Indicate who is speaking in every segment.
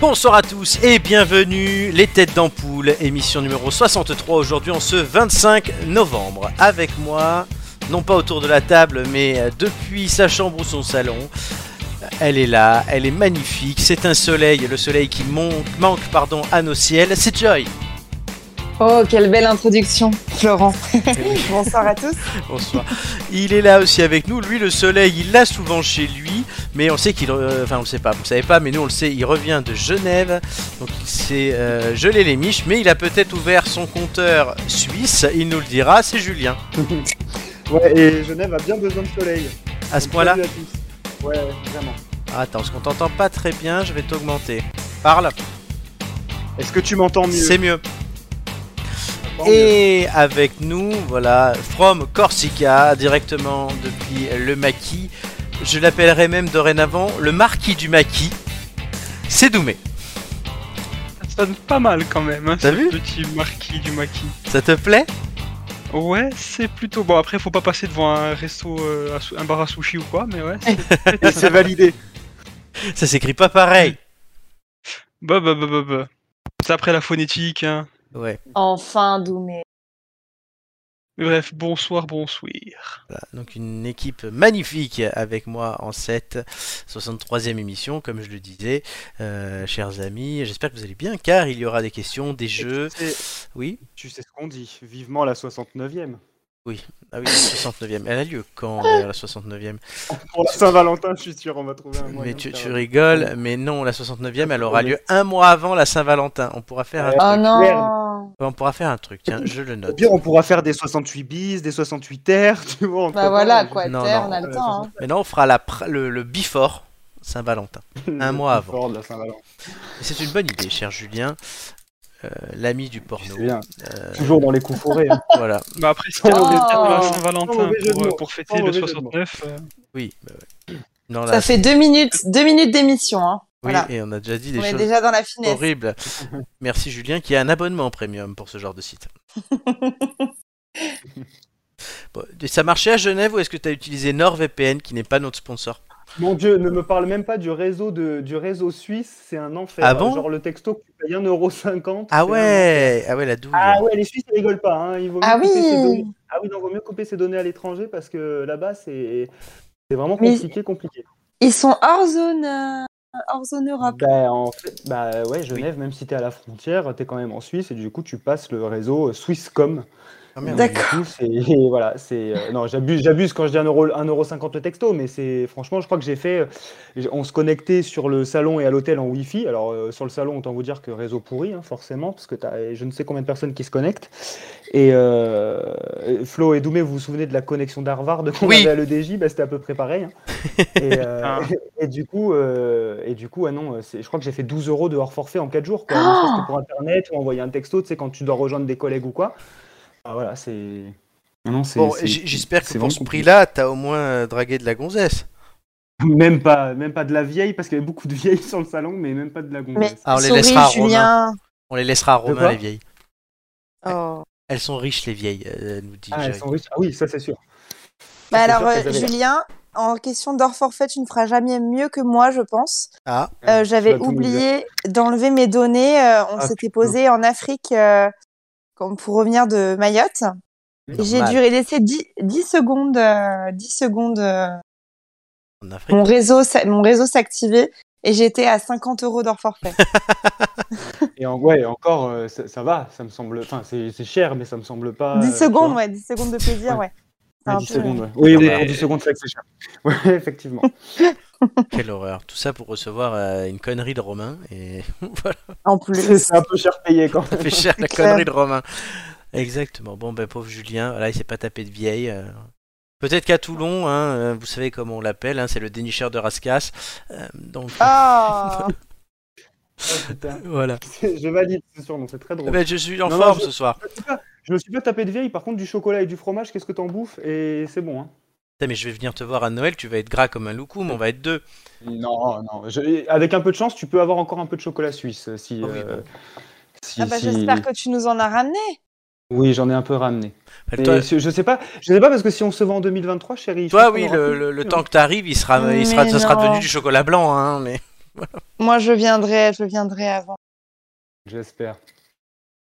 Speaker 1: Bonsoir à tous et bienvenue les têtes d'ampoule, émission numéro 63 aujourd'hui en ce 25 novembre. Avec moi, non pas autour de la table, mais euh, depuis sa chambre ou son salon, elle est là, elle est magnifique, c'est un soleil, le soleil qui monte, manque pardon, à nos ciels, c'est Joy.
Speaker 2: Oh, quelle belle introduction, Florent. Bonsoir à tous.
Speaker 1: Bonsoir. Il est là aussi avec nous. Lui, le soleil, il l'a souvent chez lui, mais on sait qu'il. euh, Enfin, on le sait pas, vous le savez pas, mais nous on le sait, il revient de Genève. Donc il s'est euh, gelé les miches, mais il a peut-être ouvert son compteur suisse. Il nous le dira, c'est Julien.
Speaker 3: Ouais, et Genève a bien besoin de soleil.
Speaker 1: À ce point-là. Ah,
Speaker 3: Salut à tous. Ouais, vraiment.
Speaker 1: Attends, parce qu'on t'entend pas très bien, je vais t'augmenter. Parle,
Speaker 3: Est-ce que tu m'entends mieux
Speaker 1: c'est mieux.
Speaker 3: Tant mieux.
Speaker 1: Et avec nous, voilà, From Corsica, directement depuis le maquis. Je l'appellerai même dorénavant le marquis du maquis. C'est Doumé.
Speaker 4: Ça sonne pas mal quand même, hein,
Speaker 1: T'as
Speaker 4: ce
Speaker 1: vu
Speaker 4: petit marquis du maquis.
Speaker 1: Ça te plaît
Speaker 4: Ouais, c'est plutôt bon. Après, faut pas passer devant un resto, euh, à sou- un bar à sushi ou quoi, mais ouais. c'est-
Speaker 3: Et c'est validé.
Speaker 1: Ça s'écrit pas pareil.
Speaker 4: bah, bah, bah, bah, bah. C'est après la phonétique. Hein.
Speaker 1: Ouais.
Speaker 2: Enfin, Doumé.
Speaker 4: Mais Bref, bonsoir, bonsoir.
Speaker 1: voilà. Ah, Donc une équipe magnifique avec moi en cette 63e émission, comme je le disais, Euh, chers amis. J'espère que vous allez bien, car il y aura des questions, des jeux.
Speaker 3: Tu sais,
Speaker 1: Oui.
Speaker 3: tu sais ce qu'on dit, vivement la 69ème.
Speaker 1: Ah oui, la 69e. Elle a lieu quand d'ailleurs, la 69e
Speaker 3: Pour la Saint-Valentin, je suis sûr, on va trouver un moyen.
Speaker 1: Mais
Speaker 3: de
Speaker 1: tu,
Speaker 3: faire
Speaker 1: tu
Speaker 3: un-
Speaker 1: rigoles, mais non, la 69e, elle aura
Speaker 3: Ouais.
Speaker 1: lieu un mois avant la Saint-Valentin. On pourra faire un
Speaker 3: Ouais.
Speaker 1: truc.
Speaker 2: Oh non.
Speaker 1: On pourra faire un truc. Tiens, je le
Speaker 3: Au
Speaker 1: note.
Speaker 3: pire, on pourra faire des 68 bis, des 68 terres, tu vois. entre-
Speaker 2: Bah voilà, quoi.
Speaker 1: Non,
Speaker 2: Terre,
Speaker 1: non,
Speaker 2: on a le
Speaker 3: euh,
Speaker 2: temps. hein.
Speaker 1: Maintenant, on fera la pr- le, le before Saint-Valentin. un mois avant.
Speaker 3: Fort de la Saint-Valentin.
Speaker 1: Et C'est une bonne idée, cher Julien, Euh, l'ami du porno.
Speaker 3: C'est bien.
Speaker 1: Euh,
Speaker 3: Toujours dans les coups forés. hein.
Speaker 1: voilà.
Speaker 4: Bah après, c'était la
Speaker 2: Oh.
Speaker 4: fête de la
Speaker 3: Sans
Speaker 4: Saint-Valentin
Speaker 3: mauvais jeu de
Speaker 4: pour, euh,
Speaker 3: mots.
Speaker 4: pour fêter
Speaker 3: Sans
Speaker 4: le
Speaker 3: mauvais jeu de mots.
Speaker 4: 69. euh,
Speaker 1: Oui. bah ouais. Non, là,
Speaker 2: Ça fait deux minutes, deux minutes d'émission. Hein.
Speaker 1: oui,
Speaker 2: Voilà.
Speaker 1: et on a déjà dit
Speaker 2: On
Speaker 1: des
Speaker 2: est
Speaker 1: choses
Speaker 2: déjà dans la finesse.
Speaker 1: horribles. Merci Julien qui a un abonnement premium pour ce genre de site. Bon, et ça marchait à Genève ou est-ce que tu as utilisé NordVPN qui n'est pas notre sponsor
Speaker 3: Mon dieu, ne me parle même pas du réseau, de, du réseau suisse, c'est un enfer.
Speaker 1: Ah bon
Speaker 3: Genre le texto, tu payes 1,50€.
Speaker 1: Ah
Speaker 3: c'est un
Speaker 1: ouais, ah ouais la douille.
Speaker 3: Ah ouais, les Suisses ils rigolent pas. hein. Il vaut mieux
Speaker 2: Ah oui.
Speaker 3: couper ses données- Ah oui, non, vaut mieux couper ses données à l'étranger parce que là-bas, c'est c'est vraiment
Speaker 2: Mais-
Speaker 3: compliqué, compliqué.
Speaker 2: Ils sont hors zone, euh, hors zone Europe.
Speaker 3: Bah, en fait, bah ouais, Genève, même si t'es à la frontière, t'es quand même en Suisse et du coup, tu passes le réseau Swisscom.
Speaker 1: Ah merde.
Speaker 2: D'accord.
Speaker 3: Du coup, c'est- et voilà, c'est euh, non, j'abuse, j'abuse quand je dis 1,50€ le texto, mais c'est franchement, je crois que j'ai fait. euh, j'ai- On se connectait sur le salon et à l'hôtel en Wi-Fi. Alors euh, sur le salon, autant vous dire que réseau pourri, hein, forcément, parce que t'as je ne sais combien de personnes qui se connectent. Et euh, Flo et Doumé, vous vous souvenez de la connexion d'Harvard qu'on
Speaker 1: Oui.
Speaker 3: avait à l'EDJ bah, C'était à peu près pareil. hein. Et, euh,
Speaker 4: Ah.
Speaker 3: et du coup, euh, et du coup, ah non, c'est- je crois que j'ai fait 12 euros de hors forfait en 4 jours, quoi. Ne serait-ce que pour internet ou envoyer un texto, tu sais, quand tu dois rejoindre des collègues ou quoi. Ah, voilà, c'est. Ah Non, c'est.
Speaker 1: Bon,
Speaker 3: c'est-
Speaker 1: j- j'espère que
Speaker 3: c'est
Speaker 1: pour
Speaker 3: vraiment
Speaker 1: ce
Speaker 3: compliqué.
Speaker 1: prix-là, t'as au moins euh, dragué de la gonzesse.
Speaker 3: Même pas, même pas de la vieille, parce qu'il y avait beaucoup de vieilles sur le salon, mais même pas de la
Speaker 2: Mais
Speaker 3: gonzesse.
Speaker 1: Ah, on les
Speaker 2: souris,
Speaker 1: laissera à
Speaker 2: Julien.
Speaker 1: On les laissera à Romain
Speaker 3: quoi
Speaker 1: les vieilles.
Speaker 2: Oh.
Speaker 1: Elles sont riches les vieilles, euh, nous dit.
Speaker 3: Ah, elles
Speaker 1: Jerry.
Speaker 3: sont riches. Ah oui, ça c'est sûr.
Speaker 2: Bah
Speaker 3: c'est
Speaker 2: alors,
Speaker 3: sûr
Speaker 2: euh,
Speaker 3: qu'elles avaient l'air.
Speaker 2: Julien, en question d'or forfait, tu ne feras jamais mieux que moi, je pense.
Speaker 1: Ah.
Speaker 2: Euh,
Speaker 3: Tu
Speaker 2: J'avais
Speaker 3: vas tout nous dire.
Speaker 2: oublié d'enlever mes données. euh, on
Speaker 3: Ah,
Speaker 2: s'était posé en Afrique euh, comme pour revenir de Mayotte. Et
Speaker 3: hein.
Speaker 2: J'ai
Speaker 1: Normal,
Speaker 2: dû laisser 10, 10 secondes, euh, 10 secondes euh,
Speaker 1: En Afrique.
Speaker 2: mon réseau, s'a- mon réseau s'activer et j'étais à 50 euros d'or forfait.
Speaker 3: Et en, ouais, encore, euh, ça, ça va, ça me semble. Enfin, c'est c'est cher, mais ça me semble pas.
Speaker 2: 10
Speaker 3: euh, tu
Speaker 2: secondes,
Speaker 3: vois.
Speaker 2: ouais, 10 secondes de plaisir, ouais. C'est
Speaker 3: Ouais,
Speaker 2: un
Speaker 3: 10
Speaker 2: peu- euh,
Speaker 3: secondes, ouais. Oui, oui,
Speaker 4: mais-
Speaker 3: pour 10 secondes, c'est vrai que c'est cher. Ouais, effectivement.
Speaker 1: Quelle horreur. Tout ça pour recevoir euh, une connerie de Romain. Et voilà,
Speaker 2: En plus. Oh.
Speaker 3: c'est un peu cher payé quand
Speaker 1: ça fait cher la
Speaker 2: clair.
Speaker 1: connerie de Romain. Exactement. Bon, ben pauvre Julien, voilà, il s'est pas tapé de vieille. euh. Peut-être qu'à Toulon, hein, euh, vous savez comment on l'appelle, hein, c'est le dénicheur de Rascasse. Euh, donc,
Speaker 2: Oh,
Speaker 3: même.
Speaker 1: voilà.
Speaker 3: je valide ce surnom, c'est très drôle.
Speaker 1: Ben, je suis en
Speaker 3: Oh. Non, non,
Speaker 1: forme
Speaker 3: je-
Speaker 1: ce soir.
Speaker 3: Je me suis pas- Je me suis pas tapé de vieille, par contre, du chocolat et du fromage, qu'est-ce que t'en bouffes Et c'est bon. Hein.
Speaker 1: Putain, mais je vais venir te voir à Noël, tu vas être gras comme un loukoum, on va être deux.
Speaker 3: Non, non. je- Avec un peu de chance, tu peux avoir encore un peu de chocolat suisse. euh, Si,
Speaker 1: Ah oui,
Speaker 3: euh, si-
Speaker 2: ah bah,
Speaker 3: si-
Speaker 2: j'espère que tu nous en as ramené.
Speaker 3: Oui, j'en ai un peu ramené.
Speaker 1: Enfin,
Speaker 3: Mais
Speaker 1: toi,
Speaker 3: si- je sais pas, je sais pas parce que si on se vend en 2023, chérie. je
Speaker 1: toi,
Speaker 3: pense qu'on
Speaker 1: oui,
Speaker 3: aura
Speaker 1: le,
Speaker 3: plus.
Speaker 1: le- le temps que t'arrives, il sera, il sera,
Speaker 2: Mais
Speaker 1: ça sera
Speaker 2: non.
Speaker 1: devenu du chocolat blanc, hein, mais
Speaker 2: Moi, je viendrai, je viendrai avant.
Speaker 3: J'espère.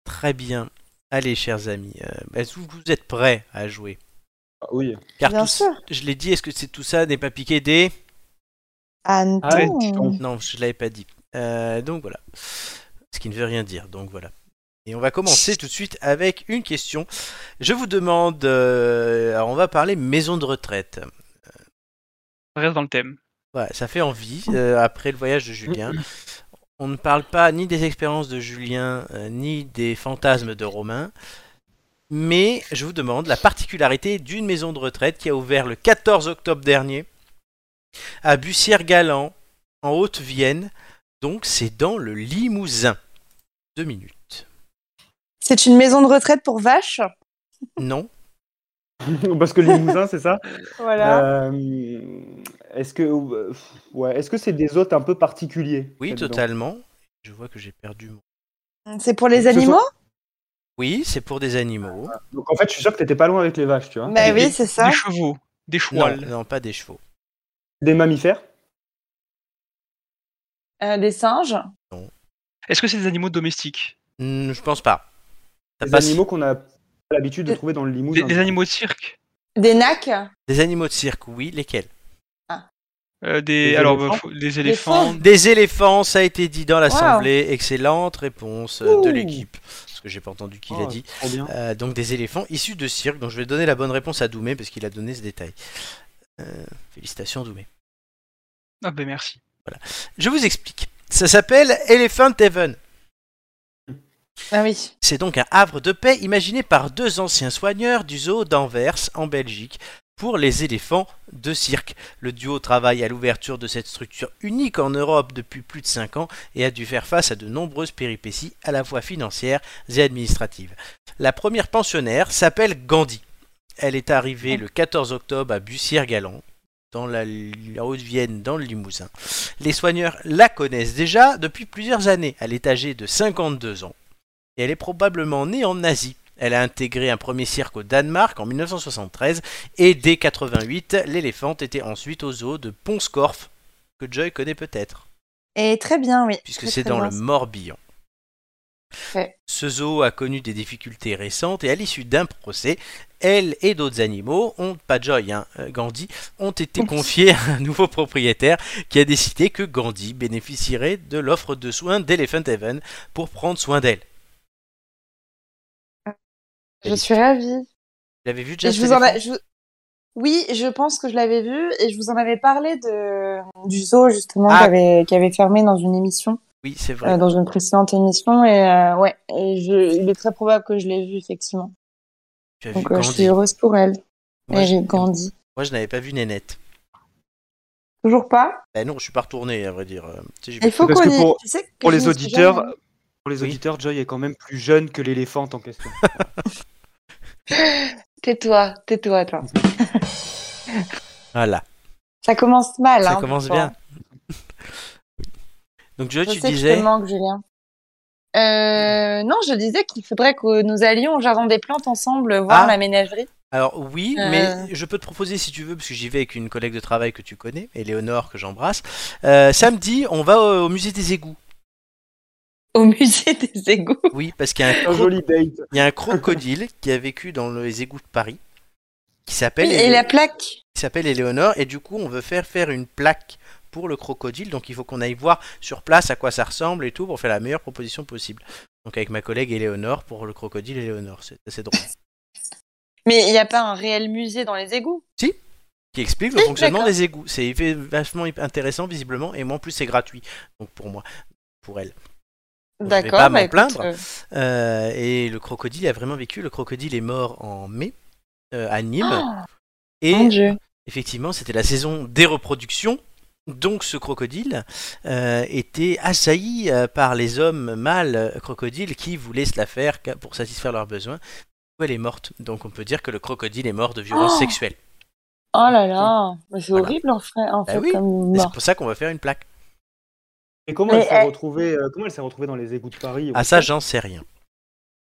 Speaker 1: Très bien. Allez, chers amis, euh, est-ce que vous êtes prêts à jouer
Speaker 3: Ah, oui.
Speaker 1: Car
Speaker 2: Bien
Speaker 1: tout-
Speaker 2: sûr.
Speaker 1: je l'ai dit, est-ce que c'est tout ça n'est pas piqué des...
Speaker 2: Anton.
Speaker 3: Ah ouais, dis donc.
Speaker 1: Non, je l'avais pas dit. Euh, donc voilà. Ce qui ne veut rien dire, donc voilà. Et on va commencer tout de suite avec une question. Je vous demande... euh, alors on va parler maison de retraite.
Speaker 4: Ça reste dans le thème.
Speaker 1: Voilà, ça fait envie, euh, après le voyage de Julien. On ne parle pas ni des expériences de Julien, euh, ni des fantasmes de Romain, mais je vous demande la particularité d'une maison de retraite qui a ouvert le 14 octobre dernier à Bussière-Galant, en Haute-Vienne. Donc c'est dans le Limousin. Deux minutes.
Speaker 2: C'est une maison de retraite pour vaches.
Speaker 1: Non
Speaker 3: Parce que le Limousin, c'est ça
Speaker 2: Voilà.
Speaker 3: Euh, Est-ce que euh, ouais, est-ce que c'est des hôtes un peu particuliers
Speaker 1: Oui,
Speaker 3: là-dedans
Speaker 1: totalement. Je vois que j'ai perdu mon...
Speaker 2: C'est pour les
Speaker 3: Ce sont-
Speaker 2: animaux
Speaker 1: Oui, c'est pour des animaux.
Speaker 3: Donc en fait, je suis sûr que t'étais pas loin avec les vaches, tu vois.
Speaker 2: Bah
Speaker 4: Des-
Speaker 2: oui, c'est ça.
Speaker 4: Des chevaux, des
Speaker 1: Non,
Speaker 4: chouals.
Speaker 1: non, pas des chevaux.
Speaker 3: Des mammifères
Speaker 2: Euh, des singes.
Speaker 4: Est-ce que c'est des animaux domestiques
Speaker 1: Hmm, je pense pas. Ça
Speaker 3: Des
Speaker 1: passe-
Speaker 3: animaux qu'on a pas l'habitude de
Speaker 2: Des-
Speaker 3: trouver dans le
Speaker 4: des,
Speaker 3: Limousin.
Speaker 4: des animaux de cirque
Speaker 2: Des nacs.
Speaker 1: Des animaux de cirque, oui, lesquels
Speaker 4: Euh, des,
Speaker 3: Des
Speaker 4: alors,
Speaker 3: éléphants
Speaker 4: bah, faut- des éléphants.
Speaker 1: Des éléphants, ça a été dit dans l'assemblée. Excellente réponse euh, de
Speaker 3: Ouh.
Speaker 1: l'équipe. Parce que j'ai pas entendu qui l'a
Speaker 3: Oh,
Speaker 1: dit.
Speaker 3: trop bien.
Speaker 1: Euh, donc des éléphants issus de cirque. Donc je vais donner la bonne réponse à Doumé parce qu'il a donné ce détail. Euh, félicitations Doumé.
Speaker 4: Ah, ben merci.
Speaker 1: Je vous explique. Ça s'appelle Elephant Heaven.
Speaker 2: Ah oui.
Speaker 1: C'est donc un havre de paix imaginé par deux anciens soigneurs du zoo d'Anvers, en Belgique, pour les éléphants de cirque. Le duo travaille à l'ouverture de cette structure unique en Europe depuis plus de 5 ans et a dû faire face à de nombreuses péripéties, à la fois financières et administratives. La première pensionnaire s'appelle Gandhi. Elle est arrivée le 14 octobre à Bussière-Galant, dans la, la Haute-Vienne, dans le Limousin. Les soigneurs la connaissent déjà depuis plusieurs années. Elle est âgée de 52 ans et elle est probablement née en Asie. Elle a intégré un premier cirque au Danemark en 1973 et dès 88, l'éléphant était ensuite au zoo de Ponskorff, que Joy connaît peut-être,
Speaker 2: Et très bien, oui.
Speaker 1: puisque
Speaker 2: Très,
Speaker 1: c'est
Speaker 2: très
Speaker 1: dans
Speaker 2: bien.
Speaker 1: le Morbihan.
Speaker 2: Ouais.
Speaker 1: Ce zoo a connu des difficultés récentes et à l'issue d'un procès, elle et d'autres animaux, ont, pas Joy, hein, euh, Gandhi, ont été
Speaker 2: Oups.
Speaker 1: confiés à un nouveau propriétaire qui a décidé que Gandhi bénéficierait de l'offre de soins d'Elephant Heaven pour prendre soin d'elle.
Speaker 2: Je suis ravie.
Speaker 1: Vous l'avez vu
Speaker 2: Et
Speaker 1: déjà
Speaker 2: je
Speaker 1: cet
Speaker 2: vous en
Speaker 1: éléphant
Speaker 2: a- je vous- Oui, je pense que je l'avais vu et je vous en avais parlé de... du zoo justement
Speaker 1: Ah.
Speaker 2: qui, avait... qui avait fermé dans une émission,
Speaker 1: Oui, c'est vrai.
Speaker 2: euh, dans une précédente émission. Et euh, ouais, et je... il est très probable que je l'ai vu effectivement.
Speaker 1: Tu as vu
Speaker 2: Donc euh, je
Speaker 1: Gandhi.
Speaker 2: suis heureuse pour elle.
Speaker 1: Moi,
Speaker 2: et
Speaker 1: je-
Speaker 2: j'ai grandi.
Speaker 1: moi, je n'avais pas vu Nénette.
Speaker 2: Toujours pas.
Speaker 1: Bah non, je suis pas retourné, à vrai dire. Euh, tu sais, j'ai
Speaker 2: Il
Speaker 1: pas-
Speaker 2: faut
Speaker 3: Parce
Speaker 2: qu'on
Speaker 3: que
Speaker 2: y...
Speaker 3: pour-
Speaker 2: tu sais que
Speaker 3: Pour
Speaker 2: je
Speaker 3: les
Speaker 2: me suis
Speaker 3: auditeurs,
Speaker 2: jamais-
Speaker 3: pour les
Speaker 1: Oui.
Speaker 3: auditeurs, Joy est quand même plus jeune que l'éléphant en question.
Speaker 2: Tais-toi, tais-toi, toi.
Speaker 1: Voilà,
Speaker 2: Ça commence mal.
Speaker 1: ça
Speaker 2: hein,
Speaker 1: commence
Speaker 2: pour
Speaker 1: bien.
Speaker 2: toi.
Speaker 1: Donc, Joe,
Speaker 2: Je
Speaker 1: tu
Speaker 2: sais que je
Speaker 1: disais.
Speaker 2: te manque, Julien. Euh, non, je disais qu'il faudrait que nous allions au jardin des plantes ensemble voir
Speaker 1: Ah.
Speaker 2: la ménagerie.
Speaker 1: Alors, oui,
Speaker 2: Euh.
Speaker 1: mais je peux te proposer si tu veux, parce que j'y vais avec une collègue de travail que tu connais, Éléonore, que j'embrasse. Euh, samedi, on va au, au musée des égouts.
Speaker 2: Au musée des égouts.
Speaker 1: Oui, parce qu'il y a un,
Speaker 3: Un joli date.
Speaker 1: il y a un crocodile qui a vécu dans les égouts de Paris, qui s'appelle
Speaker 2: et la plaque.
Speaker 1: qui s'appelle Éléonore, et du coup on veut faire faire une plaque pour le crocodile, donc il faut qu'on aille voir sur place à quoi ça ressemble et tout pour faire la meilleure proposition possible. Donc avec ma collègue Éléonore pour le crocodile Éléonore, c'est c'est drôle.
Speaker 2: Mais il n'y a pas un réel musée dans les égouts.
Speaker 1: Qui explique le
Speaker 2: Oui,
Speaker 1: fonctionnement
Speaker 2: d'accord.
Speaker 1: des égouts. C'est fait vachement intéressant visiblement, et moi en plus c'est gratuit, donc pour moi, pour elle. vais
Speaker 2: D'accord.
Speaker 1: pas m'en
Speaker 2: écoute,
Speaker 1: plaindre.
Speaker 2: euh,
Speaker 1: Euh, et le crocodile a vraiment vécu, le crocodile est mort en mai euh, à Nîmes,
Speaker 2: oh,
Speaker 1: et
Speaker 2: mon Dieu.
Speaker 1: Effectivement, c'était la saison des reproductions. Donc ce crocodile euh, était assailli euh, par les hommes mâles euh, crocodiles qui voulaient se la faire ca- pour satisfaire leurs besoins. Du coup, Elle est morte. Donc on peut dire que le crocodile est mort de violence
Speaker 2: Oh
Speaker 1: sexuelle.
Speaker 2: Oh là là. Mais C'est
Speaker 1: Voilà.
Speaker 2: horrible en fait, en
Speaker 1: Bah
Speaker 2: fait
Speaker 1: oui.
Speaker 2: comme
Speaker 1: Et C'est
Speaker 2: mort.
Speaker 1: pour ça qu'on va faire une plaque.
Speaker 3: Et comment
Speaker 2: Mais
Speaker 3: elle s'est
Speaker 2: elle-
Speaker 3: retrouvée euh, Comment elle s'est retrouvée dans les égouts de Paris
Speaker 1: Ah
Speaker 3: on
Speaker 1: ça,
Speaker 3: sait
Speaker 1: j'en sais rien.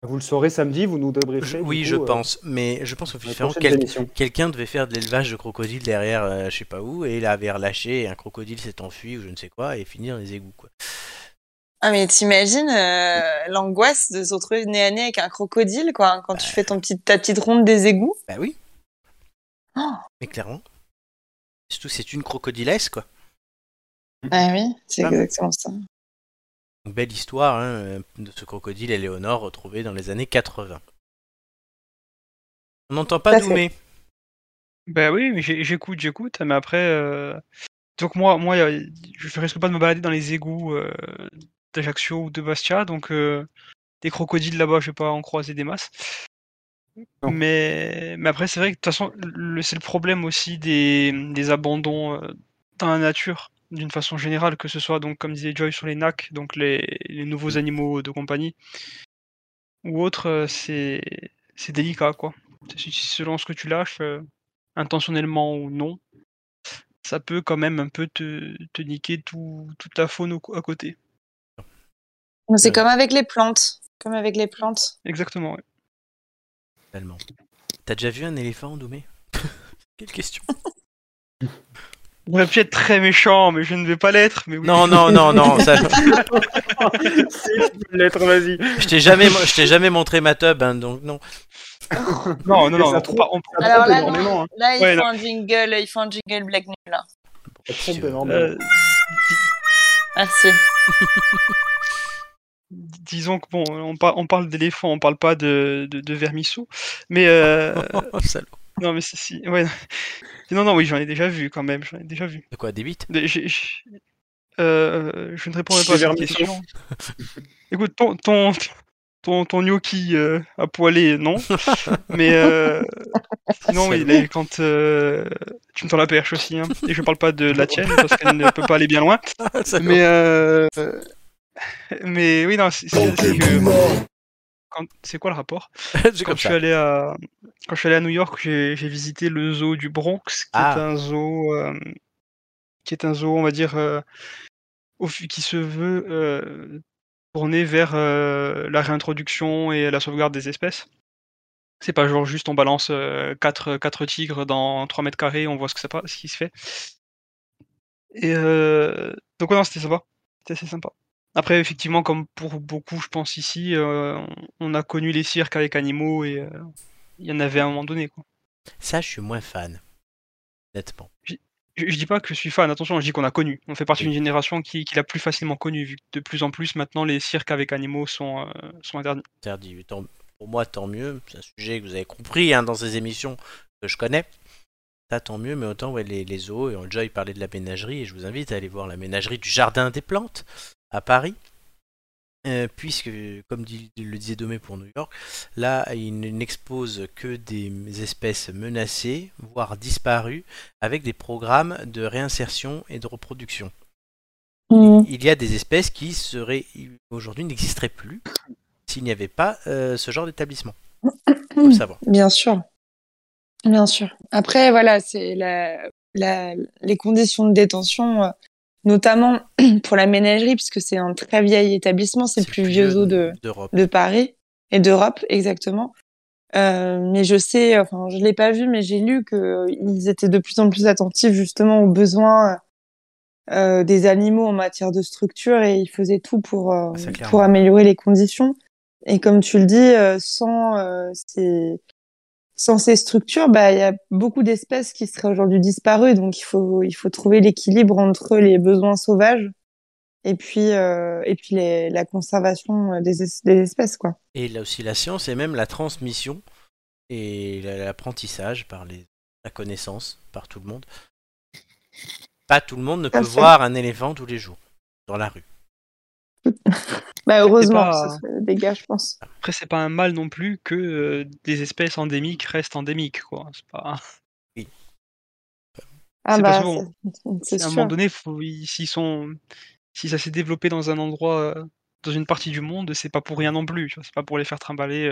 Speaker 3: Vous le saurez samedi, vous nous
Speaker 1: Je-
Speaker 3: débrieferez. du
Speaker 1: oui,
Speaker 3: coup,
Speaker 1: je
Speaker 3: euh,
Speaker 1: pense, mais je pense
Speaker 3: la
Speaker 1: officiellement
Speaker 3: prochaine
Speaker 1: quel-
Speaker 3: émission.
Speaker 1: quelqu'un devait faire de l'élevage de crocodiles derrière, euh, je sais pas où, et il avait relâché, et un crocodile s'est enfui ou je ne sais quoi, et finir dans les égouts. Quoi.
Speaker 2: Ah mais t'imagines euh, l'angoisse de se retrouver nez à nez avec un crocodile quoi hein, quand tu fais ton petit, ta petite ronde des égouts.
Speaker 1: Bah oui.
Speaker 2: Oh.
Speaker 1: Mais clairement. Surtout, c'est une crocodilesse, quoi.
Speaker 2: Ah oui, c'est
Speaker 1: Ah.
Speaker 2: exactement ça.
Speaker 1: Une belle histoire hein, euh, de ce crocodile Éléonore retrouvé dans les années 80. On n'entend
Speaker 2: Tout
Speaker 1: pas
Speaker 2: à fait.
Speaker 1: Doumé.
Speaker 4: Bah oui, mais j'ai- j'écoute, j'écoute, mais après. euh, Donc moi, moi, y a- je risque pas de me balader dans les égouts euh, d'Ajaccio ou de Bastia, donc euh, des crocodiles là-bas, je vais pas en croiser des masses.
Speaker 3: Non.
Speaker 4: Mais, mais après, c'est vrai que de toute façon, le- c'est le problème aussi des, des abandons euh, dans la nature, d'une façon générale, que ce soit, donc, comme disait Joy, sur les NAC, donc les, les nouveaux animaux de compagnie, ou autres, euh, c'est c'est délicat, quoi. C'est- Selon ce que tu lâches, euh, intentionnellement ou non, ça peut quand même un peu te, te niquer tout, toute ta faune au- à côté.
Speaker 2: Mais C'est
Speaker 1: Euh.
Speaker 2: comme avec les plantes, comme avec les plantes.
Speaker 4: Exactement. ouais.
Speaker 1: Allemand. T'as déjà vu un éléphant, Doumé Quelle question
Speaker 4: On aurait pu être très méchant, mais je ne vais pas l'être. Mais oui.
Speaker 1: Non, non, non, non, ça-
Speaker 3: Si, tu peux l'être, vas-y.
Speaker 1: je t'ai jamais, mo- je t'ai jamais montré ma tub, hein, donc non.
Speaker 4: non, non,
Speaker 3: Mais
Speaker 4: non,
Speaker 3: ça
Speaker 4: on
Speaker 3: trompe.
Speaker 4: part- on part-
Speaker 2: Alors là,
Speaker 3: énormément, hein.
Speaker 2: Là, il
Speaker 4: Ouais,
Speaker 2: faut un jingle, il faut un jingle Black Nul là.
Speaker 1: Bon,
Speaker 3: Ça trompe
Speaker 1: si, euh,
Speaker 3: énormément.
Speaker 4: euh,
Speaker 2: Merci.
Speaker 4: dis- disons que bon, on, par- on parle d'éléphant, on parle pas de, de, de vermisseau, mais euh,
Speaker 1: oh, salaud.
Speaker 4: non, mais si, si, ouais. non, non, oui, j'en ai déjà vu quand même, j'en ai déjà vu.
Speaker 1: De quoi, des bites
Speaker 4: Mais j'ai- j'ai- euh, je ne répondrai
Speaker 3: Des
Speaker 4: pas à cette
Speaker 3: vermisseaux.
Speaker 4: question. Écoute, ton, ton, ton, ton gnocchi euh, à poêler, non. Mais euh, sinon, oui, les- quand euh, tu me tends la perche aussi, hein. et je parle pas de la tienne parce qu'elle ne peut pas aller bien loin.
Speaker 1: Ah, Salaud.
Speaker 4: Mais, euh, mais oui, non, c'est c'est- c'est que- quand- c'est quoi le rapport
Speaker 1: C'est
Speaker 4: quand
Speaker 1: comme
Speaker 4: je, suis
Speaker 1: ça.
Speaker 4: allé à, quand je suis allé à New York, j'ai j'ai visité le zoo du Bronx, qui
Speaker 1: Ah.
Speaker 4: est un zoo, euh, qui est un zoo, on va dire, euh, au fu- qui se veut euh, tourné vers euh, la réintroduction et la sauvegarde des espèces. C'est pas genre juste on balance 4 quatre, quatre tigres dans 3 mètres carrés, on voit ce, que ça, pa- ce qui se fait. Et euh, donc, ouais, non, c'était sympa. C'était assez sympa. Après, effectivement, comme pour beaucoup, je pense ici, euh, on on a connu les cirques avec animaux et euh, il y en avait à un moment donné. Quoi.
Speaker 1: Ça, je suis moins fan. Honnêtement.
Speaker 4: Je, je dis pas que je suis fan, attention, je dis qu'on a connu. On fait partie d'une génération qui, qui l'a plus facilement connu, vu que de plus en plus maintenant les cirques avec animaux sont, euh, sont interdits.
Speaker 1: Interdit. Tant- Pour moi, tant mieux. C'est un sujet que vous avez compris hein, dans ces émissions que je connais. Ça, tant mieux, mais autant, ouais, les, les zoos, et on a déjà parlé de la ménagerie, et je vous invite à aller voir la ménagerie du Jardin des Plantes à Paris. Euh, puisque, comme dit- le disait Domé pour New York, là, il n'expose que des espèces menacées, voire disparues, avec des programmes de réinsertion et de reproduction
Speaker 2: Mm.
Speaker 1: il y a des espèces qui seraient aujourd'hui n'existeraient plus s'il n'y avait pas euh, ce genre d'établissement. Faut le savoir.
Speaker 2: Bien sûr. Bien sûr. Après, voilà, c'est la, la- les conditions de détention, euh, notamment pour la ménagerie, puisque c'est un très vieil établissement, c'est le plus vieux zoo de,
Speaker 1: d'Europe.
Speaker 2: de Paris et d'Europe, exactement. Euh, mais je sais, enfin, je l'ai pas vu, mais j'ai lu qu'ils étaient de plus en plus attentifs justement aux besoins euh, des animaux en matière de structure et ils faisaient tout pour, euh,
Speaker 1: Ah, ça, clairement.
Speaker 2: pour améliorer les conditions. Et comme tu le dis, euh, sans, euh, ces, sans ces structures, bah, il y a beaucoup d'espèces qui seraient aujourd'hui disparues. Donc, il faut, il faut trouver l'équilibre entre les besoins sauvages et puis, euh, et puis les- la conservation euh, des, es- des espèces, quoi.
Speaker 1: Et là aussi la science et même la transmission et la- l'apprentissage par les la connaissance par tout le monde. Pas tout le monde ne
Speaker 2: Tout à
Speaker 1: peut
Speaker 2: fait.
Speaker 1: voir un éléphant tous les jours dans la rue.
Speaker 2: Bah, heureusement,
Speaker 4: pas-
Speaker 2: ce serait des gars, je pense.
Speaker 4: Après, c'est pas un mal non plus que euh, des espèces endémiques restent endémiques. Quoi. C'est pas...
Speaker 2: Ah bah,
Speaker 4: C'est pas souvent.
Speaker 2: c'est- c'est
Speaker 4: à un
Speaker 2: sûr.
Speaker 4: moment donné, faut, ils- s'ils sont... si ça s'est développé dans un endroit, euh, dans une partie du monde, c'est pas pour rien non plus. tu vois, C'est pas pour les faire trimballer.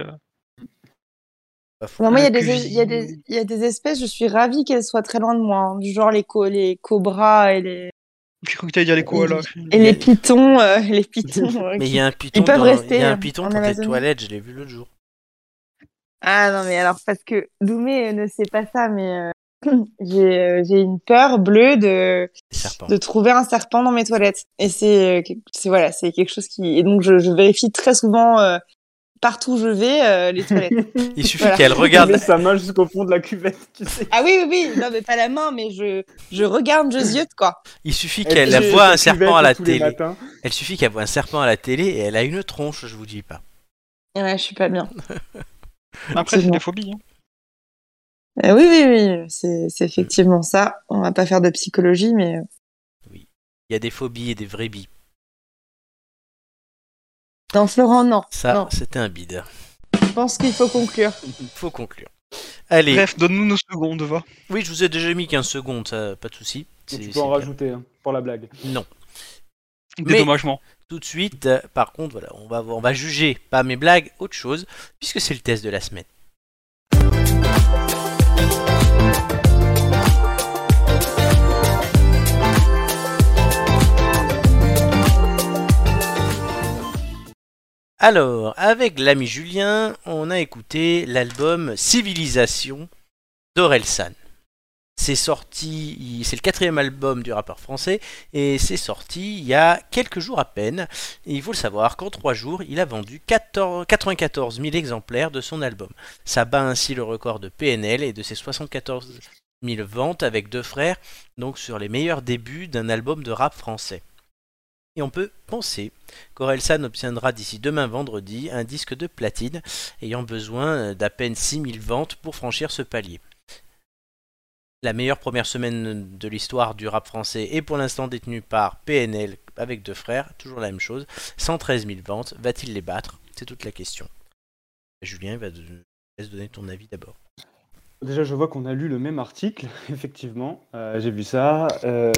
Speaker 4: euh,
Speaker 1: Pas fou.
Speaker 2: Non, moi, il y, a
Speaker 4: que
Speaker 2: des,
Speaker 4: j'y-
Speaker 2: il, y a des, il y a des espèces, je suis ravie qu'elles soient très loin de moi, hein, du genre les, co les cobras et les,
Speaker 4: J'ai cru que t'allais dire les koalas.
Speaker 2: Et les pitons, euh, les pitons. euh,
Speaker 1: Mais il
Speaker 2: qui-
Speaker 1: y a un piton,
Speaker 2: peuvent
Speaker 1: dans,
Speaker 2: rester,
Speaker 1: il y a un
Speaker 2: euh,
Speaker 1: piton
Speaker 2: en
Speaker 1: dans tes
Speaker 2: Amazonie.
Speaker 1: toilettes, je l'ai vu l'autre jour.
Speaker 2: Ah non, mais alors, parce que Doumé euh, ne sait pas ça, mais euh, j'ai euh, j'ai une peur bleue
Speaker 1: Les
Speaker 2: de,
Speaker 1: serpents.
Speaker 2: de trouver un serpent dans mes toilettes. Et c'est euh, que- c'est- voilà, c'est quelque chose qui. Et donc, je, je vérifie très souvent, euh, partout où je vais, euh, les toilettes.
Speaker 1: Il suffit
Speaker 2: Voilà.
Speaker 1: qu'elle
Speaker 3: met
Speaker 1: regarde.
Speaker 3: sa main jusqu'au fond de la cuvette, tu sais.
Speaker 2: ah oui, oui, oui, non, mais pas la main, mais je, je regarde, je ziote, quoi.
Speaker 1: Il suffit
Speaker 3: Elle
Speaker 1: qu'elle
Speaker 3: fait
Speaker 1: voit
Speaker 3: sa
Speaker 1: un serpent
Speaker 3: cuvette
Speaker 1: à la
Speaker 3: tous les
Speaker 1: télé.
Speaker 3: matins.
Speaker 1: Elle suffit qu'elle voit un serpent à la télé et elle a une tronche, je vous dis pas.
Speaker 2: Et ouais, je suis pas bien.
Speaker 4: Après, c'est
Speaker 2: Absolument.
Speaker 4: des phobies. hein.
Speaker 2: Euh, oui, oui, oui, c'est c'est effectivement ça. On va pas faire de psychologie, mais. euh,
Speaker 1: Il y a des phobies et des vrais billes.
Speaker 2: Non, Florent, non.
Speaker 1: Ça,
Speaker 2: Non.
Speaker 1: c'était un bide.
Speaker 2: Je pense qu'il faut conclure.
Speaker 1: Faut conclure. Allez,
Speaker 4: Bref, donne-nous nos secondes, va.
Speaker 1: oui, je vous ai déjà mis 15 secondes, ça, pas de souci. C'est-
Speaker 3: Tu
Speaker 1: c'est
Speaker 3: peux en
Speaker 1: bien.
Speaker 3: rajouter hein, pour la blague.
Speaker 1: Non. Mais-
Speaker 4: Dédommagement.
Speaker 1: Tout de suite, euh, par contre, voilà, on va, on va juger, pas mes blagues, autre chose, puisque c'est le test de la semaine. Alors, avec l'ami Julien, on a écouté l'album Civilisation d'Orelsan. C'est sorti, il- c'est le quatrième album du rappeur français et c'est sorti il y a quelques jours à peine. Et il faut le savoir qu'en 3 jours, il a vendu 14 94 000 exemplaires de son album. Ça bat ainsi le record de PNL et de ses 74 000 ventes avec deux frères, donc sur les meilleurs débuts d'un album de rap français. Et on peut penser qu'Orelsan obtiendra d'ici demain vendredi un disque de platine ayant besoin d'à peine 6000 ventes pour franchir ce palier. La meilleure première semaine de l'histoire du rap français est pour l'instant détenue par PNL avec deux frères, toujours la même chose. 113 000 ventes, va-t-il les battre C'est toute la question. Julien, va de- laisse donner ton avis d'abord.
Speaker 3: Déjà, je vois qu'on a lu le même article, effectivement. Euh, j'ai vu ça. Euh,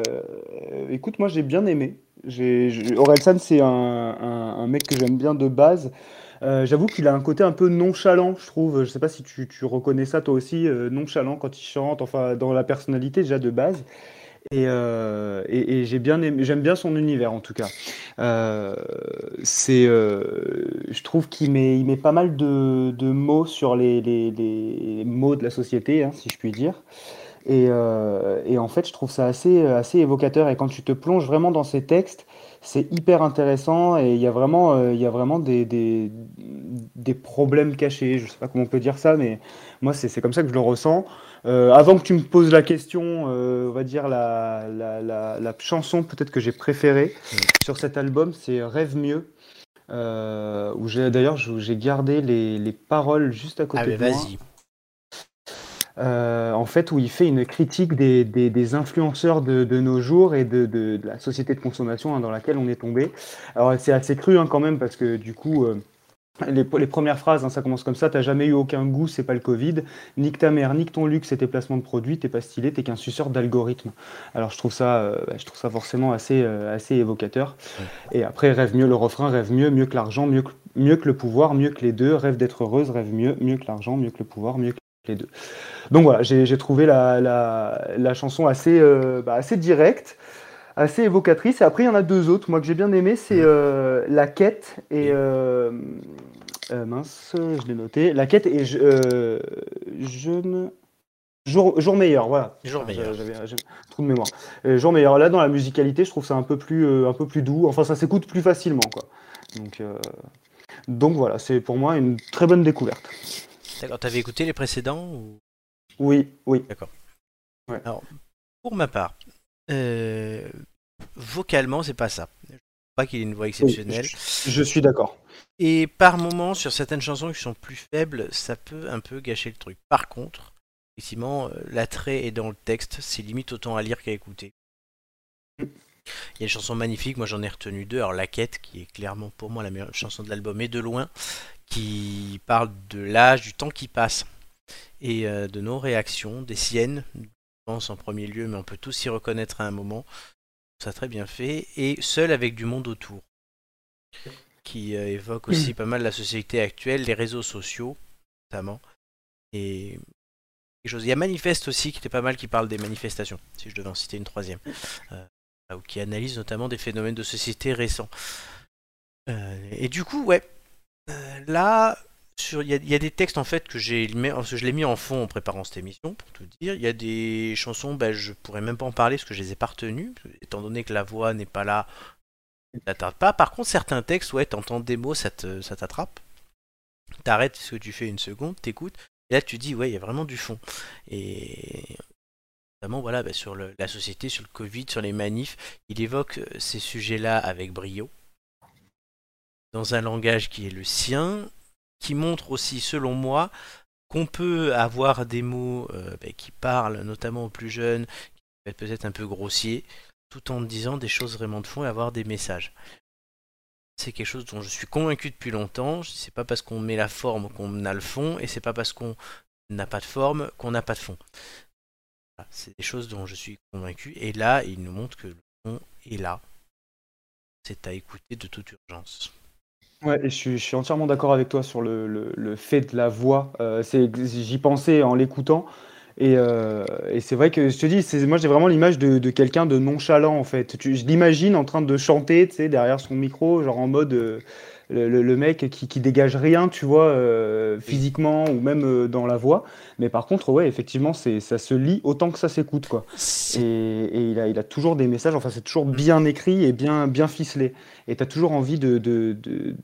Speaker 3: écoute, moi, j'ai bien aimé. J'ai, je- Orelsan, c'est un, un- un mec que j'aime bien de base. Euh, j'avoue qu'il a un côté un peu nonchalant, je trouve. Je sais pas si tu, tu reconnais ça toi aussi, euh, nonchalant quand il chante, enfin, dans la personnalité déjà de base. Et, euh, et- et j'ai bien aimé- j'aime bien son univers en tout cas. Euh, c'est, euh, je trouve qu'il met, il met pas mal de, de mots sur les, les- les mots de la société, hein, si je puis dire. Et, euh, et en fait, je trouve ça assez, euh, assez évocateur. Et quand tu te plonges vraiment dans ces textes, c'est hyper intéressant. Et il y a vraiment, euh, il y a vraiment des, des, des problèmes cachés. Je sais pas comment on peut dire ça, mais moi, c'est c'est comme ça que je le ressens. Euh, avant que tu me poses la question, euh, on va dire la, la, la, la chanson peut-être que j'ai préférée sur cet album, c'est Rêve mieux. Euh, où j'ai d'ailleurs je- j'ai gardé les, les paroles juste à côté
Speaker 1: Ah, mais
Speaker 3: de moi
Speaker 1: vas-y.
Speaker 3: euh, en fait, où il fait une critique des, des- des influenceurs de, de nos jours et de, de- de la société de consommation hein, dans laquelle on est tombé. Alors, c'est assez cru hein, quand même, parce que du coup, euh, les, les premières phrases, hein, ça commence comme ça T'as jamais eu aucun goût, c'est pas le Covid. Nique ta mère, nique ton luxe et tes placements de produits, t'es pas stylé, t'es qu'un suceur d'algorithme. Alors, je trouve ça, euh, je trouve ça forcément assez, euh, assez évocateur. Et après, rêve mieux le refrain rêve mieux, mieux que l'argent, mieux que, mieux que le pouvoir, mieux que les deux. Rêve d'être heureuse, rêve mieux, mieux que l'argent, mieux que le pouvoir, mieux que les deux. Donc voilà, j'ai j'ai trouvé la, la, la chanson assez, euh, bah, assez directe, assez évocatrice. Et après, il y en a deux autres, moi, que j'ai bien aimé, c'est
Speaker 1: Mm.
Speaker 3: euh, La Quête et... euh, euh, mince, je l'ai noté. La Quête et je, euh, Jeune... Jour, jour meilleur, voilà.
Speaker 1: Jour
Speaker 3: Enfin,
Speaker 1: meilleur.
Speaker 3: J'avais j'avais un trou de mémoire. Euh, jour meilleur. Là, dans la musicalité, je trouve ça un peu plus, euh, un peu plus doux. Enfin, ça s'écoute plus facilement, quoi. Donc, euh, donc voilà, c'est pour moi une très bonne découverte.
Speaker 1: D'accord, t'avais écouté les précédents ou-
Speaker 3: Oui, oui.
Speaker 1: Pour ma part, euh, vocalement, c'est pas ça. Je trouve pas qu'il ait une voix exceptionnelle.
Speaker 3: Je suis d'accord.
Speaker 1: Et par moments, sur certaines chansons qui sont plus faibles, ça peut un peu gâcher le truc. Par contre, effectivement, euh, l'attrait est dans le texte, c'est limite autant à lire qu'à écouter. Il y a des chansons magnifiques, moi j'en ai retenu deux. Alors La Quête, qui est clairement pour moi la meilleure chanson de l'album, et de loin, qui parle de l'âge, du temps qui passe, et euh, de nos réactions, des siennes, je pense en premier lieu, mais on peut tous s'y reconnaître à un moment. Ça très bien fait, et Seul avec du monde autour qui euh, évoque aussi pas mal la société actuelle, les réseaux sociaux notamment, et quelque chose. Il y a Manifeste aussi qui était pas mal, qui parle des manifestations, si je devais en citer une troisième. Euh, ou qui analyse notamment des phénomènes de société récents. Euh, et du coup, ouais, euh, là, sur- il y, a- il y a des textes en fait que j'ai mis, parce que je l'ai mis en fond en préparant cette émission, pour tout dire. Il y a des chansons, ben, je pourrais même pas en parler parce que je les ai pas retenues, étant donné que la voix n'est pas là, ça t'attrape pas. Par contre, certains textes, ouais, t'entends des mots, ça te- ça t'attrape. T'arrêtes ce que tu fais une seconde, t'écoutes, et là tu dis, ouais, il y a vraiment du fond. Et notamment voilà, bah, sur le- la société, sur le Covid, sur les manifs. Il évoque euh, ces sujets-là avec brio, dans un langage qui est le sien, qui montre aussi, selon moi, qu'on peut avoir des mots euh, bah, qui parlent notamment aux plus jeunes, qui peuvent être peut-être un peu grossiers, tout en disant des choses vraiment de fond et avoir des messages. C'est quelque chose dont je suis convaincu depuis longtemps. C'est pas parce qu'on met la forme qu'on a le fond, et c'est pas parce qu'on n'a pas de forme qu'on n'a pas de fond. Voilà, C'est des choses dont je suis convaincu. Et là, il nous montre que le fond est là. C'est à écouter de toute urgence.
Speaker 3: Ouais, et je suis, je suis entièrement d'accord avec toi sur le, le- le fait de la voix. Euh, c'est, j'y pensais en l'écoutant. Et, euh, et c'est vrai que je te dis, c'est, moi j'ai vraiment l'image de, de quelqu'un de nonchalant en fait. Tu- je l'imagine en train de chanter, tu sais, derrière son micro, genre en mode euh, le, le- le mec qui, qui dégage rien, tu vois, euh, physiquement ou même euh, dans la voix. Mais par contre, ouais, effectivement, c'est, ça se lit autant que ça s'écoute, quoi. Et, et il, a, il a toujours des messages, enfin c'est toujours bien écrit et bien, bien ficelé. Et tu as toujours envie de, de- de-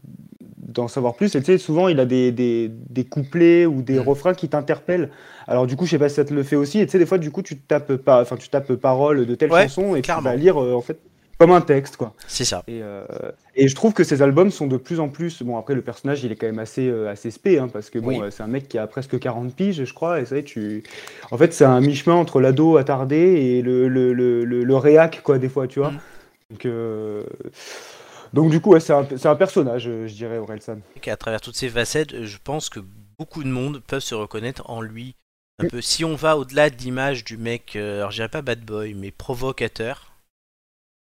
Speaker 3: d'en savoir plus. Et tu sais, souvent il a des, des, des couplets ou des
Speaker 1: Mm.
Speaker 3: refrains qui t'interpellent. Alors du coup, je sais pas si ça te le fait aussi. Et tu sais, des fois, du coup, tu tapes, pas, enfin, tu tapes paroles de telle
Speaker 1: Ouais,
Speaker 3: chanson et
Speaker 1: clairement.
Speaker 3: tu vas lire euh, en fait comme un texte, quoi.
Speaker 1: C'est ça.
Speaker 3: Et, euh, et je trouve que ces albums sont de plus en plus. Bon, après, le personnage, il est quand même assez, euh, assez spé, hein, parce que bon,
Speaker 1: Oui.
Speaker 3: euh, c'est un mec qui a presque 40 piges, je crois. Et ça, tu. En fait, c'est un mi-chemin entre l'ado attardé et le, le, le, le, le réac, quoi, des fois, tu vois.
Speaker 1: Mm.
Speaker 3: Donc, euh, Donc, du coup, ouais, c'est un, c'est un personnage, euh, je dirais, Orelsan.
Speaker 1: Et qu'à travers toutes ces facettes, euh, je pense que beaucoup de monde peuvent se reconnaître en lui. Un
Speaker 3: Mm.
Speaker 1: peu. Si on va au-delà de l'image du mec, euh, alors je dirais pas bad boy, mais provocateur,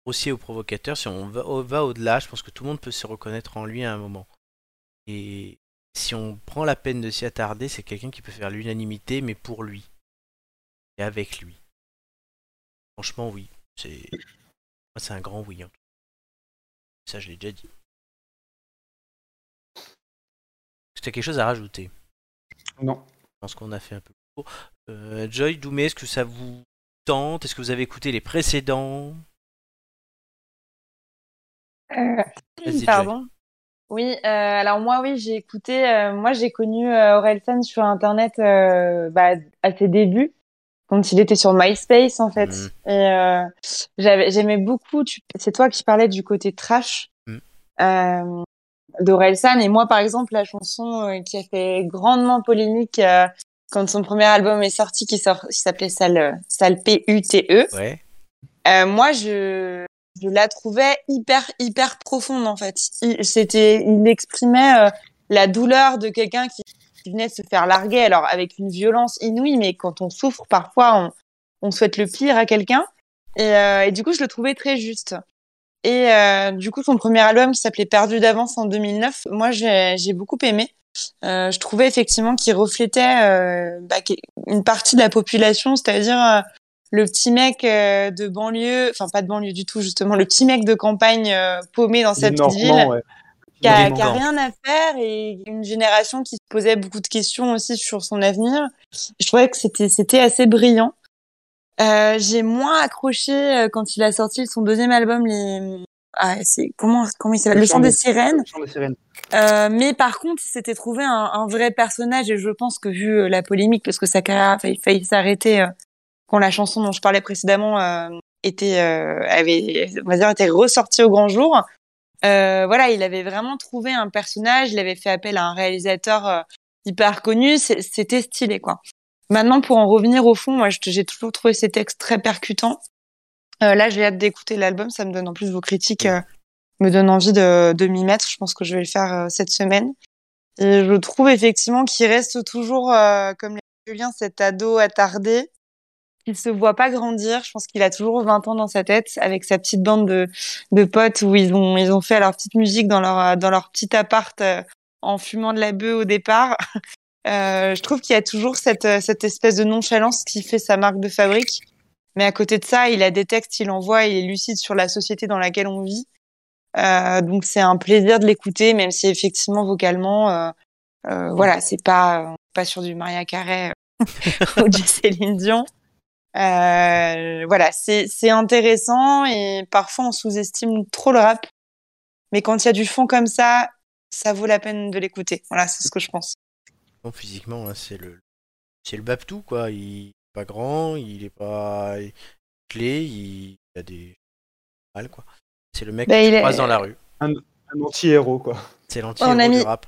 Speaker 1: aussi au provocateur, si on va, on va au-delà, je pense que tout le monde peut se reconnaître en lui à un moment. Et si on prend la peine de s'y attarder, c'est quelqu'un qui peut faire l'unanimité, mais pour lui. Et avec lui. Franchement, oui. C'est moi, c'est un grand oui. en tout cas. Ça, je l'ai déjà dit. Est-ce que t'as quelque chose à rajouter
Speaker 3: Non.
Speaker 1: Je pense qu'on a fait un peu le tour. Euh, Joy, Doumé, est-ce que ça vous tente Est-ce que vous avez écouté les précédents
Speaker 2: Euh,
Speaker 1: Vas-y, Joy.
Speaker 2: Pardon. Oui, euh, alors moi, oui, j'ai écouté. euh, moi, j'ai connu euh, Orelsan sur Internet euh, bah, à ses débuts, quand il était sur MySpace, en fait. Et euh, j'avais- j'aimais beaucoup. tu- C'est toi qui parlais du côté trash
Speaker 1: Mm.
Speaker 2: euh, d'Orelsan. Et moi, par exemple, la chanson euh, qui a fait grandement polémique euh, quand son premier album est sorti, qui, sort, qui s'appelait Sale, Sale P-U-T-E.
Speaker 1: Ouais.
Speaker 2: Euh, moi, je, je la trouvais hyper, hyper profonde, en fait. Il, c'était, il exprimait euh, la douleur de quelqu'un qui, qui venait de se faire larguer, alors avec une violence inouïe, mais quand on souffre, parfois, on, on souhaite le pire à quelqu'un. Et, euh, et du coup, je le trouvais très juste. Et euh, du coup, son premier album qui s'appelait Perdu d'avance en 2009, moi, j'ai, j'ai beaucoup aimé. Euh, je trouvais effectivement qu'il reflétait euh, bah, qu'est- une partie de la population, c'est-à-dire euh, le petit mec euh, de banlieue, enfin pas de banlieue du tout justement, le petit mec de campagne euh, paumé dans
Speaker 3: Les
Speaker 2: cette petite ville
Speaker 3: Normands, ouais.
Speaker 2: qui a,
Speaker 1: Vraiment.
Speaker 2: qui a rien à faire et une génération qui se posait beaucoup de questions aussi sur son avenir. Je trouvais que c'était c'était assez brillant. Euh, j'ai moins accroché euh, quand il a sorti son deuxième album les ah, c'est comment comment il s'appelle le chant des sirènes
Speaker 3: Le chant des sirènes.
Speaker 2: euh, mais par contre, il s'était trouvé un, un vrai personnage et je pense que vu euh, la polémique, parce que sa carrière a failli, failli s'arrêter euh, quand la chanson dont je parlais précédemment euh, était, euh, avait, on va dire, était ressortie au grand jour. euh, voilà, il avait vraiment trouvé un personnage. Il avait fait appel à un réalisateur euh, hyper connu. c'est- C'était stylé, quoi. Maintenant, pour en revenir au fond, moi, je- j'ai toujours trouvé ces textes très percutants. Euh, là, j'ai hâte d'écouter l'album. Ça me donne en plus vos critiques, euh, me donne envie de, de m'y mettre. Je pense que je vais le faire euh, cette semaine. Et je trouve effectivement qu'il reste toujours, euh, comme les Julien, cet ado attardé. Il se voit pas grandir. Je pense qu'il a toujours 20 ans dans sa tête avec sa petite bande de, de potes où ils ont, ils ont fait leur petite musique dans leur, euh, dans leur petit appart euh, en fumant de la bœuf au départ. Euh, je trouve qu'il y a toujours cette, euh, cette espèce de nonchalance qui fait sa marque de fabrique. Mais à côté de ça, il a des textes, il en voit, il est lucide sur la société dans laquelle on vit. Euh, donc c'est un plaisir de l'écouter, même si effectivement vocalement, euh, euh, voilà, c'est pas euh, pas sur du Maria Carré ou du Céline Dion. Euh, voilà, c'est c'est intéressant et parfois on sous-estime trop le rap, mais quand il y a du fond comme ça, ça vaut la peine de l'écouter. Voilà, c'est ce que je pense.
Speaker 1: Bon, physiquement, là, c'est le c'est le Babtou quoi. Il est pas grand, il est pas il est clé, il a des mal quoi. C'est le mec
Speaker 2: Bah,
Speaker 1: que
Speaker 2: il
Speaker 1: tu
Speaker 2: est-
Speaker 1: croises dans la rue.
Speaker 3: Un, un anti-héros, quoi.
Speaker 1: C'est l'anti-héros du
Speaker 2: mis-
Speaker 1: rap.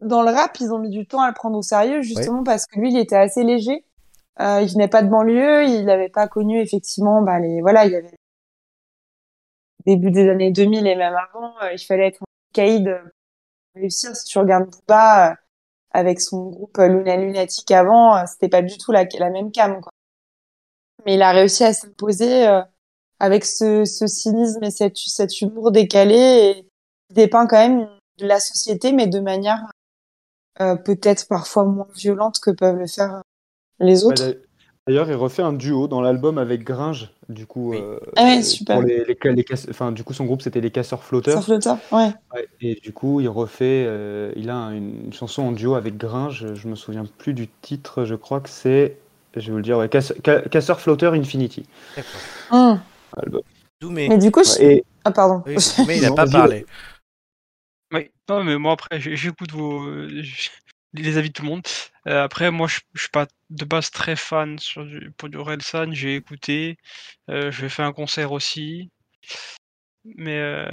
Speaker 2: dans le rap, ils ont mis du temps à le prendre au sérieux, justement parce que lui, il était assez léger. Euh, il venait pas de banlieue, il n'avait pas connu effectivement, bah, les voilà, il y avait début des années 2000 et même avant, euh, il fallait être un caïd euh, pour réussir. Si tu regardes Booba euh, avec son groupe euh, Luna Lunatic avant, euh, c'était pas du tout la, la même cam. Quoi. Mais il a réussi à s'imposer euh, avec ce, ce cynisme et cet, cet humour décalé et qui dépeint quand même la société, mais de manière euh, peut-être parfois moins violente que peuvent le faire euh, les
Speaker 3: Bah,
Speaker 2: autres.
Speaker 3: d'a- D'ailleurs, il refait un duo dans l'album avec Gringe. Du coup,
Speaker 1: Oui.
Speaker 3: euh,
Speaker 2: Ah ouais,
Speaker 3: euh,
Speaker 2: super.
Speaker 3: pour les, les ca- les casse- enfin, du coup, son groupe c'était les Casseurs Flotteurs.
Speaker 2: Sauf le top, ouais.
Speaker 3: Ouais, Et du coup, il refait. euh, il a un- une chanson en duo avec Gringe. Je me souviens plus du titre. Je crois que c'est. Je vais vous le dire. Ouais, Casse- Ca- Casseurs Flotteurs Infinity.
Speaker 1: D'accord.
Speaker 2: Hum.
Speaker 3: Album.
Speaker 1: Doumé.
Speaker 2: Mais du coup, je-
Speaker 3: Ouais, et-
Speaker 2: ah pardon.
Speaker 1: Oui, Doumé, il a
Speaker 3: Non,
Speaker 1: pas
Speaker 3: vas-y.
Speaker 1: parlé.
Speaker 4: Oui. Non, mais moi après, j'- j'écoute vos euh, j- les avis de tout le monde. Euh, après, moi, je je suis pas de base très fan sur du, pour du Relsan. J'ai écouté. Euh, je vais faire un concert aussi. Mais euh,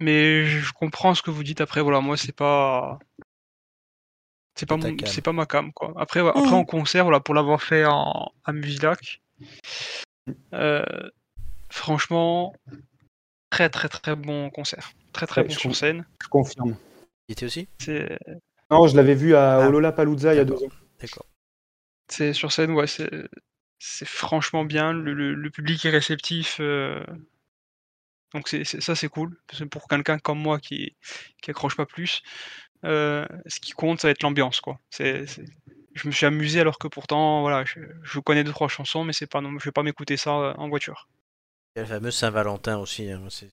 Speaker 4: mais je comprends ce que vous dites. Après, voilà, moi, c'est pas c'est pas
Speaker 1: Pas ta
Speaker 4: mon-
Speaker 1: cam.
Speaker 4: c'est pas ma cam quoi. Après, ouais, après
Speaker 2: Mhm.
Speaker 4: en concert, voilà, pour l'avoir fait en, à Musilac, euh, franchement, très très très bon concert, très très
Speaker 3: Ouais,
Speaker 4: bon
Speaker 3: je
Speaker 4: sur
Speaker 3: suis-
Speaker 4: scène.
Speaker 3: Je confirme.
Speaker 1: Il était aussi
Speaker 4: C'est
Speaker 3: Non, je l'avais vu à
Speaker 1: Ah.
Speaker 3: Lollapalooza il y a deux ans.
Speaker 1: D'accord.
Speaker 4: C'est sur scène, ouais, c'est c'est franchement bien. Le, le- le public est réceptif. euh, Donc c'est, c'est- ça, c'est cool. Parce que pour quelqu'un comme moi qui, qui accroche pas plus, euh, ce qui compte, ça va être l'ambiance, quoi. C'est, c'est- Je me suis amusé alors que pourtant, voilà, je, je connais deux, trois chansons, mais c'est pas, non, je vais pas m'écouter ça euh, en voiture.
Speaker 1: Il y a le fameux Saint-Valentin aussi. hein, c'est-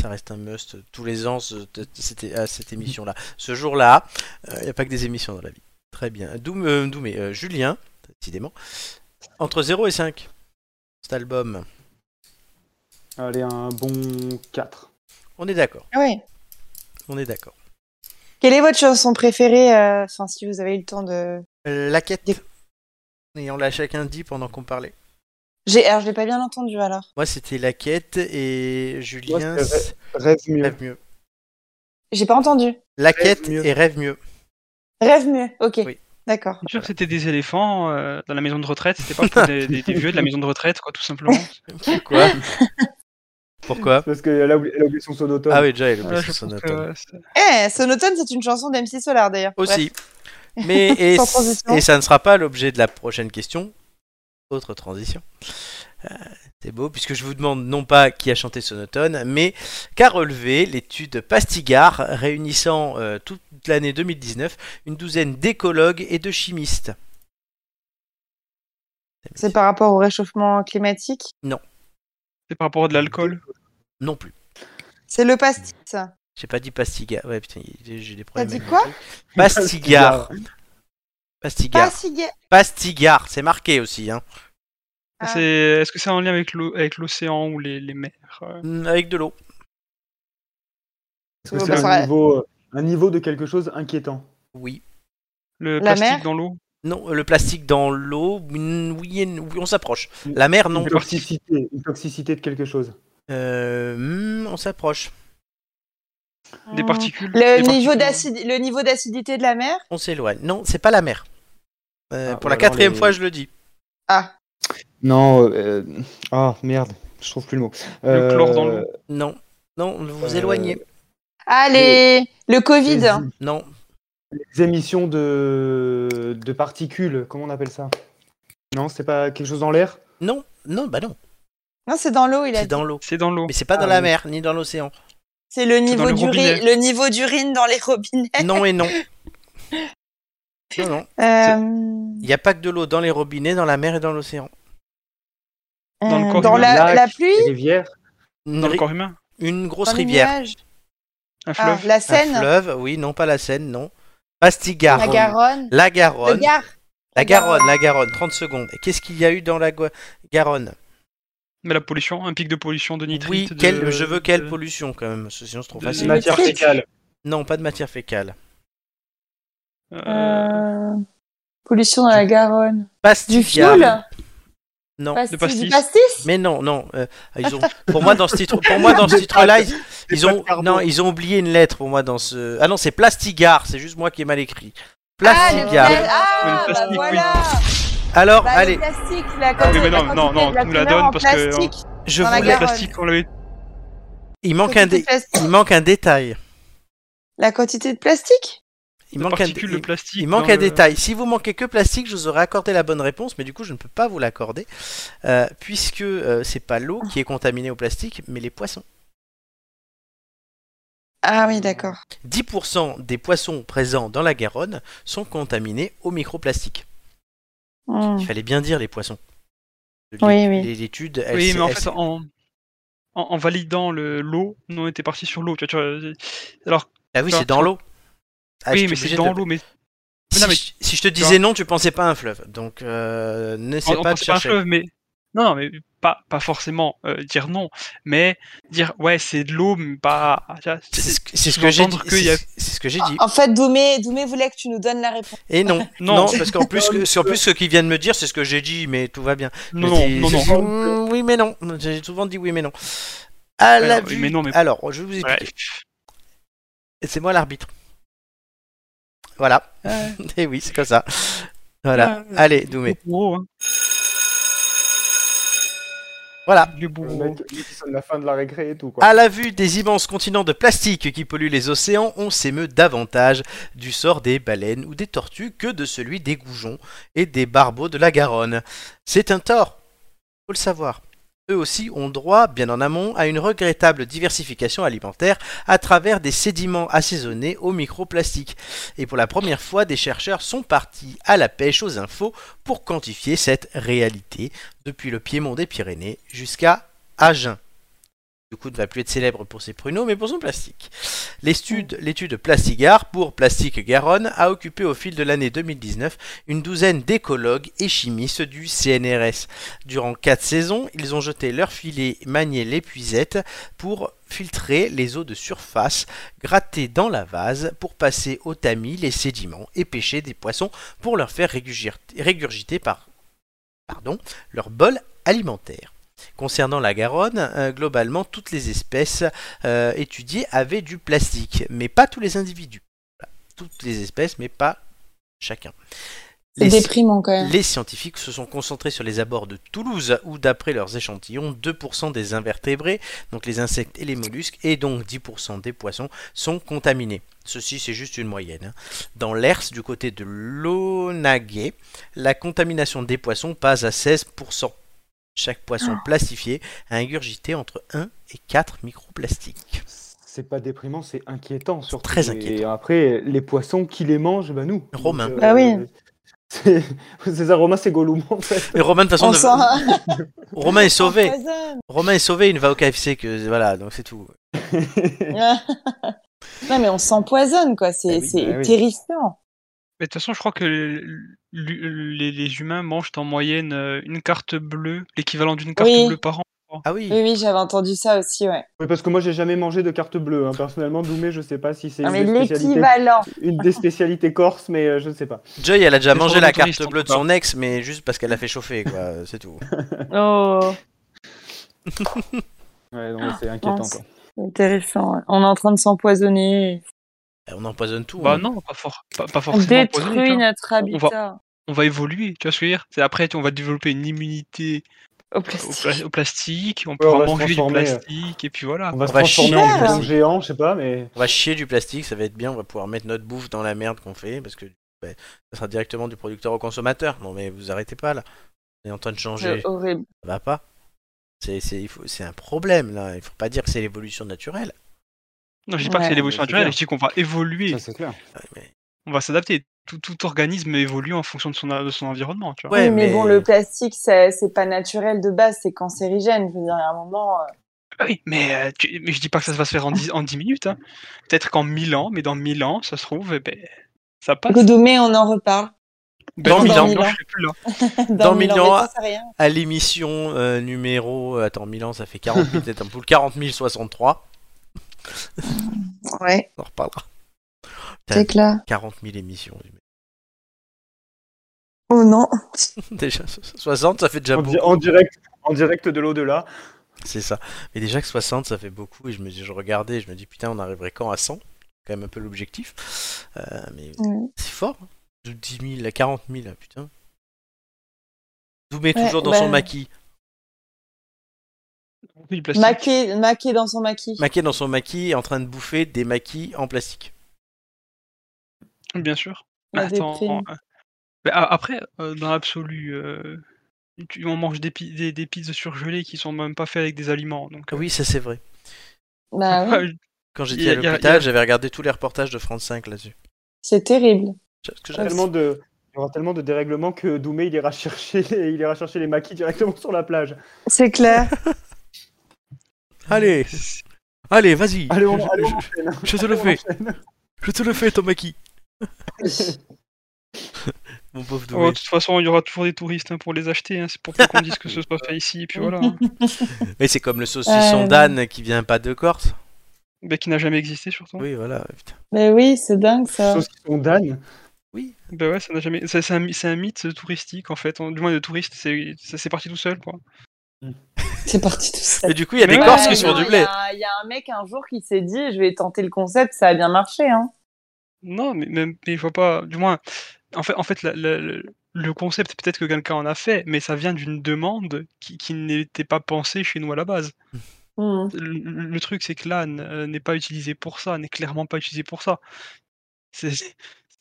Speaker 1: Ça reste un must tous les ans ce- t- c'était à cette émission-là. Ce jour-là, euh, il n'y a pas que des émissions dans la vie. Très bien. Doum, euh, Doumé, euh, Julien, décidément. Entre 0 et 5, cet album.
Speaker 3: Allez, un bon 4.
Speaker 1: On est d'accord.
Speaker 2: Ah ouais.
Speaker 1: On est d'accord.
Speaker 2: Quelle est votre chanson préférée euh, Enfin, si vous avez eu le temps de.
Speaker 1: Euh, La quête. Et on l'a chacun dit pendant qu'on parlait.
Speaker 2: J'ai, alors, je l'ai pas bien entendu alors.
Speaker 1: Moi, c'était La quête et Julien,
Speaker 3: Moi,
Speaker 1: c'est
Speaker 3: c'est Rêve mieux.
Speaker 1: Rêve mieux.
Speaker 2: J'ai pas entendu.
Speaker 1: La quête
Speaker 3: mieux.
Speaker 1: et Rêve mieux.
Speaker 2: Rêve mieux. Ok.
Speaker 1: Oui.
Speaker 2: D'accord.
Speaker 4: Bien sûr que c'était des éléphants euh, dans la maison de retraite, c'était pas pour des, des- des vieux de la maison de retraite, quoi, tout simplement.
Speaker 1: Pourquoi Pourquoi
Speaker 3: Parce qu'elle a, oublié- elle a oublié son sonotone.
Speaker 1: Ah oui, déjà, il a
Speaker 4: Voilà,
Speaker 1: oublié
Speaker 4: je
Speaker 1: son
Speaker 4: pense que,
Speaker 1: sonotone.
Speaker 4: euh, c'est-
Speaker 2: Eh, Sonotone, c'est une chanson d'MC Solar d'ailleurs. Bref.
Speaker 1: Aussi. Mais et,
Speaker 2: Sans transition.
Speaker 1: et ça ne sera pas l'objet de la prochaine question. Autre transition. Euh, C'est beau, puisque je vous demande non pas qui a chanté Sonotone, mais qu'a relevé l'étude Pastigard réunissant euh, toute l'année 2019 une douzaine d'écologues et de chimistes.
Speaker 2: C'est par rapport au réchauffement climatique.
Speaker 4: c'est par rapport à de l'alcool.
Speaker 1: Non plus.
Speaker 2: C'est le pastis. ça.
Speaker 1: J'ai pas dit Pastigard. Ouais, putain, j'ai j'ai des problèmes.
Speaker 2: dit
Speaker 1: avec
Speaker 2: quoi
Speaker 1: mon truc. Pastigard.
Speaker 2: Pas
Speaker 1: Pastigard.
Speaker 2: si gai.
Speaker 1: Pastigard, c'est marqué aussi. Hein.
Speaker 2: Ah.
Speaker 4: C'est, est-ce que c'est en lien avec, l'eau- avec l'océan ou les, les mers euh,
Speaker 1: Mm, Avec de l'eau.
Speaker 3: Parce que
Speaker 2: Bah,
Speaker 3: c'est
Speaker 2: ça
Speaker 3: un
Speaker 2: va.
Speaker 3: niveau, euh, un niveau de quelque chose inquiétant.
Speaker 1: Oui.
Speaker 4: Le
Speaker 2: La
Speaker 4: plastique
Speaker 2: mer
Speaker 4: dans l'eau
Speaker 1: Non, euh, le plastique dans l'eau, mm, oui, et n- oui, on s'approche. La mer, non.
Speaker 3: Une toxicité, une toxicité de quelque chose.
Speaker 1: Euh, mm, on s'approche.
Speaker 4: Des
Speaker 2: Hmm.
Speaker 4: particules.
Speaker 2: Le
Speaker 4: des
Speaker 2: niveau,
Speaker 4: particules.
Speaker 2: d'acide- le niveau d'acidité de la mer.
Speaker 1: On s'éloigne. Non, c'est pas la mer. Euh,
Speaker 3: Ah,
Speaker 1: pour
Speaker 3: ou
Speaker 1: la
Speaker 3: alors
Speaker 1: quatrième
Speaker 3: les-
Speaker 1: fois, je le dis.
Speaker 2: Ah.
Speaker 3: Non, euh, ah merde, je trouve plus le mot.
Speaker 4: Le chlore dans l'eau.
Speaker 1: Non, non, vous vous
Speaker 3: Euh,
Speaker 1: éloignez.
Speaker 2: Allez, le Covid.
Speaker 3: Les,
Speaker 2: hein.
Speaker 1: Non,
Speaker 3: les émissions de, de particules, comment on appelle ça Non, c'est pas quelque chose dans l'air
Speaker 1: non, non, bah non.
Speaker 2: Non, c'est dans l'eau, il a
Speaker 1: C'est
Speaker 2: dit.
Speaker 1: dans l'eau.
Speaker 4: C'est dans l'eau.
Speaker 1: Mais c'est pas
Speaker 3: Ah,
Speaker 1: dans la
Speaker 3: oui.
Speaker 1: mer, ni dans l'océan.
Speaker 2: C'est le
Speaker 4: dans
Speaker 2: niveau
Speaker 4: le
Speaker 2: d'urine,
Speaker 4: robinet.
Speaker 2: le niveau d'urine dans les robinets.
Speaker 1: Non et non. Non, non.
Speaker 2: Euh,
Speaker 1: Il n'y a pas que de l'eau dans les robinets, dans la mer et dans l'océan.
Speaker 4: Dans le
Speaker 2: Euh,
Speaker 4: corps
Speaker 2: dans
Speaker 4: humain.
Speaker 2: la,
Speaker 3: Lac,
Speaker 2: la pluie
Speaker 3: rivière.
Speaker 1: Une,
Speaker 4: Dans le
Speaker 1: ri-
Speaker 4: corps humain
Speaker 1: une grosse
Speaker 2: Dans les
Speaker 1: rivière.
Speaker 2: nuages
Speaker 4: Un
Speaker 2: Ah,
Speaker 4: fleuve
Speaker 2: La
Speaker 1: Un
Speaker 2: Seine
Speaker 1: fleuve, oui, non pas la Seine, non. Pastigar.
Speaker 2: La Garonne
Speaker 1: La
Speaker 2: Le
Speaker 1: Garonne.
Speaker 2: Gard
Speaker 1: La
Speaker 2: ben,
Speaker 1: Garonne, la Garonne, 30 secondes. Qu'est-ce qu'il y a eu dans la Gua- Garonne
Speaker 4: Mais la pollution, un pic de pollution de nitrite.
Speaker 1: Oui,
Speaker 4: de-
Speaker 1: quelle, je veux quelle
Speaker 4: de-
Speaker 1: pollution quand même, parce que sinon Ah, c'est trop
Speaker 4: de-
Speaker 1: facile.
Speaker 3: Matière
Speaker 2: Nitrite.
Speaker 3: fécale.
Speaker 1: Non, pas de matière fécale.
Speaker 4: euh,
Speaker 2: Euh, Pollution dans la Garonne Du
Speaker 1: Pastigar.
Speaker 2: fioul
Speaker 1: Non.
Speaker 2: Pastis-
Speaker 4: De pastis.
Speaker 2: Du pastis
Speaker 1: Mais non, non. euh, ils ont, pour moi, dans ce titre, pour moi, dans ce titre-là, ils, ils ont, non, ils ont oublié une lettre pour moi dans ce. Ah non, c'est Plastigar. C'est juste moi qui ai mal écrit.
Speaker 2: Ah, le
Speaker 1: Plastigar.
Speaker 2: pla- ah,
Speaker 4: Le
Speaker 2: bah
Speaker 4: plastique, oui.
Speaker 2: voilà
Speaker 1: Alors,
Speaker 2: Bah,
Speaker 1: allez,
Speaker 2: Le plastique, la quantité,
Speaker 4: mais non,
Speaker 2: la
Speaker 4: non,
Speaker 2: quantité de la
Speaker 4: non, tu me la
Speaker 2: couleur
Speaker 4: donnes
Speaker 2: en
Speaker 4: parce que- hein.
Speaker 2: plastique.
Speaker 1: je
Speaker 2: dans la euh,
Speaker 1: vous.
Speaker 4: le
Speaker 2: Garonne.
Speaker 4: plastique, on l'avait.
Speaker 1: Il manque un, dé-
Speaker 2: Quantité de plastique.
Speaker 1: il manque un détail.
Speaker 2: La quantité de plastique
Speaker 1: Il
Speaker 4: de
Speaker 1: manque un, dé-
Speaker 4: particules de plastique.
Speaker 1: Il manque
Speaker 4: dans
Speaker 1: un
Speaker 4: le-
Speaker 1: détail. Si vous manquez que plastique, je vous aurais accordé la bonne réponse, mais du coup, je ne peux pas vous l'accorder, euh, puisque euh, c'est pas l'eau qui est contaminée au plastique, mais les poissons.
Speaker 2: Ah oui, d'accord.
Speaker 1: 10% des poissons présents dans la Garonne sont contaminés au microplastique.
Speaker 2: Hmm.
Speaker 1: Il fallait bien dire les poissons.
Speaker 2: Oui, oui.
Speaker 1: Les- L'étude, elle
Speaker 4: Oui,
Speaker 1: s'est-
Speaker 4: mais en
Speaker 1: elle
Speaker 4: fait,
Speaker 1: s'est-
Speaker 4: en, en, en validant le l'eau, nous on était parti sur l'eau. Tu vois, tu vois, alors,
Speaker 1: Ah oui,
Speaker 4: tu vois,
Speaker 1: c'est dans
Speaker 4: tu-
Speaker 1: l'eau. Ah, je
Speaker 4: oui,
Speaker 1: suis
Speaker 4: mais c'est
Speaker 1: obligé
Speaker 4: dans
Speaker 1: de-
Speaker 4: l'eau, mais
Speaker 1: Si,
Speaker 4: Non, mais-
Speaker 1: je- si je te
Speaker 4: tu vois.
Speaker 1: disais non, tu pensais pas à un fleuve. Donc, euh,
Speaker 4: on,
Speaker 1: n'essaie
Speaker 4: on
Speaker 1: pas de
Speaker 4: pensait pas à un
Speaker 1: chercher.
Speaker 4: fleuve, mais non, non, mais pas pas forcément euh, dire non, mais dire ouais, c'est de l'eau, mais pas. tu vois, c'est-
Speaker 1: C'est ce que- c'est ce que j'ai dit.
Speaker 4: Sous-entendre qu'il y a-
Speaker 1: C'est c'est ce que j'ai dit.
Speaker 2: Ah, En fait, Doumé, Doumé voulait que tu nous donnes la réponse.
Speaker 1: Et non, non,
Speaker 4: Non.
Speaker 1: parce qu'en plus, que- en plus, ce qu'ils viennent me dire, c'est ce que j'ai dit, mais tout va bien.
Speaker 4: Non,
Speaker 1: Je dis-
Speaker 4: non, non, non.
Speaker 1: je dis, Mm, oui, mais non. J'ai souvent dit oui, mais non. À
Speaker 4: Ouais,
Speaker 1: la
Speaker 4: non, oui,
Speaker 1: vue.
Speaker 4: mais non, mais-
Speaker 1: Alors, je vais vous
Speaker 4: Ouais.
Speaker 1: explique. C'est moi l'arbitre. Voilà. Et oui, c'est comme ça. Voilà.
Speaker 4: Ouais.
Speaker 1: Allez, Doumé.
Speaker 4: Bourreau, hein.
Speaker 1: Voilà.
Speaker 4: Le
Speaker 3: Le
Speaker 4: bourreau.
Speaker 3: mec lui qui sonne la fin de la récré et tout. Quoi.
Speaker 1: À la vue des immenses continents de plastique qui polluent les océans, on s'émeut davantage du sort des baleines ou des tortues que de celui des goujons et des barbeaux de la Garonne. C'est un tort. Faut le savoir. Eux aussi ont droit, bien en amont, à une regrettable diversification alimentaire à travers des sédiments assaisonnés aux microplastiques. Et pour la première fois, des chercheurs sont partis à la pêche aux infos pour quantifier cette réalité, depuis le Piémont des Pyrénées jusqu'à Agen. Du coup, ne va plus être célèbre pour ses pruneaux, mais pour son plastique. L'étude l'étude Plastigar pour Plastique Garonne a occupé au fil de l'année 2019 une douzaine d'écologues et chimistes du CNRS. Durant quatre saisons, ils ont jeté leur filet, manié l'épuisette pour filtrer les eaux de surface, gratter dans la vase pour passer au tamis les sédiments et pêcher des poissons pour leur faire régurgir- régurgiter par, pardon, leur bol alimentaire. Concernant la Garonne, euh, globalement toutes les espèces euh, étudiées avaient du plastique, mais pas tous les individus. Voilà. Toutes les espèces, mais pas chacun.
Speaker 2: C'est
Speaker 1: Les-
Speaker 2: déprimant quand même.
Speaker 1: les scientifiques se sont concentrés sur les abords de Toulouse, où d'après leurs échantillons, 2% des invertébrés, donc les insectes et les mollusques, et donc 10% des poissons, sont contaminés. Ceci, c'est juste une moyenne. hein. Dans l'Hers, du côté de l'Onaguet, la contamination des poissons passe à 16%. Chaque poisson plastifié a ingurgité entre 1 et 4 microplastiques.
Speaker 3: C'est pas déprimant, c'est inquiétant surtout.
Speaker 1: Très
Speaker 3: Et
Speaker 1: inquiétant.
Speaker 3: après, les poissons, qui les mangent Bah nous.
Speaker 1: Romain.
Speaker 3: Donc,
Speaker 2: Bah oui.
Speaker 3: C'est c'est ça, Romain, c'est Gollum en fait.
Speaker 1: Et Romain, de toute façon,
Speaker 2: On
Speaker 1: ne-
Speaker 2: sent un
Speaker 1: Romain est sauvé.
Speaker 2: empoisonne.
Speaker 1: Romain est sauvé, il ne va au KFC que. Voilà, donc c'est tout.
Speaker 2: non mais on s'empoisonne quoi, c'est
Speaker 1: Ah oui,
Speaker 2: c'est
Speaker 3: bah oui.
Speaker 2: terrifiant.
Speaker 4: Mais de toute façon, je crois que l- l- les, les humains mangent en moyenne euh, une carte bleue, l'équivalent d'une carte
Speaker 2: Oui.
Speaker 4: bleue par an.
Speaker 1: Ah oui,
Speaker 2: Oui oui, j'avais entendu ça aussi ouais.
Speaker 3: Oui, parce que moi, j'ai jamais mangé de carte bleue. hein. Personnellement, Doumé, je sais pas si c'est
Speaker 2: Non,
Speaker 3: une,
Speaker 2: Ah, mais
Speaker 3: des spécialités-
Speaker 2: l'équivalent.
Speaker 3: une des spécialités corse, mais euh, je ne sais pas.
Speaker 1: Joy, elle a déjà
Speaker 4: Les
Speaker 1: mangé la
Speaker 4: journalistes
Speaker 1: carte
Speaker 4: en
Speaker 1: bleue de
Speaker 4: tout cas.
Speaker 1: son ex, mais juste parce qu'elle l'a fait chauffer, quoi, c'est tout.
Speaker 2: Oh,
Speaker 3: Ouais, non, c'est inquiétant.
Speaker 2: Ah, mince.
Speaker 3: quoi.
Speaker 2: c'est terrifiant. ouais. On est en train de s'empoisonner,
Speaker 1: Eh, On empoisonne tout.
Speaker 4: Bah
Speaker 1: hein.
Speaker 4: non, pas, for- pas, pas
Speaker 2: on
Speaker 4: forcément. empoisonné, tu
Speaker 2: détruit
Speaker 4: vois.
Speaker 2: notre habitat
Speaker 4: On va évoluer, tu vois ce que je veux dire C'est après, tu- on va développer une immunité
Speaker 2: au
Speaker 4: au,
Speaker 2: plastique.
Speaker 4: pla- au plastique, on
Speaker 3: on
Speaker 4: pourra
Speaker 3: va se
Speaker 4: manger du
Speaker 3: transformer, euh.
Speaker 4: plastique, et puis voilà.
Speaker 3: On va se
Speaker 1: On va
Speaker 3: transformer
Speaker 2: chier,
Speaker 3: en
Speaker 2: là.
Speaker 3: ballon géant, je sais pas, mais.
Speaker 1: On va chier du plastique, ça va être bien, on va pouvoir mettre notre bouffe dans la merde qu'on fait, parce que bah, ça sera directement du producteur au consommateur. Non mais vous arrêtez pas là. On est en train de changer,
Speaker 2: C'est horrible.
Speaker 1: ça va pas. C'est c'est- il faut- c'est un problème là, il faut pas dire que c'est l'évolution naturelle.
Speaker 4: Non, je dis pas que
Speaker 2: Ouais.
Speaker 4: c'est l'évolution
Speaker 3: Ouais, c'est
Speaker 4: naturelle,
Speaker 3: clair.
Speaker 4: je dis qu'on va évoluer,
Speaker 3: Ça, c'est clair.
Speaker 1: Ouais, mais-
Speaker 4: on va s'adapter. tout, tout organisme évolue en fonction de son, de son environnement. Tu vois.
Speaker 1: Ouais,
Speaker 2: Oui, mais,
Speaker 1: mais-
Speaker 2: bon, le plastique, ça- c'est pas naturel de base, c'est cancérigène. Je veux dire, à un moment. euh,
Speaker 4: Ah Oui, mais, euh, tu- mais je dis pas que ça va se faire en 10, en 10 minutes. hein. Peut-être qu'en 1000 ans, mais dans 1000 ans, ça se trouve, eh ben, ça passe.
Speaker 2: Godomé, on en reparle.
Speaker 4: Ben,
Speaker 1: Dans
Speaker 4: dans
Speaker 1: 1000 ans.
Speaker 4: 1000 ans, je serai plus là.
Speaker 1: Dans mille ans,
Speaker 2: mais ça, c'est rien.
Speaker 1: à l'émission euh, numéro. euh, Attends, 1000 ans, ça fait 40 000 têtes ampoules. 40 063.
Speaker 2: Ouais,
Speaker 1: On en reparlera.
Speaker 2: c'est clair.
Speaker 1: 40 000 émissions.
Speaker 2: Oh non.
Speaker 1: Déjà, so- 60, ça fait déjà
Speaker 3: En,
Speaker 1: beaucoup.
Speaker 3: di- en direct, en direct de l'au-delà.
Speaker 1: C'est ça. Mais déjà que 60, ça fait beaucoup. Et je me dis, je regardais, et je me dis, putain, on arriverait quand à 100 Quand même un peu l'objectif. Euh, mais
Speaker 2: Ouais.
Speaker 1: c'est fort. hein. De 10 000 à 40 000, ah, putain. Zoomé
Speaker 2: Ouais,
Speaker 1: toujours dans
Speaker 2: bah-
Speaker 1: son maquis.
Speaker 4: Oui, le plastique.
Speaker 2: Maqué, maqué dans son maquis.
Speaker 1: Maqué dans son maquis, en train de bouffer des maquis en plastique.
Speaker 4: Bien sûr.
Speaker 2: La déprime.
Speaker 4: Attends. euh, ben, a- après, euh, dans l'absolu, euh, tu- on mange des, pi- des, des pizzas surgelées qui sont même pas faites avec des aliments. Donc, euh,
Speaker 1: Ah Oui, ça c'est vrai. Ah
Speaker 2: Bah oui,
Speaker 1: Quand
Speaker 4: Y
Speaker 1: j'étais
Speaker 4: a-
Speaker 1: à
Speaker 4: y a-
Speaker 1: l'hôpital,
Speaker 4: y a-
Speaker 1: j'avais regardé tous les reportages de France 5 là-dessus.
Speaker 2: c'est terrible.
Speaker 1: Parce que
Speaker 3: Il y
Speaker 1: j'avais-
Speaker 4: Ah,
Speaker 3: aura tellement de, il y aura tellement de dérèglements que Doumé il ira chercher, il ira chercher les maquis directement sur la plage.
Speaker 2: C'est clair.
Speaker 1: Allez, allez, vas-y.
Speaker 4: Ah,
Speaker 3: Allez, on,
Speaker 1: je,
Speaker 3: allez, on
Speaker 1: je-
Speaker 3: enchaîne.
Speaker 1: je te le
Speaker 3: On
Speaker 1: fais,
Speaker 3: enchaîne.
Speaker 1: je te le fais, ton maquis. Mon pauvre
Speaker 4: Oh,
Speaker 1: Doumé.
Speaker 4: de toute façon, il y aura toujours des touristes hein, pour les acheter. hein, C'est pour peu qu'on dise que ce soit fait ici. Et puis voilà. hein.
Speaker 1: Mais c'est comme le saucisson
Speaker 2: Euh,
Speaker 1: d'âne qui vient pas de Corse.
Speaker 4: Ben, qui n'a jamais existé, surtout.
Speaker 1: Oui, voilà. putain.
Speaker 2: Mais oui, c'est dingue ça.
Speaker 3: Saucisson d'âne.
Speaker 4: Ben ouais, ça n'a jamais. ça- C'est un, my- c'est un mythe touristique, en fait. en- Du moins, de touriste, c'est ça- c'est parti tout seul, quoi.
Speaker 2: C'est parti tout ça.
Speaker 1: Et du coup, il y a des
Speaker 4: Mais
Speaker 1: Corses
Speaker 4: ouais,
Speaker 1: qui
Speaker 4: mais
Speaker 1: se font
Speaker 2: non,
Speaker 1: du
Speaker 2: il y
Speaker 1: blé.
Speaker 2: a- Il y, a un mec un jour qui s'est dit, je vais tenter le concept, ça a bien marché. Hein.
Speaker 4: Non, mais, même mais je vois pas. Du moins, en fait, en fait la- la- le- le concept, peut-être que quelqu'un en a fait, mais ça vient d'une demande qui, qui n'était pas pensée chez nous à la base.
Speaker 2: Hmm.
Speaker 4: Le, le- le truc, c'est que l'âne euh, n'est pas utilisé pour ça, n'est clairement pas utilisé pour ça. C'est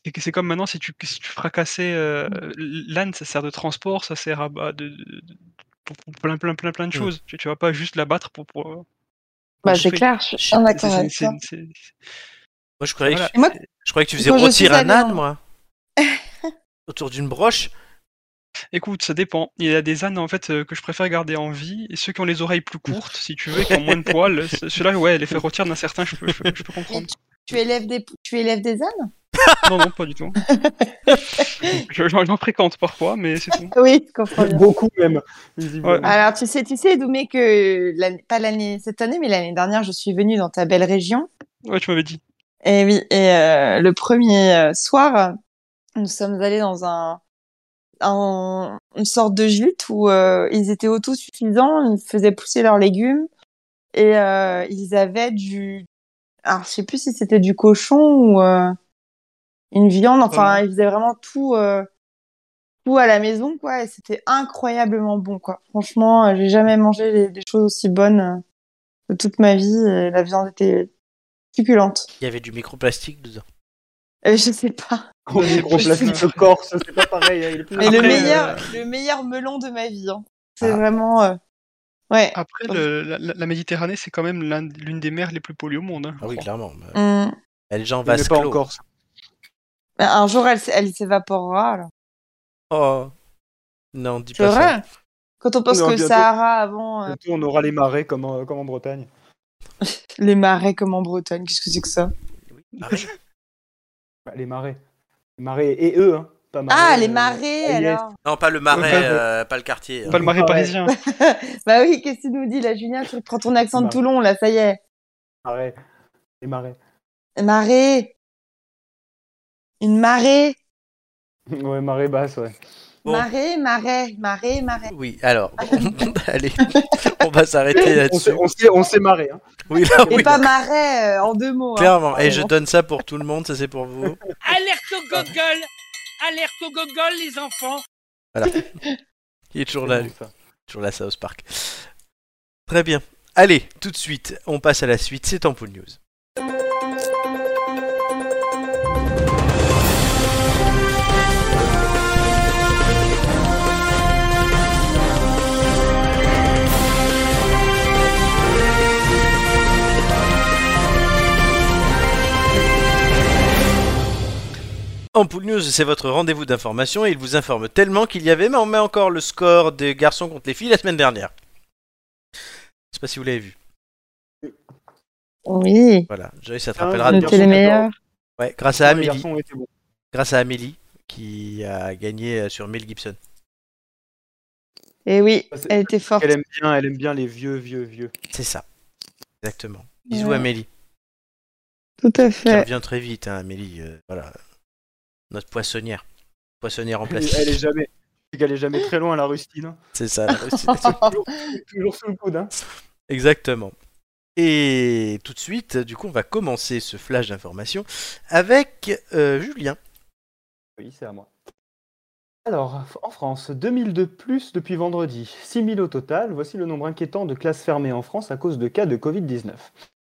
Speaker 4: c'est que- c'est comme maintenant, si tu, si tu fracassais. euh, l'âne, ça sert de transport, ça sert à, à de, de- de- pour, pour plein, plein, plein, plein de
Speaker 1: Mm.
Speaker 4: choses. Tu, tu vas pas juste l'abattre pour. euh, pour, pour
Speaker 2: Bah, c'est
Speaker 4: bouffer.
Speaker 2: clair, je suis en
Speaker 4: C'est-
Speaker 2: accord
Speaker 4: c'est-
Speaker 2: avec
Speaker 4: c'est-
Speaker 2: toi.
Speaker 4: c'est-
Speaker 1: Moi, je croyais,
Speaker 4: voilà.
Speaker 1: que,
Speaker 2: Et moi-
Speaker 1: je croyais que tu faisais
Speaker 2: Quand je
Speaker 1: rôtir
Speaker 2: suis
Speaker 1: un
Speaker 2: allée
Speaker 1: âne,
Speaker 2: en-
Speaker 1: moi. Autour d'une broche.
Speaker 4: Écoute, ça dépend. Il y a des ânes en fait euh, que je préfère garder en vie, et ceux qui ont les oreilles plus courtes, si tu veux, et qui ont moins de poils, ce- ceux-là, ouais, les faire rôtir d'un certain, je peux, je peux- je peux
Speaker 2: Mais
Speaker 4: comprendre.
Speaker 2: tu, tu élèves des, tu élèves des ânes
Speaker 4: Non, non, pas du tout. Je- J'en j'en fréquente parfois, mais c'est tout.
Speaker 2: Oui, je comprends bien.
Speaker 3: Beaucoup même. visiblement. Ah,
Speaker 4: Ouais.
Speaker 2: Alors, tu sais, tu sais, Doumé, que l'année- pas l'année cette année, mais l'année dernière, je suis venue dans ta belle région.
Speaker 4: Ouais, tu m'avais dit.
Speaker 2: Et Eh oui, et euh, le premier euh, soir, euh, nous sommes allés dans un, un- une sorte de gîte où euh, ils étaient autosuffisants, ils faisaient pousser leurs légumes et euh, ils avaient du, alors je sais plus si c'était du cochon ou euh, une viande, enfin
Speaker 4: Vraiment.
Speaker 2: ils faisaient vraiment tout, euh, tout à la maison quoi, et c'était incroyablement bon quoi. Franchement, euh, j'ai jamais mangé des, des choses aussi bonnes euh, de toute ma vie. et la viande était succulente.
Speaker 1: Il y avait du microplastique dedans.
Speaker 2: Euh, je sais pas.
Speaker 3: Gros microplastique corse, c'est pas pareil. hein, il est plus-
Speaker 2: Ah, Mais
Speaker 4: Après,
Speaker 2: le meilleur,
Speaker 4: euh,
Speaker 2: le meilleur melon de ma vie. hein. C'est
Speaker 1: Ah.
Speaker 2: vraiment. euh, Ouais.
Speaker 4: Après,
Speaker 2: Ouais.
Speaker 4: le- la, la- la Méditerranée, c'est quand même l'un- l'une des mers les plus polluées au monde. hein, je
Speaker 1: Ah oui,
Speaker 4: crois.
Speaker 1: clairement.
Speaker 2: Mm.
Speaker 1: Elle est déjà en
Speaker 3: il
Speaker 1: vase
Speaker 3: n'est pas en
Speaker 1: clos.
Speaker 3: Corse.
Speaker 2: Bah, Un jour, elle, s- elle s'évaporera. alors.
Speaker 1: Oh. Non, dis
Speaker 2: C'est
Speaker 1: pas ça.
Speaker 2: vrai. Quand on pense
Speaker 3: Non,
Speaker 2: que le
Speaker 3: bientôt.
Speaker 2: Sahara avant, euh,
Speaker 3: Bientôt, on aura les marais comme en, comme en Bretagne.
Speaker 2: les marais comme en Bretagne, qu'est-ce que c'est que ça
Speaker 1: Ah Pareil.
Speaker 3: Bah, les marais. Les marais et eux, hein, pas marais,
Speaker 2: Ah, les
Speaker 3: euh,
Speaker 2: marais
Speaker 3: Agnès.
Speaker 2: alors.
Speaker 1: Non, pas le marais,
Speaker 4: Ouais.
Speaker 1: euh, pas le quartier. hein.
Speaker 4: Pas le marais
Speaker 3: Ouais.
Speaker 4: parisien.
Speaker 2: Bah oui, qu'est-ce que tu nous dis là, Julien Tu prends ton accent de
Speaker 3: Bah.
Speaker 2: Toulon là, ça y est.
Speaker 3: Marais. Les marais.
Speaker 2: Marais. Une marée.
Speaker 3: Ouais, marée basse, ouais.
Speaker 1: Bon.
Speaker 2: Marais, marais, marais, marais.
Speaker 1: Oui, alors, bon, bah, allez, on va s'arrêter
Speaker 3: On
Speaker 1: là-dessus.
Speaker 3: s'est- on s'est on s'est marré. Hein.
Speaker 1: Oui, là,
Speaker 2: Et
Speaker 1: oui,
Speaker 2: pas marais euh, en deux mots. hein.
Speaker 1: clairement. Et je donne ça pour tout le monde, ça c'est pour vous.
Speaker 5: Alerte au gogol Alerte au gogol, les enfants
Speaker 1: Il est toujours là,
Speaker 3: C'est
Speaker 1: lui.
Speaker 3: bon, ça.
Speaker 1: toujours là, South Park. Très bien. Allez, tout de suite, on passe à la suite, c'est Ampoule News. Ampoule News, c'est votre rendez-vous d'information et il vous informe tellement qu'il y avait, mais on met encore le score des garçons contre les filles la semaine dernière. Je sais pas si vous l'avez vu.
Speaker 2: Oui,
Speaker 1: Voilà, Joyce, ça te
Speaker 3: Ah,
Speaker 1: rappellera.
Speaker 3: Ah,
Speaker 2: notez
Speaker 3: garçon,
Speaker 2: les
Speaker 3: d'accord.
Speaker 2: meilleurs.
Speaker 1: Ouais, grâce à
Speaker 3: les
Speaker 1: Amélie.
Speaker 3: garçons étaient bons.
Speaker 1: Grâce à Amélie qui a gagné euh, sur Mel Gibson.
Speaker 2: Et Eh oui,
Speaker 3: Ah, c'est-
Speaker 2: elle était forte.
Speaker 3: Elle aime bien, elle aime bien les vieux, vieux, vieux.
Speaker 1: C'est ça. Exactement. Bisous
Speaker 2: Ouais.
Speaker 1: Amélie.
Speaker 2: Tout à
Speaker 1: Qui
Speaker 2: fait.
Speaker 1: revient très vite, hein, Amélie. euh, voilà. Notre poissonnière. Poissonnière en
Speaker 3: Elle
Speaker 1: plastique.
Speaker 3: est jamais, elle est jamais très loin la rustine.
Speaker 1: C'est ça.
Speaker 3: toujours, toujours sous le coude. Hein.
Speaker 1: Exactement. Et tout de suite, du coup, on va commencer ce flash d'information avec euh, Julien.
Speaker 3: Oui, c'est à moi. Alors, en France, 2000 de plus depuis vendredi, 6000 au total. Voici le nombre inquiétant de classes fermées en France à cause de cas de Covid-19.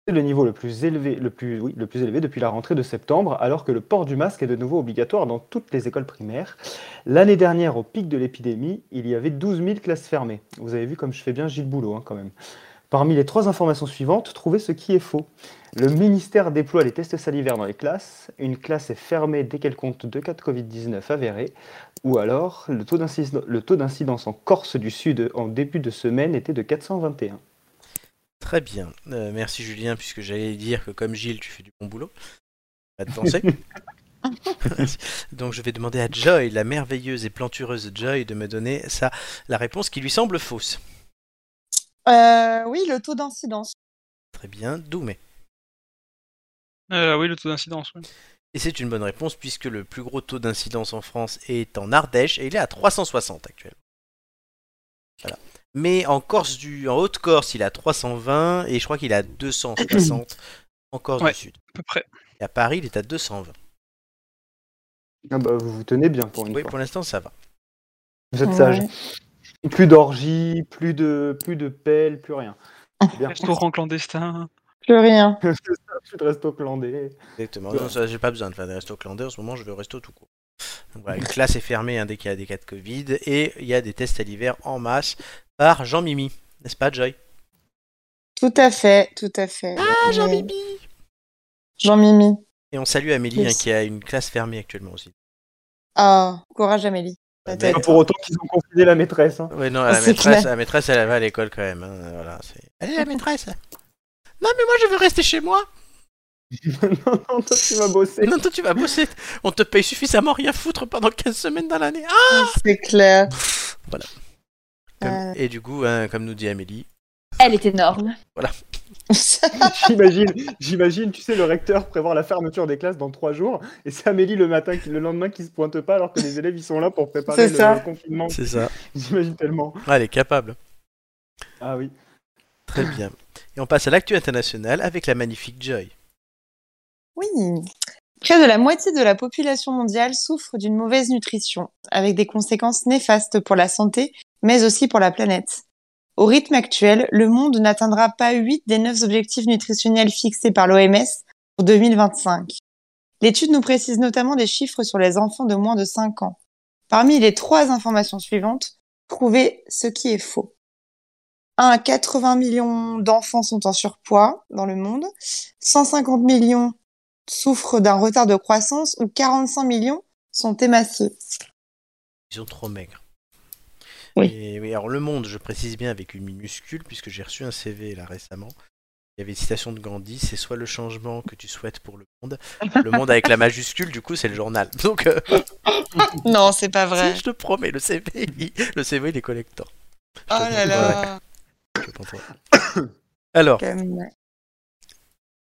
Speaker 3: C'est le niveau le plus, élevé, le, plus, oui, le plus élevé depuis la rentrée de septembre, alors que le port du masque est de nouveau obligatoire dans toutes les écoles primaires. L'année dernière, au pic de l'épidémie, il y avait 12 000 classes fermées. Vous avez vu comme je fais bien Gilles Boulot, hein, quand même. Parmi les trois informations suivantes, trouvez ce qui est faux. Le ministère déploie les tests salivaires dans les classes. Une classe est fermée dès qu'elle compte deux cas de Covid-19 avérés. Ou alors, le taux d'incidence- le taux d'incidence en Corse du Sud en début de semaine était de 421.
Speaker 1: Très bien. Euh, merci Julien, puisque j'allais dire que comme Gilles, tu fais du bon boulot. Pas de penser. Donc je vais demander à Joy, la merveilleuse et plantureuse Joy, de me donner ça, la réponse qui lui semble fausse.
Speaker 2: Euh, oui, le taux d'incidence.
Speaker 1: Très bien, Doumé.
Speaker 4: Euh, oui, le taux d'incidence. oui.
Speaker 1: Et c'est une bonne réponse puisque le plus gros taux d'incidence en France est en Ardèche et il est à 360 actuellement. Voilà. Mais en Corse du, en Haute-Corse, il est à 320 et je crois qu'il est à 260 en Corse
Speaker 4: Ouais.
Speaker 1: du Sud.
Speaker 4: À peu près.
Speaker 1: Et à Paris, il est à 220.
Speaker 3: Ah bah, vous vous tenez bien pour une
Speaker 1: Oui,
Speaker 3: fois.
Speaker 1: pour l'instant, ça va.
Speaker 3: Vous êtes sage.
Speaker 2: Ouais.
Speaker 3: Plus d'orgies, plus de, plus de pelles, plus rien. C'est Bien.
Speaker 4: Restaurant clandestin.
Speaker 2: Plus rien.
Speaker 3: plus de resto clandé.
Speaker 1: Exactement.
Speaker 3: Ouais.
Speaker 1: Non, ça, j'ai pas besoin de faire des restos clandestins. En ce moment, je vais au resto tout court. Donc voilà, une classe est fermée hein, dès qu'il y a des cas de Covid et il y a des tests à l'hiver en masse par Jean-Mimi. N'est-ce pas, Joy
Speaker 2: Tout à fait, tout à fait. Ah, Jean-Mimi Jean-Mimi.
Speaker 1: Et on salue Amélie
Speaker 2: Yes.
Speaker 1: hein, qui a une classe fermée actuellement aussi.
Speaker 2: Ah, courage Amélie. Peut-être.
Speaker 3: Pas pour autant qu'ils ont confiné la maîtresse. hein.
Speaker 1: Ouais, non, la
Speaker 2: Ah, C'est
Speaker 1: maîtresse,
Speaker 2: clair.
Speaker 1: la maîtresse, elle va à l'école quand même. hein, voilà, c'est... Allez, la maîtresse Non, mais moi, je veux rester chez moi
Speaker 3: non, non, toi, tu vas bosser.
Speaker 1: Non, toi, tu vas bosser On te paye suffisamment rien foutre pendant 15 semaines dans l'année Ah
Speaker 2: C'est clair.
Speaker 1: Voilà.
Speaker 2: Euh,
Speaker 1: Et du coup, hein, comme nous dit Amélie,
Speaker 6: Elle est énorme.
Speaker 3: J'imagine, j'imagine, tu sais, le recteur prévoir la fermeture des classes dans trois jours, et c'est Amélie le matin, qui, le lendemain, qui se pointe pas, alors que les élèves ils sont là pour préparer
Speaker 2: C'est
Speaker 3: le,
Speaker 2: ça.
Speaker 3: le confinement.
Speaker 1: c'est ça.
Speaker 3: J'imagine tellement.
Speaker 1: Ah, elle est capable.
Speaker 3: Ah oui.
Speaker 1: Très bien. Et on passe à l'actu internationale avec la magnifique Joy.
Speaker 2: Oui. Près de la moitié de la population mondiale souffre d'une mauvaise nutrition, avec des conséquences néfastes pour la santé, mais aussi pour la planète. Au rythme actuel, le monde n'atteindra pas 8 des 9 objectifs nutritionnels fixés par l'OMS pour 2025. L'étude nous précise notamment des chiffres sur les enfants de moins de 5 ans. Parmi les trois informations suivantes, trouvez ce qui est faux. 1. 80 millions d'enfants sont en surpoids dans le monde. 150 millions souffrent d'un retard de croissance ou 45 millions sont émaciés.
Speaker 1: Ils sont trop maigres.
Speaker 2: Oui.
Speaker 1: Et, oui, alors le monde, je précise bien avec une minuscule, puisque j'ai reçu un CV là récemment. Il y avait une citation de Gandhi, c'est soit le changement que tu souhaites pour le monde, le monde avec la majuscule, du coup c'est le journal. Donc euh,
Speaker 2: Non, c'est pas
Speaker 1: si, je te promets, le CV, il- le CV il est collector.
Speaker 2: Oh là là.
Speaker 1: Je pense, ouais. Alors,
Speaker 2: Comme-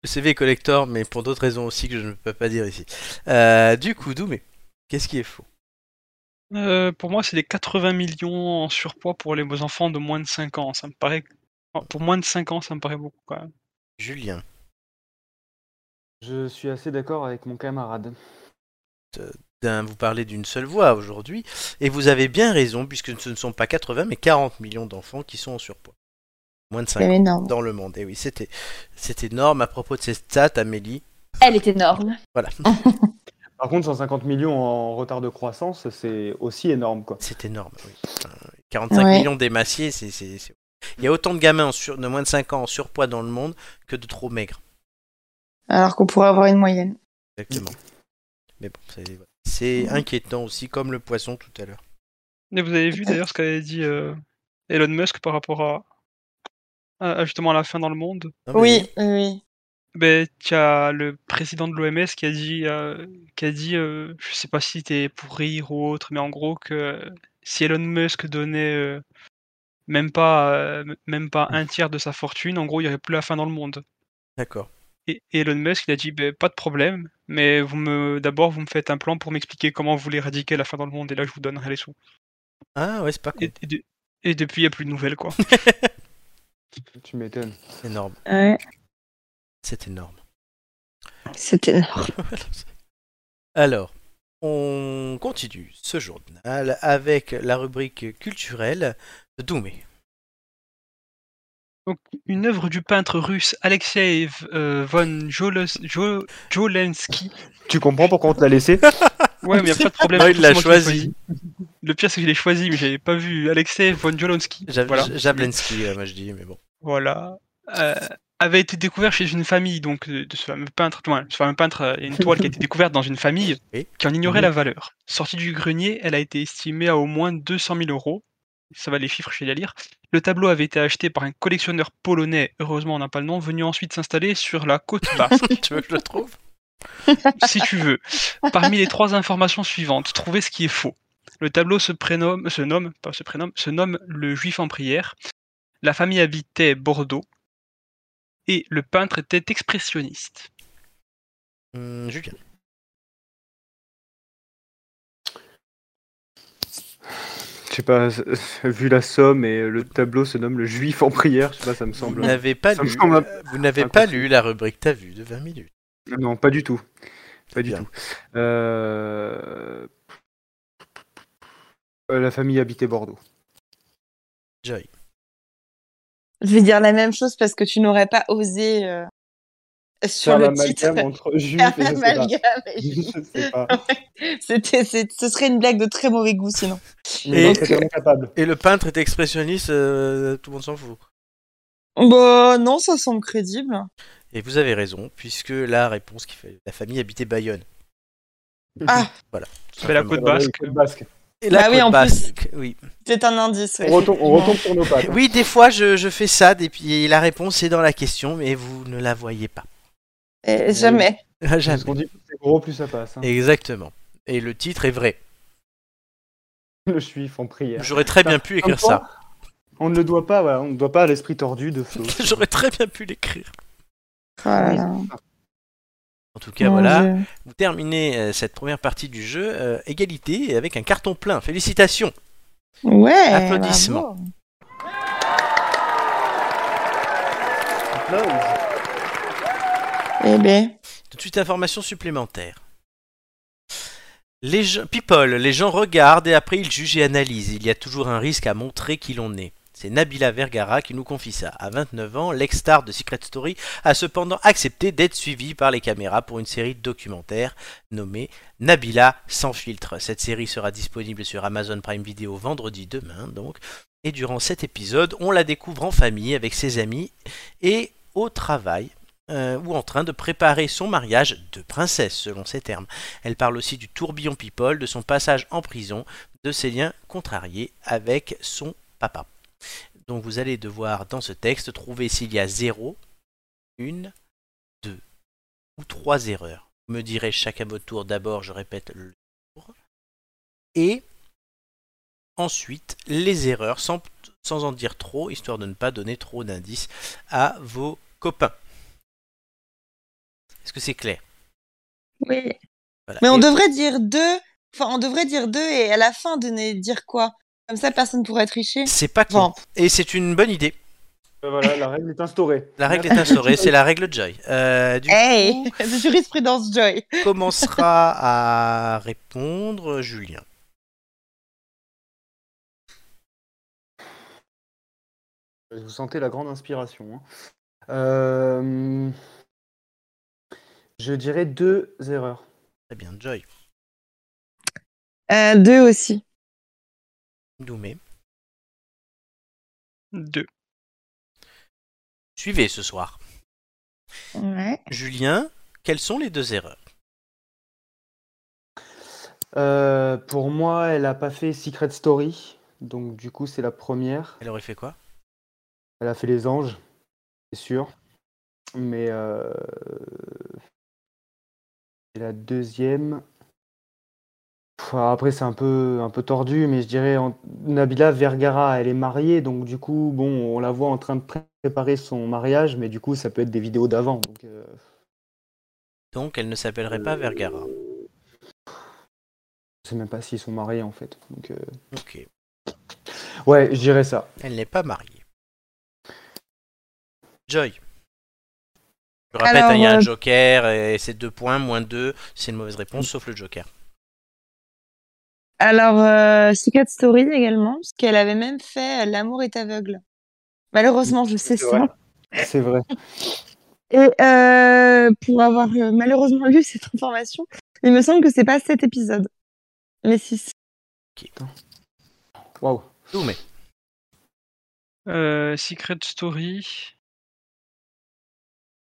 Speaker 1: le CV est collector, mais pour d'autres raisons aussi que je ne peux pas dire ici. Euh, du coup, Doumé, qu'est-ce qui est faux
Speaker 4: Euh, pour moi, c'est les 80 millions en surpoids pour les enfants de moins de 5 ans. Ça me paraît. enfin, Pour moins de 5 ans, ça me paraît beaucoup quand même.
Speaker 1: Julien,
Speaker 3: Je suis assez d'accord avec mon camarade.
Speaker 1: d'un- vous parlez d'une seule voix aujourd'hui, et vous avez bien raison, puisque ce ne sont pas 80, mais 40 millions d'enfants qui sont en surpoids. Moins de 5
Speaker 2: C'est énorme.
Speaker 1: dans le monde. Et oui, c'était c'est énorme. À propos de ces stats, Amélie,
Speaker 6: Elle est énorme.
Speaker 1: voilà,
Speaker 3: Par contre, 150 millions en retard de croissance, c'est aussi énorme, quoi.
Speaker 1: c'est énorme. oui. Euh, 45
Speaker 2: Ouais.
Speaker 1: millions d'émaciés, c'est, c'est- c'est- Il y a autant de gamins en sur- de moins de 5 ans en surpoids dans le monde que de trop maigres.
Speaker 2: Alors qu'on pourrait avoir une moyenne.
Speaker 1: Exactement. Mais bon, c'est, voilà. C'est
Speaker 2: Mmh.
Speaker 1: inquiétant aussi, comme le poisson tout à l'heure.
Speaker 4: Mais vous avez vu d'ailleurs ce qu'avait dit euh, Elon Musk par rapport à, à- à justement à la fin dans le monde.
Speaker 3: Ah,
Speaker 1: Non, mais
Speaker 2: Oui, oui.
Speaker 4: Ben, tu as le président de l'OMS qui a dit, euh, qui a dit euh, je sais pas si t'es pour rire ou autre, mais en gros que si Elon Musk donnait euh, même pas euh, m- même pas un tiers de sa fortune, en gros il y aurait plus la fin dans le monde.
Speaker 1: D'accord.
Speaker 4: Et et Elon Musk il a dit ben, pas de problème, mais vous me d'abord vous me faites un plan pour m'expliquer comment vous voulez éradiquer la fin dans le monde et là je vous donnerai les sous.
Speaker 1: Ah ouais, c'est pas con.
Speaker 4: Et, et de- et depuis il n'y a plus de nouvelles quoi.
Speaker 3: Tu m'étonnes.
Speaker 1: C'est énorme.
Speaker 2: Ouais,
Speaker 1: C'est énorme.
Speaker 2: c'est énorme.
Speaker 1: Alors, on continue ce journal avec la rubrique culturelle de Doumé.
Speaker 4: Donc, une œuvre du peintre russe Alexei V- euh, von Jolos- Jo- Jolensky.
Speaker 3: Tu comprends pourquoi on te l'a laissé
Speaker 4: Ouais, mais y a pas de problème.
Speaker 1: Moi, il
Speaker 4: c'est
Speaker 1: l'a
Speaker 4: moi qui l'ai
Speaker 1: choisi.
Speaker 4: Le pire, c'est que je l'ai choisi, mais j'avais pas vu Alexei von Jolensky.
Speaker 1: Jab-
Speaker 4: Voilà.
Speaker 1: Jablensky, euh, moi je dis, mais bon.
Speaker 4: Voilà. Euh, avait été découvert chez une famille, donc de de ce fameux peintre. enfin, ce fameux peintre, euh, il y a une toile qui a été découverte dans une famille
Speaker 1: Oui.
Speaker 4: qui en ignorait la valeur. Sortie du grenier, elle a été estimée à au moins 200 000 euros. Ça va les chiffres chez la lire. Le tableau avait été acheté par un collectionneur polonais, heureusement on n'a pas le nom, venu ensuite s'installer sur la côte basque.
Speaker 1: tu veux que je le trouve
Speaker 4: si tu veux. Parmi les trois informations suivantes, trouvez ce qui est faux. Le tableau se prénomme, se nomme, pas se prénomme, se nomme le Juif en prière. La famille habitait Bordeaux et le peintre était expressionniste.
Speaker 1: Hum, Julien.
Speaker 3: Je sais pas, c'est- vu la somme et le tableau se nomme le juif en prière, je sais pas, ça me
Speaker 1: Vous
Speaker 3: semble.
Speaker 1: n'avez pas
Speaker 3: Ça me
Speaker 1: lu,
Speaker 3: semble un-
Speaker 1: euh, vous n'avez
Speaker 3: un
Speaker 1: pas
Speaker 3: peu-
Speaker 1: lu la rubrique T'as vu de 20 minutes.
Speaker 3: Non, pas du tout. Pas du
Speaker 1: Bien.
Speaker 3: tout. Euh, euh, La famille habitait Bordeaux.
Speaker 1: Joy.
Speaker 2: Je vais dire la même chose parce que tu n'aurais pas osé euh, sur
Speaker 3: Faire
Speaker 2: le
Speaker 3: l'amalgame
Speaker 2: titre.
Speaker 3: entre juif
Speaker 2: Faire
Speaker 3: et je sais pas.
Speaker 2: l'amalgame, et-
Speaker 3: Je sais pas.
Speaker 2: C'était, c'est- ce serait une blague de très mauvais goût sinon.
Speaker 1: Et-
Speaker 3: Mais l'autre était incapable.
Speaker 1: Et le peintre est expressionniste, euh, tout le monde s'en fout.
Speaker 2: Bon, Bah, non, ça semble crédible.
Speaker 1: Et vous avez raison, puisque la réponse qui fait la famille habitait Bayonne.
Speaker 2: Ah.
Speaker 1: Voilà.
Speaker 4: C'est la côte basque.
Speaker 3: Côte basque.
Speaker 1: Et la
Speaker 2: Bah oui,
Speaker 1: côte
Speaker 2: en plus.
Speaker 1: basque, oui.
Speaker 2: C'est un indice. ouais,
Speaker 3: On retombe, on
Speaker 2: effectivement.
Speaker 3: retombe sur nos pattes. hein.
Speaker 1: Oui, des fois je, je fais ça, et puis la réponse est dans la question, mais vous ne la voyez pas.
Speaker 2: Et jamais.
Speaker 1: Ah,
Speaker 3: Parce
Speaker 1: Jamais.
Speaker 3: qu'on dit plus c'est gros, plus ça passe. hein.
Speaker 1: Exactement. Et le titre est vrai.
Speaker 3: Le juif en prière.
Speaker 1: J'aurais très bien pu écrire ça.
Speaker 3: On ne le doit pas, voilà, on ne doit pas à l'esprit tordu de Flo.
Speaker 1: J'aurais très bien pu l'écrire.
Speaker 2: Voilà.
Speaker 1: En tout cas,
Speaker 2: Mon
Speaker 1: voilà.
Speaker 2: Dieu.
Speaker 1: Vous terminez euh, cette première partie du jeu euh, égalité avec un carton plein. Félicitations.
Speaker 2: Ouais.
Speaker 1: Applaudissements.
Speaker 2: bravo.
Speaker 3: Euh,
Speaker 2: Eh ben,
Speaker 1: Tout de suite, information supplémentaire. Les gens, people, les gens regardent et après ils jugent et analysent. Il y a toujours un risque à montrer qui l'on est. C'est Nabila Vergara qui nous confie ça. À 29 ans, l'ex-star de Secret Story a cependant accepté d'être suivie par les caméras pour une série documentaire nommée Nabila sans filtre. Cette série sera disponible sur Amazon Prime Video vendredi demain donc. Et durant cet épisode, on la découvre en famille avec ses amis et au travail euh, ou en train de préparer son mariage de princesse, selon ses termes. Elle parle aussi du tourbillon People, de son passage en prison, de ses liens contrariés avec son papa. Donc vous allez devoir, dans ce texte, trouver s'il y a 0, 1, 2 ou 3 erreurs. Vous me direz chacun votre tour. D'abord, je répète le tour. Et ensuite, les erreurs, sans, sans en dire trop, histoire de ne pas donner trop d'indices à vos copains. Est-ce que c'est clair
Speaker 2: oui.
Speaker 1: Voilà.
Speaker 2: Mais on
Speaker 1: Et-
Speaker 2: devrait dire deux. Enfin, on devrait dire deux et à la fin donner dire quoi. Comme ça, personne pourra tricher.
Speaker 1: C'est pas con.
Speaker 2: Bon.
Speaker 1: Et c'est une bonne idée.
Speaker 3: Euh, Voilà, la règle est instaurée.
Speaker 1: La règle est instaurée, c'est la règle Joy. Euh, du
Speaker 2: Hey,
Speaker 1: coup,
Speaker 2: de jurisprudence Joy.
Speaker 1: commencera à répondre Julien.
Speaker 3: Vous sentez la grande inspiration. hein. Euh, Je dirais deux erreurs.
Speaker 1: Très bien, Joy.
Speaker 2: Euh, deux aussi.
Speaker 1: Doumé.
Speaker 4: Deux.
Speaker 1: Suivez ce soir.
Speaker 2: Ouais.
Speaker 1: Julien, quelles sont les deux erreurs
Speaker 3: Euh, pour moi, elle a pas fait Secret Story, donc du coup, c'est la première.
Speaker 1: Elle aurait fait quoi
Speaker 3: Elle a fait Les Anges, c'est sûr. Mais euh, et la deuxième. Pff, Après, c'est un peu, un peu tordu, mais je dirais en- Nabila Vergara, elle est mariée, donc du coup, bon, on la voit en train de pré- préparer son mariage, mais du coup, ça peut être des vidéos d'avant. Donc, euh,
Speaker 1: Donc elle ne s'appellerait pas Vergara.
Speaker 3: je sais même pas s'ils sont mariés en fait. Donc, euh,
Speaker 1: Ok.
Speaker 3: ouais, je dirais ça.
Speaker 1: Elle n'est pas mariée. Joy. Je
Speaker 2: Alors,
Speaker 1: répète, hein, il y a un
Speaker 2: euh,
Speaker 1: joker et c'est deux points, moins deux, c'est une mauvaise réponse, sauf le joker.
Speaker 2: Alors, euh, Secret Story également, parce qu'elle avait même fait euh, L'amour est aveugle. Malheureusement, je sais
Speaker 3: C'est
Speaker 2: ça.
Speaker 3: vrai. C'est vrai.
Speaker 2: Et euh, pour avoir euh, malheureusement lu cette information, il me semble que c'est pas cet épisode, mais six.
Speaker 3: Waouh.
Speaker 1: Tout, mais
Speaker 4: Euh, Secret Story.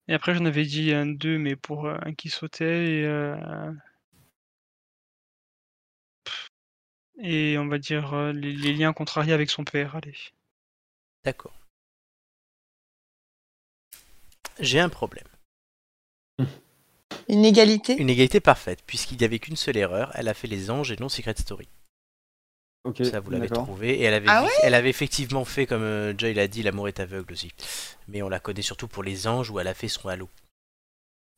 Speaker 4: Et après, j'en avais dit un, deux, mais pour euh, un qui sautait. Et, euh, et on va dire euh, les, les liens contrariés avec son père. Allez.
Speaker 1: d'accord. J'ai un problème.
Speaker 2: Une égalité.
Speaker 1: Une égalité parfaite, puisqu'il n'y avait qu'une seule erreur, elle a fait les anges et non Secret Story.
Speaker 3: Ok.
Speaker 1: Ça, vous l'avez
Speaker 3: d'accord.
Speaker 1: trouvé. Et elle avait,
Speaker 2: Ah
Speaker 1: elle avait effectivement fait, comme euh, Joy l'a dit, l'amour est aveugle aussi. Mais on la connaît surtout pour les anges où elle a fait son halo.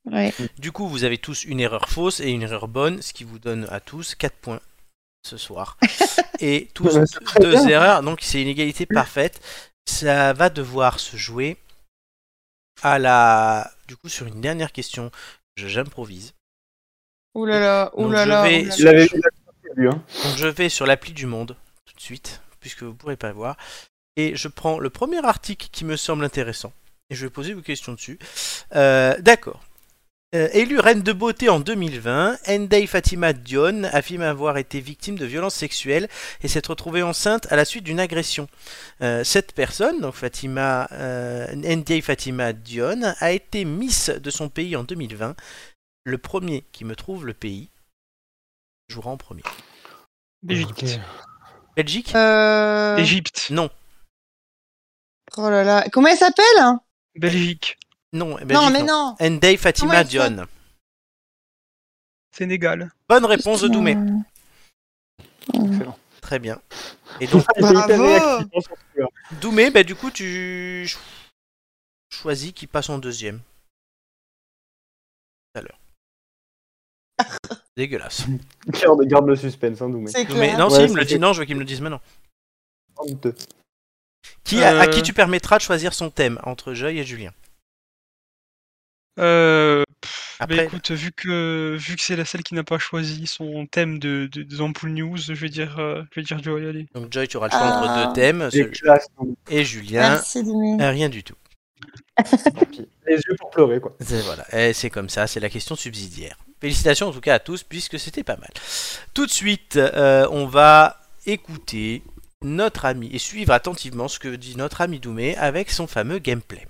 Speaker 2: Ouais.
Speaker 1: Du coup, vous avez tous une erreur fausse et une erreur bonne, ce qui vous donne à tous 4 points ce soir. et tous
Speaker 3: Bah, c'est très
Speaker 1: deux
Speaker 3: bien.
Speaker 1: erreurs, donc c'est une égalité parfaite. Ça va devoir se jouer à la. Du coup, sur une dernière question, je- j'improvise.
Speaker 2: Ouh là là,
Speaker 1: ouh Donc, là je là, vais ouh là là.
Speaker 3: Il avait il avait vu, hein.
Speaker 1: Donc, je vais sur l'appli du monde tout de suite, puisque vous ne pourrez pas voir. Et je prends le premier article qui me semble intéressant. Et je vais poser vos questions dessus. Euh, D'accord. Euh, élue reine de beauté en 2020, Ndeye Fatima Dion affirme avoir été victime de violences sexuelles et s'être retrouvée enceinte à la suite d'une agression. Euh, cette personne, donc Fatima, euh, Ndeye Fatima Dion, a été Miss de son pays en 2020. Le premier qui me trouve le pays jouera en premier.
Speaker 4: Égypte.
Speaker 3: Ok.
Speaker 1: Belgique
Speaker 2: Euh...
Speaker 4: Égypte.
Speaker 1: Non,
Speaker 2: Oh là là. Comment elle s'appelle hein
Speaker 4: Belgique.
Speaker 1: non, Belgique,
Speaker 2: Non, mais non.
Speaker 1: Ndeye Fatima
Speaker 2: Comment elle
Speaker 1: Dion.
Speaker 4: Sénégal.
Speaker 1: Bonne réponse de Doumé.
Speaker 3: Excellent.
Speaker 1: Très bien. Et donc,
Speaker 3: Il était
Speaker 2: Bravo.
Speaker 3: Ah, réactif, hein, sur ce coup-là.
Speaker 1: Doumé, bah, du coup, tu cho- choisis qui passe en deuxième. Tout à l'heure. Dégueulasse.
Speaker 3: Garde, garde le suspense, hein, Doumé.
Speaker 2: C'est
Speaker 1: Mais
Speaker 2: clair.
Speaker 1: non,
Speaker 3: Ouais,
Speaker 1: si, il me le
Speaker 3: c'est-
Speaker 1: dit, non, je veux qu'il me le dise maintenant.
Speaker 3: Honteux.
Speaker 1: Qui, à, à
Speaker 4: Euh.
Speaker 1: qui tu permettras de choisir son thème entre Joy et Julien
Speaker 4: Euh, pff, bah
Speaker 1: Après-
Speaker 4: écoute, vu que vu que c'est la celle qui n'a pas choisi son thème de, de des ampoules news, je vais dire euh, je vais dire Joy, allez.
Speaker 1: Donc, Joy, tu auras le choix entre
Speaker 2: Ah.
Speaker 1: deux thèmes,
Speaker 3: Les hein.
Speaker 1: celui-
Speaker 3: classes, donc,
Speaker 1: et Julien,
Speaker 2: Merci, Doumé.
Speaker 1: euh, rien du tout.
Speaker 3: tant pis. Les yeux pour pleurer, quoi.
Speaker 1: C'est- Voilà, Eh, c'est comme ça, c'est la question subsidiaire. Félicitations en tout cas à tous, puisque c'était pas mal. Tout de suite, euh, on va écouter notre ami et suivre attentivement ce que dit notre ami Doumé avec son fameux gameplay.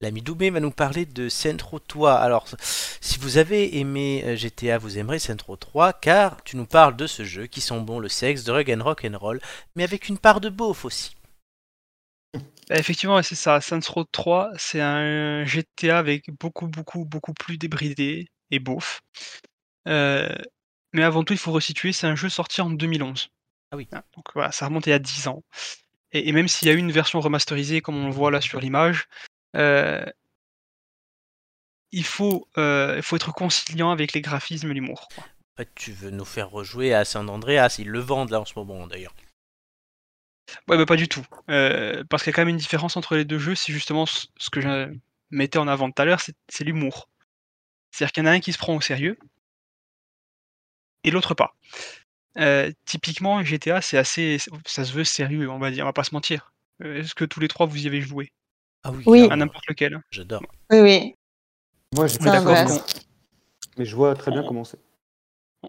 Speaker 1: L'ami Doumé va nous parler de Centro 3. Alors, si vous avez aimé euh, GTA, vous aimerez Centro 3 car tu nous parles de ce jeu qui sent bon le sexe, drug and rock and roll, mais avec une part de beauf aussi.
Speaker 4: Bah, Effectivement, ouais, c'est ça. Saints Row 3, c'est un GTA avec beaucoup, beaucoup, beaucoup plus débridé et beauf. Euh, mais avant tout, il faut resituer, c'est un jeu sorti en 2011.
Speaker 1: Ah oui.
Speaker 4: Hein, Donc voilà, ça remonte il y a 10 ans. Et, et même s'il y a eu une version remasterisée, comme on le voit là sur l'image, euh, il faut, euh, il faut être conciliant avec les graphismes et l'humour. quoi.
Speaker 1: En fait, tu veux nous faire rejouer à San Andreas, ils le vendent là en ce moment d'ailleurs.
Speaker 4: Ouais, bah, pas du tout. Euh, parce qu'il y a quand même une différence entre les deux jeux, c'est justement ce ce que je mettais en avant tout à l'heure, c'est c'est l'humour. C'est-à-dire qu'il y en a un qui se prend au sérieux et l'autre pas. Euh, typiquement, GTA, c'est assez. Ça se veut sérieux, on va dire, on va pas se mentir. Euh, Est-ce que tous les trois vous y avez joué
Speaker 1: Ah oui,
Speaker 2: Oui.
Speaker 4: À
Speaker 1: clairement,
Speaker 4: n'importe lequel.
Speaker 1: j'adore.
Speaker 2: Oui, oui.
Speaker 3: Moi, j'ai
Speaker 2: Ça
Speaker 4: On est
Speaker 3: pas
Speaker 4: d'accord
Speaker 2: va.
Speaker 3: compris,
Speaker 4: qu'on-
Speaker 3: mais je vois très bien comment c'est.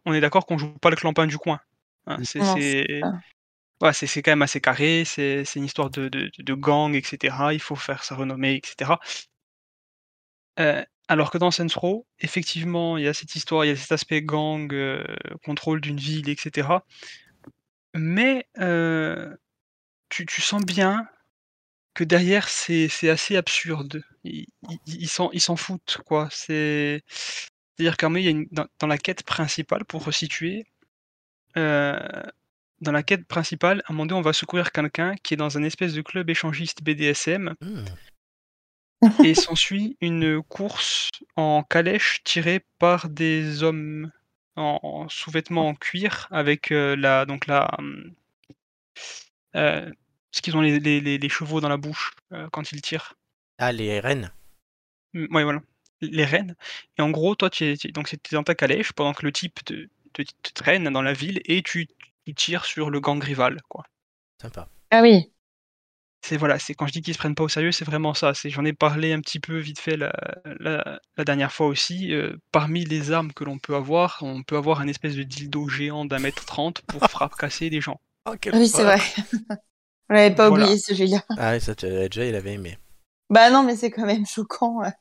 Speaker 4: on est d'accord qu'on joue pas le clampin du coin. Hein, c'est-
Speaker 2: Non,
Speaker 4: c'est-
Speaker 2: ça.
Speaker 4: voilà, c'est c'est quand même assez carré, c'est c'est une histoire de, de, de gang, etc. Il faut faire sa renommée, etc. Euh, alors que dans Saints Row, effectivement, il y a cette histoire, il y a cet aspect gang, euh, contrôle d'une ville, etc. Mais euh, tu, tu sens bien que derrière, c'est c'est assez absurde. Ils ils- ils s'en ils s'en foutent, quoi. C'est- C'est-à-dire qu'à un moment, il y a une- dans, dans la quête principale, pour resituer, euh, dans la quête principale, à un moment donné, on va secourir quelqu'un qui est dans un espèce de club échangiste BDSM
Speaker 1: Hmm.
Speaker 4: et s'ensuit une course en calèche tirée par des hommes en, en sous-vêtements en cuir avec euh, la donc la hum, euh, ce qu'ils ont les, les- les- les chevaux dans la bouche euh, quand ils tirent.
Speaker 1: Ah, les rennes.
Speaker 4: Mm, Ouais, voilà. Les rennes. Et en gros, toi, tu es, tu- donc c'était dans ta calèche pendant que le type te, te- te traîne dans la ville et tu, tu tires sur le gang rival, quoi.
Speaker 1: Sympa.
Speaker 2: Ah oui.
Speaker 4: C'est voilà, c'est quand je dis qu'ils se prennent pas au sérieux, c'est vraiment ça. C'est j'en ai parlé un petit peu vite fait la, la- la dernière fois aussi. euh, parmi les armes que l'on peut avoir, on peut avoir un espèce de dildo géant d'un mètre trente pour fracasser des gens.
Speaker 1: Oh, quel
Speaker 2: Ah oui, c'est
Speaker 1: horreur.
Speaker 2: vrai. On l'avait pas
Speaker 4: Voilà.
Speaker 2: oublié ce jeu-là.
Speaker 1: Ah, oui, ça, tu l'avais déjà, il avait aimé.
Speaker 2: Bah non, mais c'est quand même choquant. euh. ouais.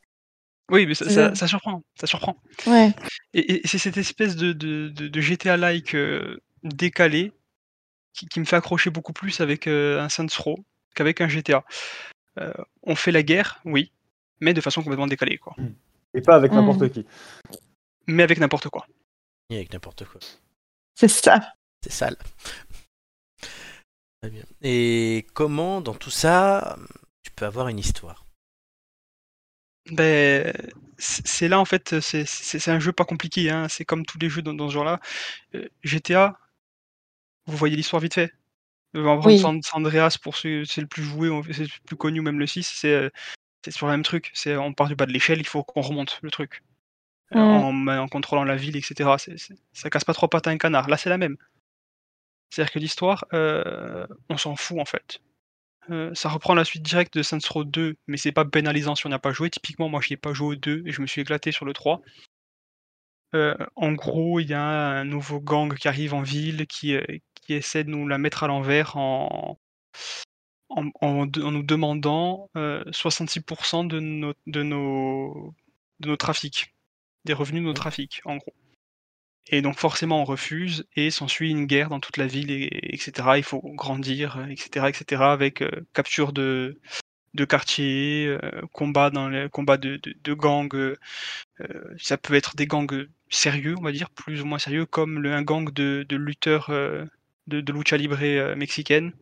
Speaker 4: Oui, mais ça,
Speaker 2: C'est
Speaker 4: ça-
Speaker 2: vrai.
Speaker 4: ça surprend, ça surprend.
Speaker 2: Ouais.
Speaker 4: Et, et c'est cette espèce de, de- de- de GTA-like euh, décalé qui, qui me fait accrocher beaucoup plus avec euh, un Saints Row qu'avec un GTA. Euh, on fait la guerre, oui, mais de façon complètement décalée, quoi.
Speaker 3: Et pas avec
Speaker 2: Hmm.
Speaker 3: n'importe qui.
Speaker 4: Mais avec n'importe quoi.
Speaker 1: Et avec n'importe quoi.
Speaker 2: C'est ça.
Speaker 1: C'est sale. Très bien. Et comment, dans tout ça, tu peux avoir une histoire
Speaker 4: Ben, c- c'est là en fait, c'est c'est- c'est un jeu pas compliqué, hein, c'est comme tous les jeux dans, dans ce genre-là. Euh, GTA, vous voyez l'histoire vite fait. Euh, On va prendre
Speaker 2: Oui.
Speaker 4: San San Andreas pour ceux, c'est le plus joué, on- c'est le plus connu, même le 6, c'est euh, c'est sur le même truc. C'est on part du bas de l'échelle, il faut qu'on remonte le truc. Euh,
Speaker 2: Mm.
Speaker 4: en, ma- en contrôlant la ville, etc. c'est- c'est- ça casse pas trois pattes à un canard. Là, c'est la même. C'est-à-dire que l'histoire, euh, on s'en fout en fait. Euh, ça reprend la suite directe de Saints Row 2, mais c'est pas pénalisant si on n'y a pas joué. Typiquement, moi, j'y ai pas joué au 2 et je me suis éclaté sur le 3. Euh, en gros, il y a un nouveau gang qui arrive en ville, qui, euh, qui essaie de nous la mettre à l'envers en, en, en de- en nous demandant euh, 66% de nos, de, nos, de nos trafics, des revenus de nos trafics, en gros. Et donc forcément on refuse et s'ensuit une guerre dans toute la ville, et, et- etc. Il faut grandir, euh, etc. etc. avec euh, capture de, de quartiers, euh, combat, dans les, combat de, de, de gangs. euh, euh, ça peut être des gangs sérieux, on va dire, plus ou moins sérieux, comme le, un gang de, de lutteurs euh, de, de lucha libre euh, mexicaine,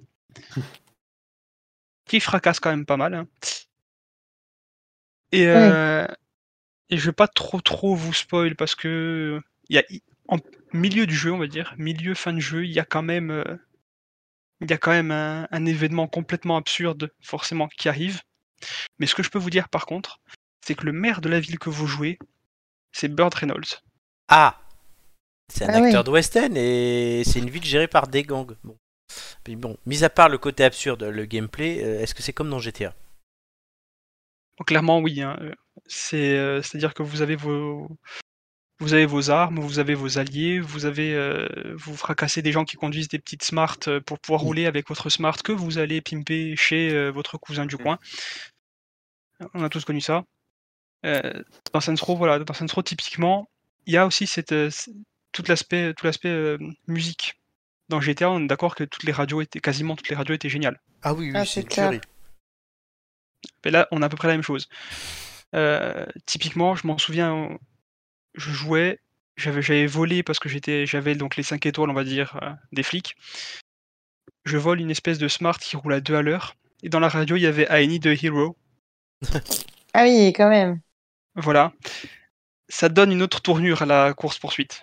Speaker 4: qui fracasse quand même pas mal. hein. Et, euh, et je vais pas trop trop vous spoil parce que il y a i- en milieu du jeu, on va dire, milieu fin de jeu, il y a quand même euh, il y a quand même un, un événement complètement absurde forcément qui arrive. Mais ce que je peux vous dire par contre, c'est que le maire de la ville que vous jouez, c'est Burt Reynolds.
Speaker 1: Ah C'est un
Speaker 2: Ah oui.
Speaker 1: acteur de West End et c'est une ville gérée par des gangs. Bon. Puis bon, mis à part le côté absurde, le gameplay, euh, est-ce que c'est comme dans GTA
Speaker 4: Donc, clairement oui, hein, euh, c'est euh, c'est-à-dire que vous avez vos vous avez vos armes, vous avez vos alliés, vous avez euh, vous fracassez des gens qui conduisent des petites smart euh, pour pouvoir rouler avec votre smart que vous allez pimper chez euh, votre cousin du coin. On a tous connu ça. Euh, dans Saints Row, voilà, dans Saints Row, typiquement, il y a aussi cette, euh, c- tout l'aspect tout l'aspect euh, musique. Dans GTA, on est d'accord que toutes les radios étaient quasiment toutes les radios étaient géniales.
Speaker 1: Ah oui, oui,
Speaker 2: Ah,
Speaker 1: c'est
Speaker 2: c'est
Speaker 1: une
Speaker 2: clair.
Speaker 1: tuerie.
Speaker 4: Mais là, on a à peu près la même chose. Euh, typiquement, je m'en souviens, je jouais, j'avais j'avais volé parce que j'étais j'avais donc les 5 étoiles, on va dire, euh, des flics. Je vole une espèce de smart qui roule à deux à l'heure. Et dans la radio, il y avait I Need a Hero.
Speaker 2: Ah oui, quand même.
Speaker 4: Voilà. Ça donne une autre tournure à la course-poursuite.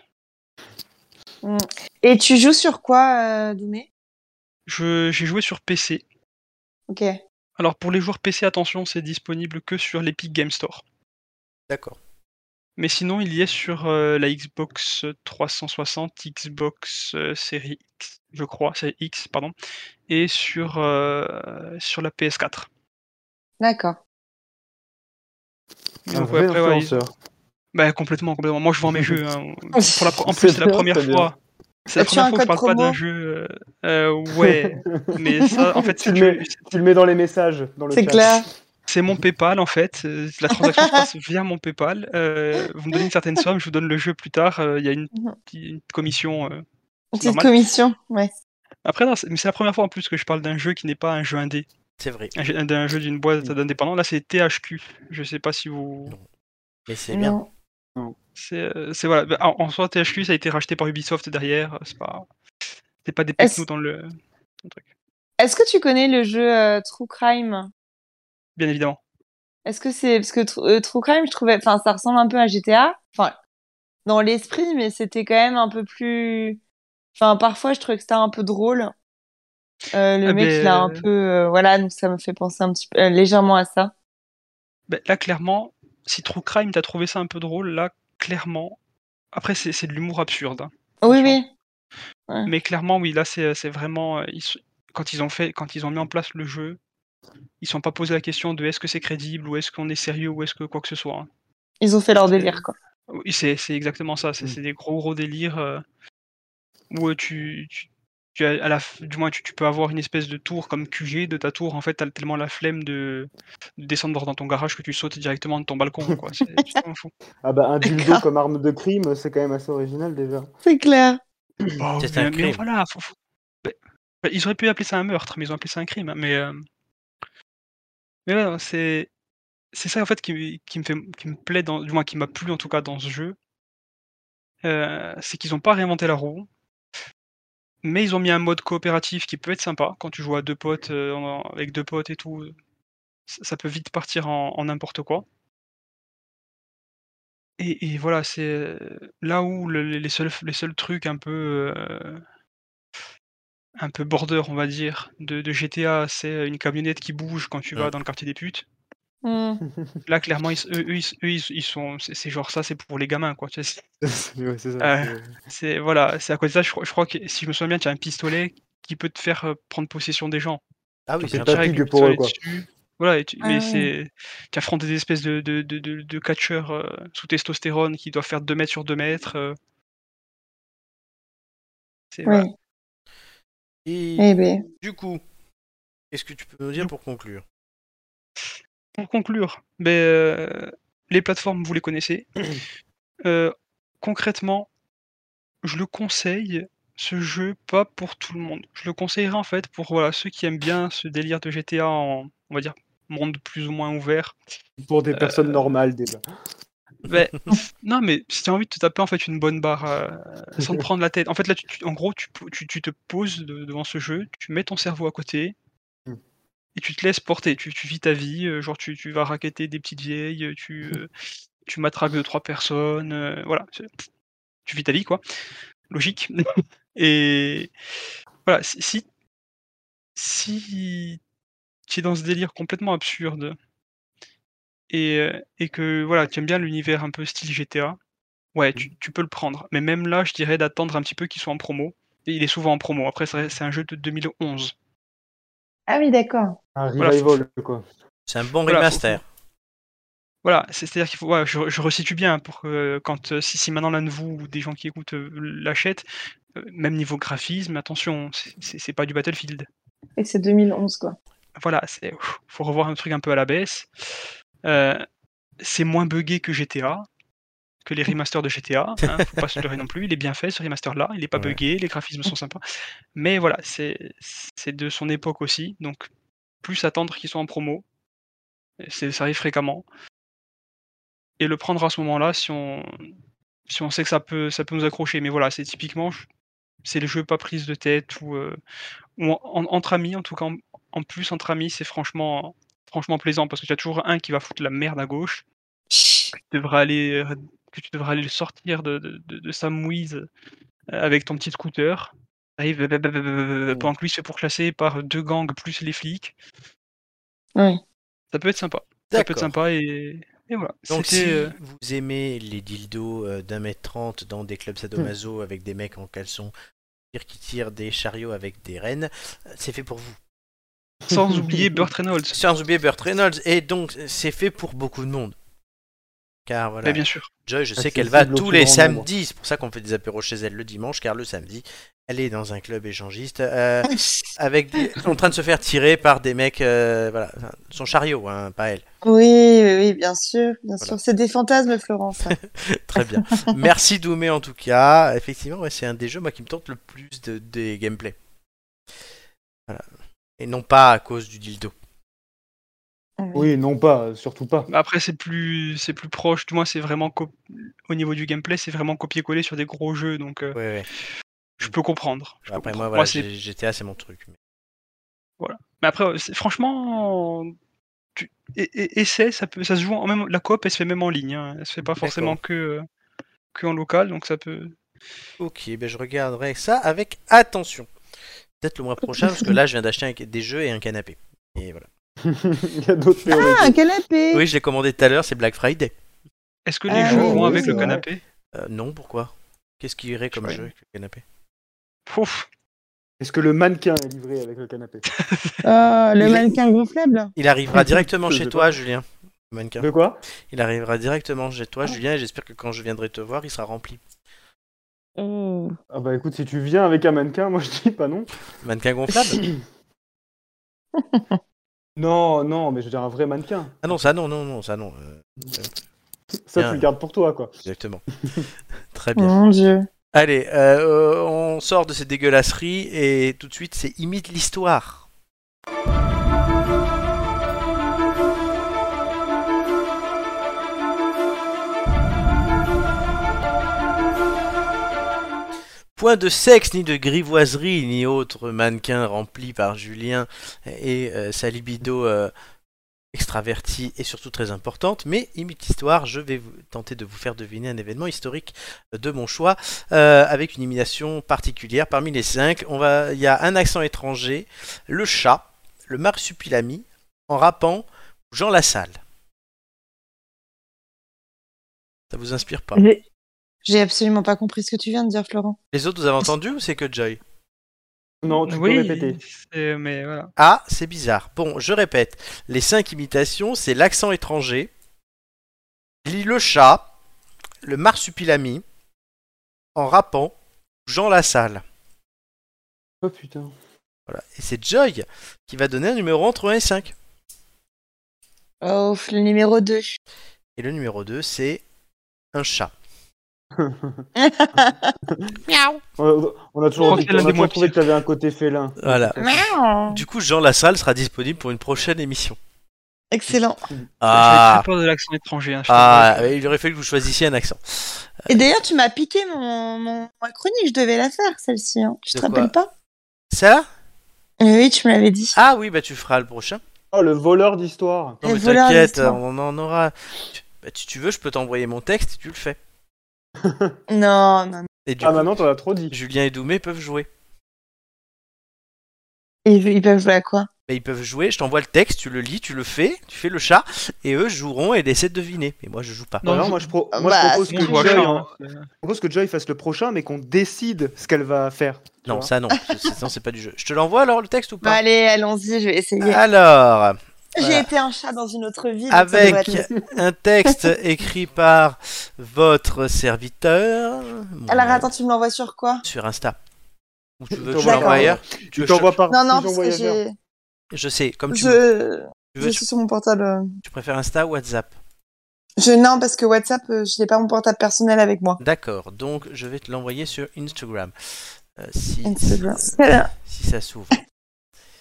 Speaker 2: Et tu joues sur quoi, euh, Doumé
Speaker 4: Je- J'ai joué sur PC.
Speaker 2: Ok.
Speaker 4: Alors pour les joueurs PC, attention, c'est disponible que sur l'Epic Game Store.
Speaker 1: D'accord.
Speaker 4: Mais sinon, il y est sur euh, la Xbox 360, Xbox euh, Series X, je crois, c'est X, pardon, et sur, euh, sur la PS4.
Speaker 2: D'accord.
Speaker 4: Mais
Speaker 3: Un
Speaker 4: donc, ouais,
Speaker 3: vrai
Speaker 4: après, ouais, ils-
Speaker 3: influenceur.
Speaker 4: bah, complètement, complètement. Moi, je vends mes jeux. hein. Pour la pre- En
Speaker 3: C'est
Speaker 4: plus, c'est la
Speaker 3: bien,
Speaker 4: première
Speaker 3: c'est bien.
Speaker 4: fois. C'est la
Speaker 2: As-tu Bah, un
Speaker 4: première fois que je
Speaker 2: code
Speaker 4: parle pas d'un
Speaker 2: promo
Speaker 4: jeu. euh, euh, ouais, mais ça, en fait,
Speaker 3: Tu
Speaker 4: c'est
Speaker 3: le
Speaker 4: que-
Speaker 3: mets. Tu le mets dans les messages, dans le
Speaker 2: C'est
Speaker 3: chat.
Speaker 2: clair.
Speaker 4: c'est mon PayPal en fait. Euh, La transaction se passe via mon PayPal. Euh, vous me donnez une certaine somme, je vous donne le jeu plus tard. Euh, Il y a une,
Speaker 2: Mhm.
Speaker 4: une commission. euh.
Speaker 2: Une petite
Speaker 4: normal.
Speaker 2: commission, ouais.
Speaker 4: Après, non, c'est mais c'est la première fois en plus que je parle d'un jeu qui n'est pas un jeu indé,
Speaker 1: C'est vrai.
Speaker 4: un jeu- d'un jeu d'une boîte d'indépendants. Là, c'est THQ. Je sais pas si vous.
Speaker 1: Mais c'est bien.
Speaker 2: Mm.
Speaker 6: Non.
Speaker 4: C'est euh, c'est- voilà. Bah, En, en soi, THQ, ça a été racheté par Ubisoft derrière. C'est pas, c'est pas des
Speaker 2: Est-ce-
Speaker 4: technos dans le, dans le truc.
Speaker 2: Est-ce que tu connais le jeu euh, True Crime
Speaker 4: Bien évidemment.
Speaker 2: Est-ce que c'est parce que Tr- euh, True Crime, je trouvais, enfin, ça ressemble un peu à GTA, enfin, dans l'esprit, mais c'était quand même un peu plus, enfin, parfois je trouvais que c'était un peu drôle. Euh, le
Speaker 4: Ah
Speaker 2: mec,
Speaker 4: ben,
Speaker 2: il a un peu, euh, voilà, donc ça me fait penser un petit peu euh, légèrement à ça.
Speaker 4: Bah, là, clairement, si True Crime t'as trouvé ça un peu drôle, là, clairement. Après, c'est c'est de l'humour absurde. hein.
Speaker 2: Oui,
Speaker 4: Franchement.
Speaker 2: oui.
Speaker 4: Mais clairement, oui, là, c'est c'est vraiment. euh, ils s- quand, ils ont fait, quand ils ont mis en place le jeu, ils ne sont pas posé la question de est-ce que c'est crédible, ou est-ce qu'on est sérieux, ou est-ce que quoi que ce soit. hein.
Speaker 2: Ils ont fait leur
Speaker 4: C'est-
Speaker 2: délire, quoi.
Speaker 4: Oui, c'est c'est exactement ça. C'est
Speaker 3: Mm.
Speaker 4: c'est des gros, gros délires euh, où euh, tu. tu tu as- à la, f- du moins, tu, tu peux avoir une espèce de tour comme QG de ta tour. En fait, t'as tellement la flemme de, de descendre dans ton garage que tu sautes directement de ton balcon. Quoi. C'est- tu t'en fous.
Speaker 3: Ah bah un dildo
Speaker 2: D'accord.
Speaker 3: comme arme de crime, c'est quand même assez original déjà.
Speaker 2: C'est clair.
Speaker 4: Bah,
Speaker 1: C'est
Speaker 4: mais,
Speaker 1: un
Speaker 4: mais
Speaker 1: crime.
Speaker 4: voilà, faut- faut- mais- mais ils auraient pu appeler ça un meurtre, mais ils ont appelé ça un crime. hein, Mais, euh, mais ouais, non, c'est c'est ça en fait qui, qui me fait, qui me plaît, dans, du moins qui m'a plu en tout cas dans ce jeu, Euh, c'est qu'ils n'ont pas réinventé la roue, mais ils ont mis un mode coopératif qui peut être sympa quand tu joues à deux potes euh, en- avec deux potes et tout. Ça ça peut vite partir en en n'importe quoi. Et, et voilà, c'est euh, là où le- le- les, seuls, les seuls trucs un peu, euh, un peu border, on va dire, de, de GTA, c'est une camionnette qui bouge quand tu vas
Speaker 1: Mm.
Speaker 4: dans le quartier des putes.
Speaker 2: Hmm.
Speaker 4: Là, clairement, ils, s- eux, eux, ils, s- eux, ils s- ils sont, c'est c'est genre ça, c'est pour les gamins, quoi. tu sais, c'est-
Speaker 3: Ouais, c'est ça,
Speaker 4: Ah.
Speaker 3: c'est-
Speaker 4: C'est voilà, c'est à cause de ça, je, crois- je crois que si je me souviens bien, tu as un pistolet qui peut te faire euh, prendre possession des gens.
Speaker 1: Ah oui,
Speaker 3: C'est
Speaker 1: c'est un
Speaker 4: Tu
Speaker 3: pas
Speaker 4: tires avec
Speaker 3: pig
Speaker 4: le
Speaker 3: pour eux,
Speaker 4: pistolet
Speaker 3: quoi.
Speaker 4: dessus. Voilà, et tu-
Speaker 2: Ah
Speaker 4: mais
Speaker 2: ouais.
Speaker 4: c'est. Tu affrontes des espèces de, de, de, de, de catcheurs euh, sous testostérone qui doivent faire 2 mètres sur 2 mètres. euh. C'est voilà.
Speaker 2: Oui.
Speaker 1: Et
Speaker 2: Eh ben.
Speaker 1: du coup, qu'est-ce que tu peux nous dire pour conclure
Speaker 4: Pour conclure, ben, euh, les plateformes, vous les connaissez. Euh, concrètement, je le conseille, ce jeu, pas pour tout le monde. Je le conseillerais en fait pour voilà, ceux qui aiment bien ce délire de GTA en, on va dire, monde plus ou moins ouvert.
Speaker 3: Pour
Speaker 1: Euh,
Speaker 3: des personnes normales déjà.
Speaker 4: Ben, non, mais si tu as envie de te taper en fait une bonne barre euh, sans te prendre la tête. En fait, là, tu- tu- en gros, tu, po- tu- tu te poses de- devant ce jeu, tu mets ton cerveau à côté
Speaker 3: Mm.
Speaker 4: et tu te laisses porter. Tu, tu vis ta vie, euh, genre tu, tu vas raqueter des petites vieilles, euh, tu, euh, tu matraques deux trois personnes, euh, voilà, c'est- tu vis ta vie quoi, logique. et voilà, si si, si tu es dans ce délire complètement absurde et, euh, et que voilà, tu aimes bien l'univers un peu style GTA, ouais, tu, tu peux le prendre. Mais même là, je dirais d'attendre un petit peu qu'il soit en promo. Et il est souvent en promo. Après, c'est c'est un jeu de 2011.
Speaker 2: Ah oui, d'accord.
Speaker 3: Un
Speaker 4: Voilà.
Speaker 3: revival, quoi.
Speaker 1: C'est un bon
Speaker 4: Voilà,
Speaker 1: remaster.
Speaker 4: Voilà, c'est- c'est-à-dire qu'il faut. ouais, je, je resitue bien pour que quand euh, si, si maintenant l'un de vous ou des gens qui écoutent euh, l'achètent, euh, même niveau graphisme, attention, c'est- c'est c'est pas du Battlefield.
Speaker 2: Et c'est 2011, quoi.
Speaker 4: Voilà, c'est ouf, faut revoir un truc un peu à la baisse. Euh, c'est moins buggé que GTA, que les remasters de GTA. hein, faut pas se leurrer non plus. Il est bien fait ce remaster là, il est pas
Speaker 1: Ouais.
Speaker 4: buggé, les graphismes sont sympas. Mais voilà, c'est c'est de son époque aussi, donc plus attendre qu'ils soient en promo. C'est- Ça arrive fréquemment. Et le prendre à ce moment-là, si on, si on sait que ça peut, ça peut nous accrocher. Mais voilà, c'est typiquement, je- c'est les jeux pas prises de tête ou, euh, ou en- en- entre amis, en tout cas, en, en plus entre amis, c'est franchement, franchement plaisant parce que tu as toujours un qui va foutre la merde à gauche tu devras aller, euh, que tu devras aller le sortir de, de, de- de sa mouise euh, avec ton petit scooter. Arrive, euh, euh, euh, euh, euh, pendant que lui se fait pourchasser par deux gangs plus les flics.
Speaker 2: Oui.
Speaker 4: Ça peut être sympa. Ça peut être
Speaker 1: D'accord.
Speaker 4: sympa et, et voilà.
Speaker 1: Donc
Speaker 4: C'était,
Speaker 1: si
Speaker 4: euh,
Speaker 1: vous aimez les dildos euh, d'un mètre trente dans des
Speaker 3: Hmm.
Speaker 1: clubs sadomaso avec des mecs en caleçon qui tirent des chariots avec des rennes, euh, c'est fait pour vous.
Speaker 4: sans oublier Burt Reynolds.
Speaker 1: euh, Sans oublier Burt Reynolds, et donc c'est fait pour beaucoup de monde. Car voilà,
Speaker 4: Mais bien sûr.
Speaker 1: Joy, je sais
Speaker 3: Accessible
Speaker 1: qu'elle va
Speaker 3: au
Speaker 1: tous
Speaker 3: plus
Speaker 1: les
Speaker 3: grand nombre.
Speaker 1: samedis. C'est pour ça qu'on fait des apéros chez elle le dimanche, car le samedi, elle est dans un club échangiste, euh, avec des- en train de se faire tirer par des mecs, euh, voilà, enfin, son chariot, hein, pas elle.
Speaker 2: Oui, oui, oui, bien sûr, bien
Speaker 1: Voilà.
Speaker 2: sûr. C'est des fantasmes, Florence. hein.
Speaker 1: Très bien. Merci Doumé en tout cas. Effectivement, ouais, c'est un des jeux moi qui me tente le plus de, des gameplay. Voilà. Et non pas à cause du dildo.
Speaker 2: Ah,
Speaker 3: Oui, non pas, euh, surtout pas.
Speaker 4: Bah Après, c'est plus, c'est plus proche. Du moins, c'est vraiment co- au niveau du gameplay, c'est vraiment copier-coller sur des gros jeux. Donc, euh,
Speaker 1: Ouais, ouais.
Speaker 4: je peux comprendre. Je peux
Speaker 1: Après moi,
Speaker 4: comprendre.
Speaker 1: voilà,
Speaker 4: Moi, c'est-
Speaker 1: j'ai- GTA c'est mon truc. mais-
Speaker 4: Mais après, euh, c'est- franchement, tu... et, et- essaie, ça peut, ça se joue en même, la coop, elle se fait même en ligne. hein. Elle se fait pas forcément que, euh, que en local, donc ça peut.
Speaker 1: Ok, ben je regarderai ça avec attention. Peut-être le mois prochain parce que là je viens d'acheter un- des jeux et un canapé. Et voilà.
Speaker 3: Il y a d'autres théories.
Speaker 2: Ah, un canapé
Speaker 1: Oui, je l'ai commandé tout à l'heure, c'est Black Friday.
Speaker 4: Est-ce que les
Speaker 2: Ah
Speaker 4: jeux
Speaker 2: oui,
Speaker 4: vont
Speaker 2: oui,
Speaker 4: avec
Speaker 2: c'est
Speaker 4: le
Speaker 2: vrai.
Speaker 4: canapé
Speaker 1: Euh, non, pourquoi Qu'est-ce qui irait comme
Speaker 4: Ouais.
Speaker 1: jeu avec le canapé
Speaker 4: Pouf
Speaker 3: Est-ce que le mannequin est livré avec le canapé
Speaker 2: Ah, le
Speaker 1: Il est-
Speaker 2: mannequin gonflable
Speaker 1: Il arrivera directement
Speaker 3: Je
Speaker 1: chez
Speaker 3: sais
Speaker 1: toi, Julien. Le Mannequin.
Speaker 3: De quoi
Speaker 1: Il arrivera directement chez toi, Julien, et j'espère que quand je viendrai te voir, il sera rempli.
Speaker 2: Oh.
Speaker 3: Ah bah écoute, si tu viens avec un mannequin, moi je dis pas non.
Speaker 1: Mannequin gonflable
Speaker 3: Non, non, mais je veux dire un vrai mannequin.
Speaker 1: Ah non, ça non, non, non, ça non. euh,
Speaker 3: Ça,
Speaker 1: Bien.
Speaker 3: tu le gardes pour toi, quoi.
Speaker 1: exactement. Très bien.
Speaker 2: Mon dieu.
Speaker 1: Allez, euh, euh, on sort de ces dégueulasseries et tout de suite, c'est imite l'histoire. Point de sexe, ni de grivoiserie, ni autre mannequin rempli par Julien et euh, sa libido euh, extravertie et surtout très importante. Mais imite l'histoire, je vais vous- tenter de vous faire deviner un événement historique de mon choix. Euh, avec une élimination particulière. Parmi les cinq, on va, il y a un accent étranger, le chat, le marsupilami, en rappant Jean Lassalle. Ça vous inspire pas
Speaker 6: J'ai-
Speaker 2: J'ai absolument pas compris ce que tu viens de dire, Florent.
Speaker 1: Les autres, vous avez entendu ou c'est que Joy
Speaker 3: Non, tu
Speaker 4: Oui,
Speaker 3: peux répéter.
Speaker 4: c'est- mais voilà.
Speaker 1: Ah, c'est bizarre. Bon, je répète. Les cinq imitations, c'est l'accent étranger, Lis le chat, le marsupilami, en rappant Jean Lassalle.
Speaker 3: Oh putain.
Speaker 1: Voilà. Et c'est Joy qui va donner un numéro entre 1 et 5.
Speaker 2: Oh, le numéro 2.
Speaker 1: Et le numéro 2, c'est un chat.
Speaker 3: On a, on a toujours,
Speaker 4: Non,
Speaker 3: dit-
Speaker 4: c'est
Speaker 3: on a
Speaker 4: l'un des
Speaker 3: toujours
Speaker 4: moins
Speaker 3: trouvé
Speaker 4: pires.
Speaker 3: que t'avais un côté félin.
Speaker 1: Voilà.
Speaker 2: Miaou.
Speaker 1: Du coup, Jean Lassalle sera disponible pour une prochaine émission.
Speaker 2: Excellent.
Speaker 4: J'avais
Speaker 1: Ah,
Speaker 4: très peur de l'accent étranger. hein, je
Speaker 1: ah
Speaker 4: t'avoue.
Speaker 1: il aurait fallu que vous choisissiez un accent.
Speaker 2: Et d'ailleurs, tu m'as piqué mon, mon- ma chronique, je devais la faire, celle-ci. Hein. Tu te
Speaker 1: De quoi
Speaker 2: rappelles pas
Speaker 1: Ça
Speaker 2: Mais Oui, tu me l'avais dit.
Speaker 1: Ah oui, bah tu feras le prochain.
Speaker 3: Oh, le voleur d'histoire.
Speaker 1: Non,
Speaker 2: Le
Speaker 1: mais
Speaker 2: voleur
Speaker 1: t'inquiète,
Speaker 2: d'histoire.
Speaker 1: on en aura. Tu- Bah, si tu veux, je peux t'envoyer mon texte et tu le fais.
Speaker 2: Non, non, non.
Speaker 1: Et du
Speaker 3: Ah
Speaker 1: coup,
Speaker 3: maintenant, t'en as trop dit.
Speaker 1: Julien et Doumé peuvent jouer.
Speaker 2: Ils, ils peuvent jouer à quoi
Speaker 1: Mais ils peuvent jouer, je t'envoie le texte, tu le lis, tu le fais, tu fais le chat, et eux joueront et essaient de deviner. Mais moi, je joue pas.
Speaker 4: Non,
Speaker 3: Alors,
Speaker 4: je-
Speaker 3: moi, je, pro-
Speaker 2: Ah,
Speaker 3: moi,
Speaker 2: bah,
Speaker 3: je propose
Speaker 2: c'est
Speaker 4: Bon,
Speaker 3: que
Speaker 4: je vois
Speaker 3: Joy,
Speaker 4: rien,
Speaker 3: hein,
Speaker 4: hein.
Speaker 3: je propose que Joy fasse le prochain, mais qu'on décide ce qu'elle va faire. tu
Speaker 1: Non,
Speaker 3: vois.
Speaker 1: ça non, c'est- sinon c'est pas du jeu. Je te l'envoie alors le texte ou
Speaker 2: Bah,
Speaker 1: pas
Speaker 2: Allez, allons-y, je vais essayer.
Speaker 1: Alors, Ah, voilà.
Speaker 2: J'ai été un chat dans une autre vie. donc ça devrait
Speaker 1: avec
Speaker 2: être mieux.
Speaker 1: un texte écrit par votre serviteur. mon-
Speaker 2: Alors attends, tu me l'envoies sur quoi
Speaker 1: Sur Insta. Ou tu veux que je
Speaker 3: T'envoies
Speaker 2: D'accord.
Speaker 1: l'envoie ailleurs Tu
Speaker 3: Tu
Speaker 1: veux-
Speaker 3: t'envoies
Speaker 1: je,
Speaker 3: par
Speaker 2: Non, non,
Speaker 3: pigeon
Speaker 2: parce que
Speaker 3: voyageur.
Speaker 2: j'ai.
Speaker 1: je sais, comme tu,
Speaker 2: Je...
Speaker 1: tu
Speaker 2: je
Speaker 1: veux,
Speaker 2: suis
Speaker 1: tu,
Speaker 2: sur mon portable. euh.
Speaker 1: tu préfères Insta ou WhatsApp.
Speaker 2: Je... Non, parce que WhatsApp, euh, je n'ai pas mon portable personnel avec moi.
Speaker 1: D'accord, donc je vais te l'envoyer sur Instagram. Euh, si,
Speaker 2: Instagram.
Speaker 1: si ça s'ouvre.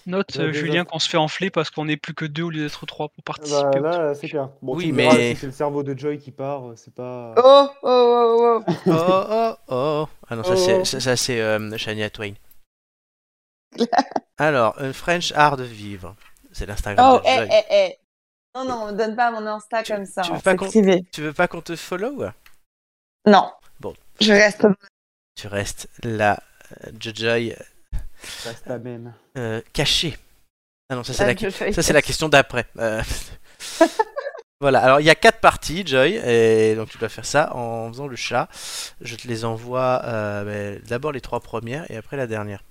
Speaker 4: Note,
Speaker 3: Ouais,
Speaker 4: euh,
Speaker 3: déjà.
Speaker 4: Julien, qu'on se fait enfler parce qu'on n'est plus que deux au lieu d'être trois pour participer.
Speaker 3: Bah,
Speaker 4: au truc.
Speaker 3: là, c'est clair. Bon,
Speaker 1: Oui,
Speaker 3: tu me diras
Speaker 1: mais-
Speaker 3: si c'est le cerveau de Joy qui part, euh, c'est pas.
Speaker 2: Oh, oh, oh, oh.
Speaker 1: Oh, oh, oh. Ah non, ça
Speaker 3: Oh.
Speaker 1: c'est, ça, ça, c'est euh, Shania Twain. Alors, un French art de vivre. C'est l'Instagram
Speaker 2: Oh,
Speaker 1: de
Speaker 2: eh,
Speaker 1: Joy.
Speaker 2: eh, eh. Non, non, me donne pas mon Insta comme ça.
Speaker 1: tu
Speaker 2: hein,
Speaker 1: veux pas
Speaker 2: c'est
Speaker 1: qu'on-
Speaker 2: privé.
Speaker 1: Tu veux pas qu'on te follow
Speaker 2: Non.
Speaker 1: Bon.
Speaker 2: Je reste.
Speaker 1: Tu restes là, euh, Joy,
Speaker 3: Reste amen.
Speaker 1: euh, cachée. Ah non, ça c'est
Speaker 6: Ah,
Speaker 1: la,
Speaker 6: je fais-
Speaker 1: Ça, c'est la question d'après. Euh, voilà, alors il y a quatre parties, Joy, et donc tu dois faire ça en faisant le chat. Je te les envoie euh, ben, d'abord les trois premières et après la dernière.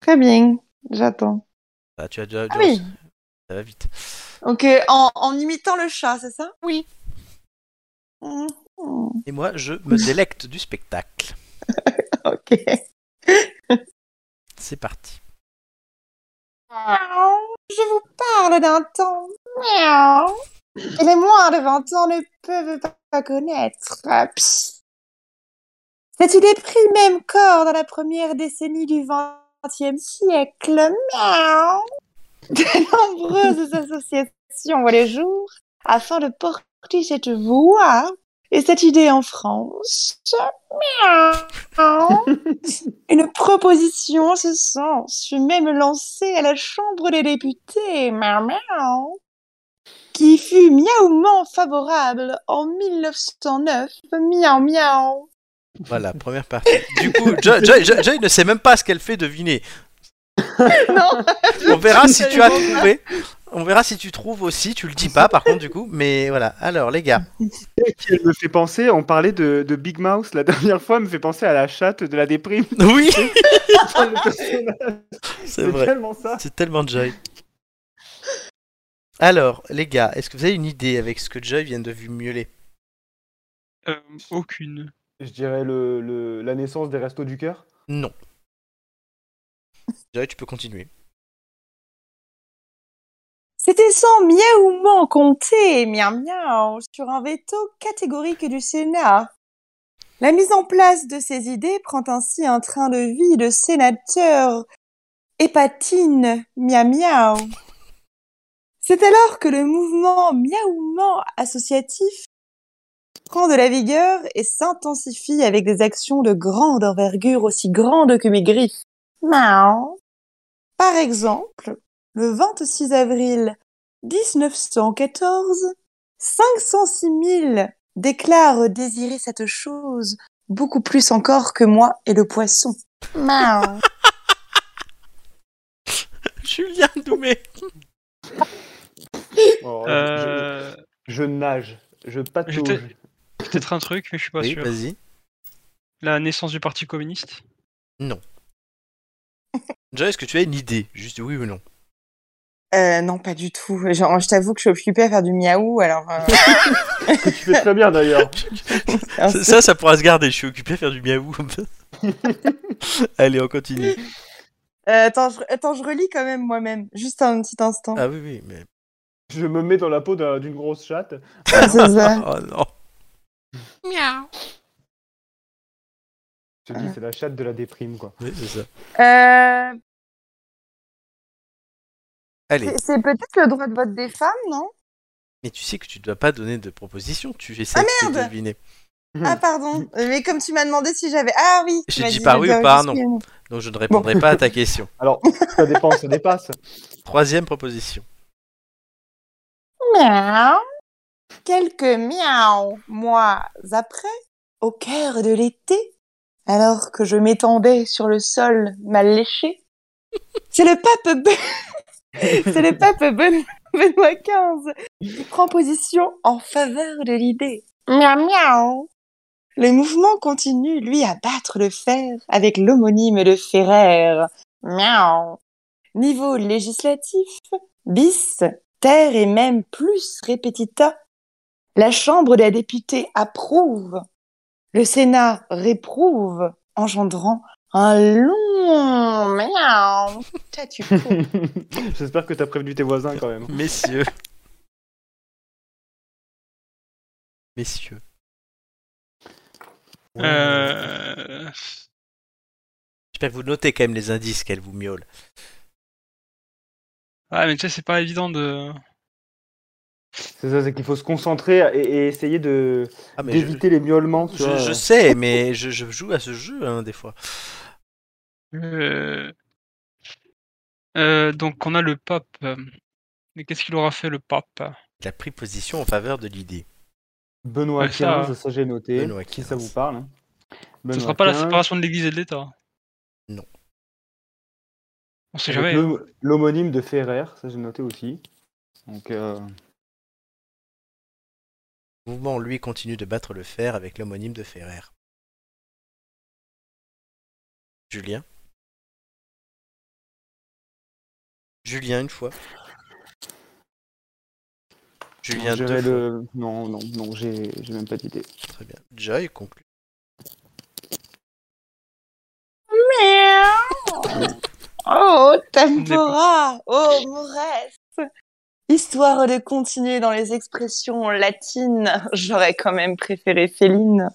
Speaker 2: Très bien. J'attends.
Speaker 1: Ah, tu as déjà-
Speaker 2: Ah oui.
Speaker 1: Ça va vite.
Speaker 2: Ok, en, en imitant le chat, c'est ça mm.
Speaker 1: Et moi, je me délecte du spectacle.
Speaker 7: Ok.
Speaker 1: C'est parti.
Speaker 2: Je vous parle d'un temps. Miaou. Et les moins de 20 ans ne peuvent pas connaître. Ah, pss. Cette idée prit le même corps dans la première décennie du XXe siècle. Miaou. De nombreuses associations voient le jour afin de porter cette voix et cette idée en France. Miaou. Une proposition en ce sens fut même lancée à la Chambre des députés, miaou, miaou, qui fut miaouement favorable en 1909, miaou miaou.
Speaker 1: Voilà, première partie. Du coup, Joy, Joy- Joy- Joy ne sait même pas ce qu'elle fait deviner.
Speaker 7: non,
Speaker 1: On verra si tu as trouvé. On verra si tu trouves aussi. Tu le dis pas, par contre, du coup. Mais voilà. Alors, les gars.
Speaker 3: Elle me fait penser, on parlait de, de Big Mouse la dernière fois, elle me fait penser à la chatte de la déprime.
Speaker 1: Oui,
Speaker 3: Le personnage,
Speaker 1: c'est
Speaker 3: C'est
Speaker 1: vrai.
Speaker 3: tellement ça.
Speaker 1: C'est tellement Joy. Alors, les gars, est-ce que vous avez une idée avec ce que Joy vient de vumuler
Speaker 4: Euh, aucune.
Speaker 3: Je dirais le, le- la naissance des restos du cœur.
Speaker 1: Non. Joy, tu peux continuer.
Speaker 2: C'était sans miaouement compté, miaou miaou, sur un veto catégorique du Sénat. La mise en place de ces idées prend ainsi un train de vie de sénateur épatine, miaou miaou. C'est alors que le mouvement miaoument associatif prend de la vigueur et s'intensifie avec des actions de grande envergure, aussi grande que mes griffes. Miaou. Par exemple, le 26 avril 1914, 506 000 déclarent désirer cette chose beaucoup plus encore que moi et le poisson. Miaou.
Speaker 1: Julien Doumé
Speaker 3: Alors, je-
Speaker 4: Euh,
Speaker 3: je, je nage, je patauge.
Speaker 4: J'étais- Peut-être un truc, mais je suis pas
Speaker 1: Oui,
Speaker 4: sûr.
Speaker 1: vas-y.
Speaker 4: La naissance du Parti communiste.
Speaker 1: Joy, est-ce que tu as une idée Juste oui ou non
Speaker 2: Euh, non, pas du tout. Genre, je t'avoue que je suis occupée à faire du miaou, alors... euh,
Speaker 3: Que tu fais très bien d'ailleurs.
Speaker 2: alors,
Speaker 1: Ça- Ça, ça pourra se garder. Je suis occupé à faire du miaou. Allez, on continue.
Speaker 2: euh, attends, je... attends, je relis quand même moi-même. Juste un petit instant.
Speaker 1: Ah oui, oui, mais.
Speaker 3: Je me mets dans la peau d'un- d'une grosse chatte.
Speaker 2: C'est ça.
Speaker 1: Oh non.
Speaker 3: Je te dis, c'est la chatte de la déprime quoi.
Speaker 1: Oui, c'est ça.
Speaker 2: Euh,
Speaker 1: Allez,
Speaker 2: c'est c'est peut-être le droit de vote des femmes, non
Speaker 1: mais tu sais que tu ne dois pas donner de propositions. Tu essaies
Speaker 2: Ah,
Speaker 1: de
Speaker 2: merde
Speaker 1: deviner.
Speaker 3: Hmm.
Speaker 2: Ah, pardon. Mais comme tu m'as demandé si j'avais... Ah oui
Speaker 1: Hmm.
Speaker 2: tu
Speaker 1: J'ai
Speaker 2: m'as
Speaker 1: dit
Speaker 2: je
Speaker 1: par oui ou
Speaker 2: dois
Speaker 1: par
Speaker 2: juste
Speaker 1: non.
Speaker 2: miaou.
Speaker 1: Donc je ne répondrai pas à ta question.
Speaker 3: Alors, ça dépend, ça dépasse.
Speaker 1: Troisième proposition.
Speaker 2: Miaou. Quelques miaou mois après, au cœur de l'été, alors que je m'étendais sur le sol mal léché, c'est le pape Be- c'est le pape Ben- Benoît XV qui prend position en faveur de l'idée. Miaou miaou. Le mouvement continue, lui, à battre le fer avec l'homonyme de Ferrer. Miaou. Niveau législatif, bis, terre et même plus répétita. La Chambre des députés approuve. Le Sénat réprouve, engendrant un long miaou. tatu-pou.
Speaker 3: J'espère que t'as prévenu tes voisins quand même.
Speaker 1: Messieurs. Messieurs.
Speaker 4: Euh,
Speaker 1: J'espère que vous notez quand même les indices qu'elle vous miaule.
Speaker 4: Ah, mais tu sais, c'est pas évident de.
Speaker 3: C'est ça, c'est qu'il faut se concentrer et, et essayer de
Speaker 1: Ah, mais je,
Speaker 3: d'éviter les miaulements. tu vois.
Speaker 1: je- je sais, mais je, je joue à ce jeu hein, des fois.
Speaker 4: Euh, euh, donc on a le pape. Mais qu'est-ce qu'il aura fait le pape
Speaker 1: Il a pris position en faveur de l'idée.
Speaker 3: Benoît
Speaker 4: Ouais, ça, hein.
Speaker 3: XV, ça, j'ai noté.
Speaker 1: Benoît
Speaker 3: Si ça
Speaker 1: 15.
Speaker 3: vous parle. hein.
Speaker 4: Ce
Speaker 3: Benoît
Speaker 4: sera pas la
Speaker 3: 15,
Speaker 4: séparation de l'Église et de l'État.
Speaker 1: Non.
Speaker 4: On sait
Speaker 3: avec
Speaker 4: jamais. hein.
Speaker 3: l'ho- L'homonyme de Ferrer, ça j'ai noté aussi. Donc, euh,
Speaker 1: Le mouvement, lui, continue de battre le fer avec l'homonyme de Ferrer. Julien Julien, une fois. Julien
Speaker 3: Je
Speaker 1: deux
Speaker 3: vais
Speaker 1: fois.
Speaker 3: le... Non, non, non, j'ai j'ai même pas d'idée.
Speaker 1: Très bien. Joy conclut.
Speaker 2: Oh, tempora Oh, mores Histoire de continuer dans les expressions latines, j'aurais quand même préféré Féline.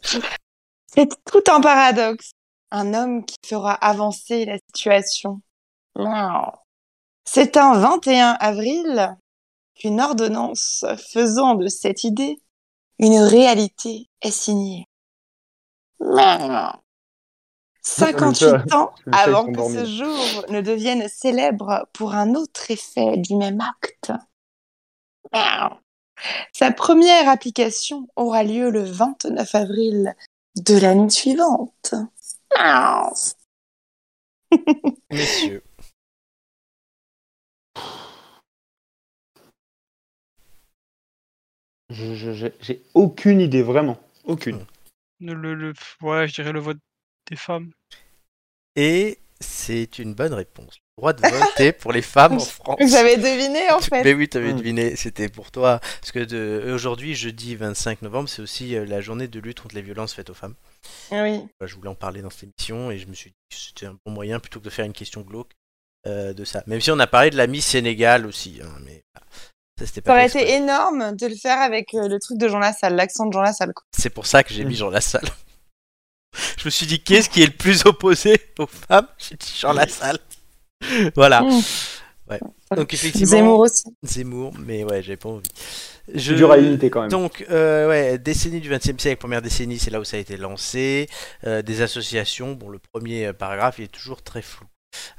Speaker 2: C'est tout un paradoxe. Un homme qui fera avancer la situation. Miaou. C'est un 21 avril qu'une ordonnance faisant de cette idée une réalité est signée. Miaou. 58 ans
Speaker 3: Le chat, il
Speaker 2: avant que
Speaker 3: s'endormit.
Speaker 2: ce jour ne devienne célèbre pour un autre effet du même acte. Miaou. Sa première application aura lieu le 29 avril de l'année suivante. Miaou.
Speaker 1: Messieurs.
Speaker 3: Je- je- J'ai j'ai aucune idée, vraiment. Aucune.
Speaker 4: Le, le- le- ouais, je dirais le vote des femmes.
Speaker 1: Et c'est une bonne réponse. Le droit de vote est pour les femmes en France.
Speaker 2: J'avais deviné en fait.
Speaker 1: Mais oui, t'avais
Speaker 3: Mm.
Speaker 1: deviné, c'était pour toi. Parce que de... aujourd'hui, jeudi 25 novembre, c'est aussi euh, la journée de lutte contre les violences faites aux femmes.
Speaker 2: Oui.
Speaker 1: Bah, je voulais en parler dans cette émission et je me suis dit que c'était un bon moyen plutôt que de faire une question glauque euh, de ça. Même si on a parlé de la Miss Sénégal aussi, hein, mais voilà. ça c'était
Speaker 2: Ça
Speaker 1: pas
Speaker 2: aurait
Speaker 1: fait exprès.
Speaker 2: été énorme de le faire avec euh, le truc de Jean Lassalle, l'accent de Jean Lassalle. quoi.
Speaker 1: C'est pour ça que j'ai
Speaker 3: Mm.
Speaker 1: mis Jean Lassalle. je me suis dit qu'est-ce qui est le plus opposé aux femmes J'ai dit Jean Lassalle. voilà.
Speaker 2: Mm.
Speaker 1: Ouais. Donc effectivement,
Speaker 2: Zemmour
Speaker 1: Zemmour,
Speaker 2: aussi.
Speaker 1: mais ouais, j'avais pas envie. Je...
Speaker 3: C'est dur à l'unité quand même.
Speaker 1: Donc, euh, ouais, décennie du XXe siècle, première décennie, c'est là où ça a été lancé. Euh, des associations, bon, le premier euh, paragraphe, il est toujours très flou.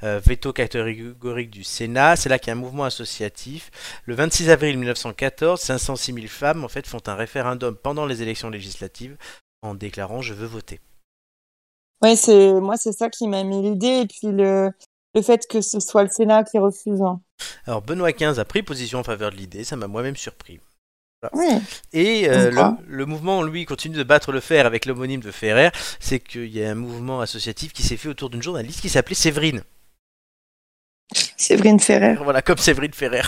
Speaker 1: Euh, veto catégorique du Sénat, c'est là qu'il y a un mouvement associatif. Le 26 avril 1914, 506 000 femmes, en fait, font un référendum pendant les élections législatives en déclarant « je veux voter
Speaker 2: Oui, c'est moi c'est ça qui m'a mis l'idée et puis le le fait que ce soit le Sénat qui refuse. hein. ».
Speaker 1: Alors, Benoît XV a pris position en faveur de l'idée, ça m'a moi-même surpris.
Speaker 2: Oui.
Speaker 1: Et euh, le,
Speaker 2: Pourquoi
Speaker 1: le mouvement, lui, continue de battre le fer avec l'homonyme de Ferrer. C'est qu'il y a un mouvement associatif qui s'est fait autour d'une journaliste qui s'appelait Séverine.
Speaker 2: Séverine Ferrer.
Speaker 1: Voilà, comme Séverine Ferrer.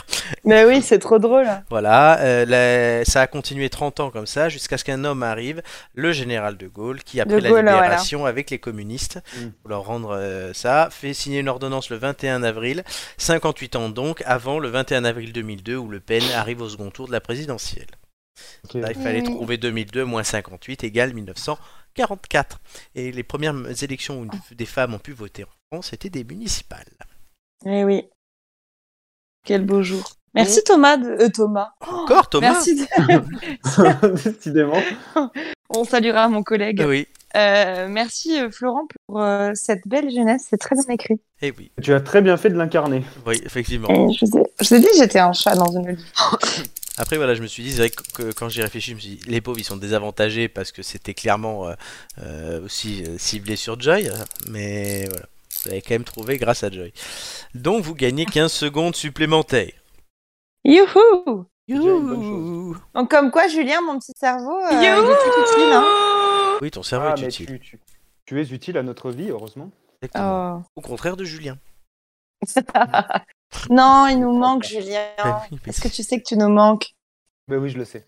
Speaker 2: Mais oui, c'est trop drôle. hein.
Speaker 1: Voilà, euh, la- ça a continué 30 ans comme ça, jusqu'à ce qu'un homme arrive, le général de Gaulle, qui, après
Speaker 2: De Gaulle,
Speaker 1: la
Speaker 2: voilà.
Speaker 1: libération avec les communistes,
Speaker 3: Mm.
Speaker 1: pour leur rendre euh, ça, fait signer une ordonnance le 21 avril, 58 ans donc, avant le 21 avril 2002, où Le Pen arrive au second tour de la présidentielle.
Speaker 3: Ok.
Speaker 1: Là, il fallait
Speaker 2: Oui.
Speaker 1: trouver 2002 moins 58 égale 1944. Et les premières élections où une- des femmes ont pu voter en France, c'était des municipales.
Speaker 2: Eh oui. Quel beau jour. Merci Thomas. de- euh, Thomas.
Speaker 1: Encore Thomas
Speaker 2: Merci. de-
Speaker 3: Décidément.
Speaker 2: On saluera mon collègue.
Speaker 1: Eh Oui,
Speaker 2: Euh, merci euh, Florent pour euh, cette belle jeunesse. C'est très bien écrit.
Speaker 1: et eh oui,
Speaker 3: Tu as très bien fait de l'incarner.
Speaker 1: oui, effectivement.
Speaker 2: Et je vous ai, je vous ai dit que j'étais un chat dans une olive.
Speaker 1: Après, voilà, je me suis dit, c'est vrai que, que quand j'y réfléchis, je me suis dit, les pauvres, ils sont désavantagés parce que c'était clairement euh, euh, aussi euh, ciblé sur Joy, hein, mais voilà, vous avez quand même trouvé grâce à Joy. Donc, vous gagnez 15 secondes supplémentaires.
Speaker 2: Youhou
Speaker 3: Déjà une bonne chose.
Speaker 2: Donc comme quoi Julien, mon petit cerveau, euh, il est
Speaker 8: Youhou
Speaker 2: tout utile. Hein.
Speaker 1: Oui, ton cerveau
Speaker 3: Ah,
Speaker 1: est
Speaker 3: mais
Speaker 1: utile.
Speaker 3: tu, tu- tu es utile à notre vie, heureusement.
Speaker 1: Exactement.
Speaker 2: Oh.
Speaker 1: Au contraire de Julien.
Speaker 2: Oh. non, il nous manque Julien.
Speaker 1: Ah oui, mais-
Speaker 2: Est-ce que tu sais que tu nous manques
Speaker 3: Ben oui, je le sais.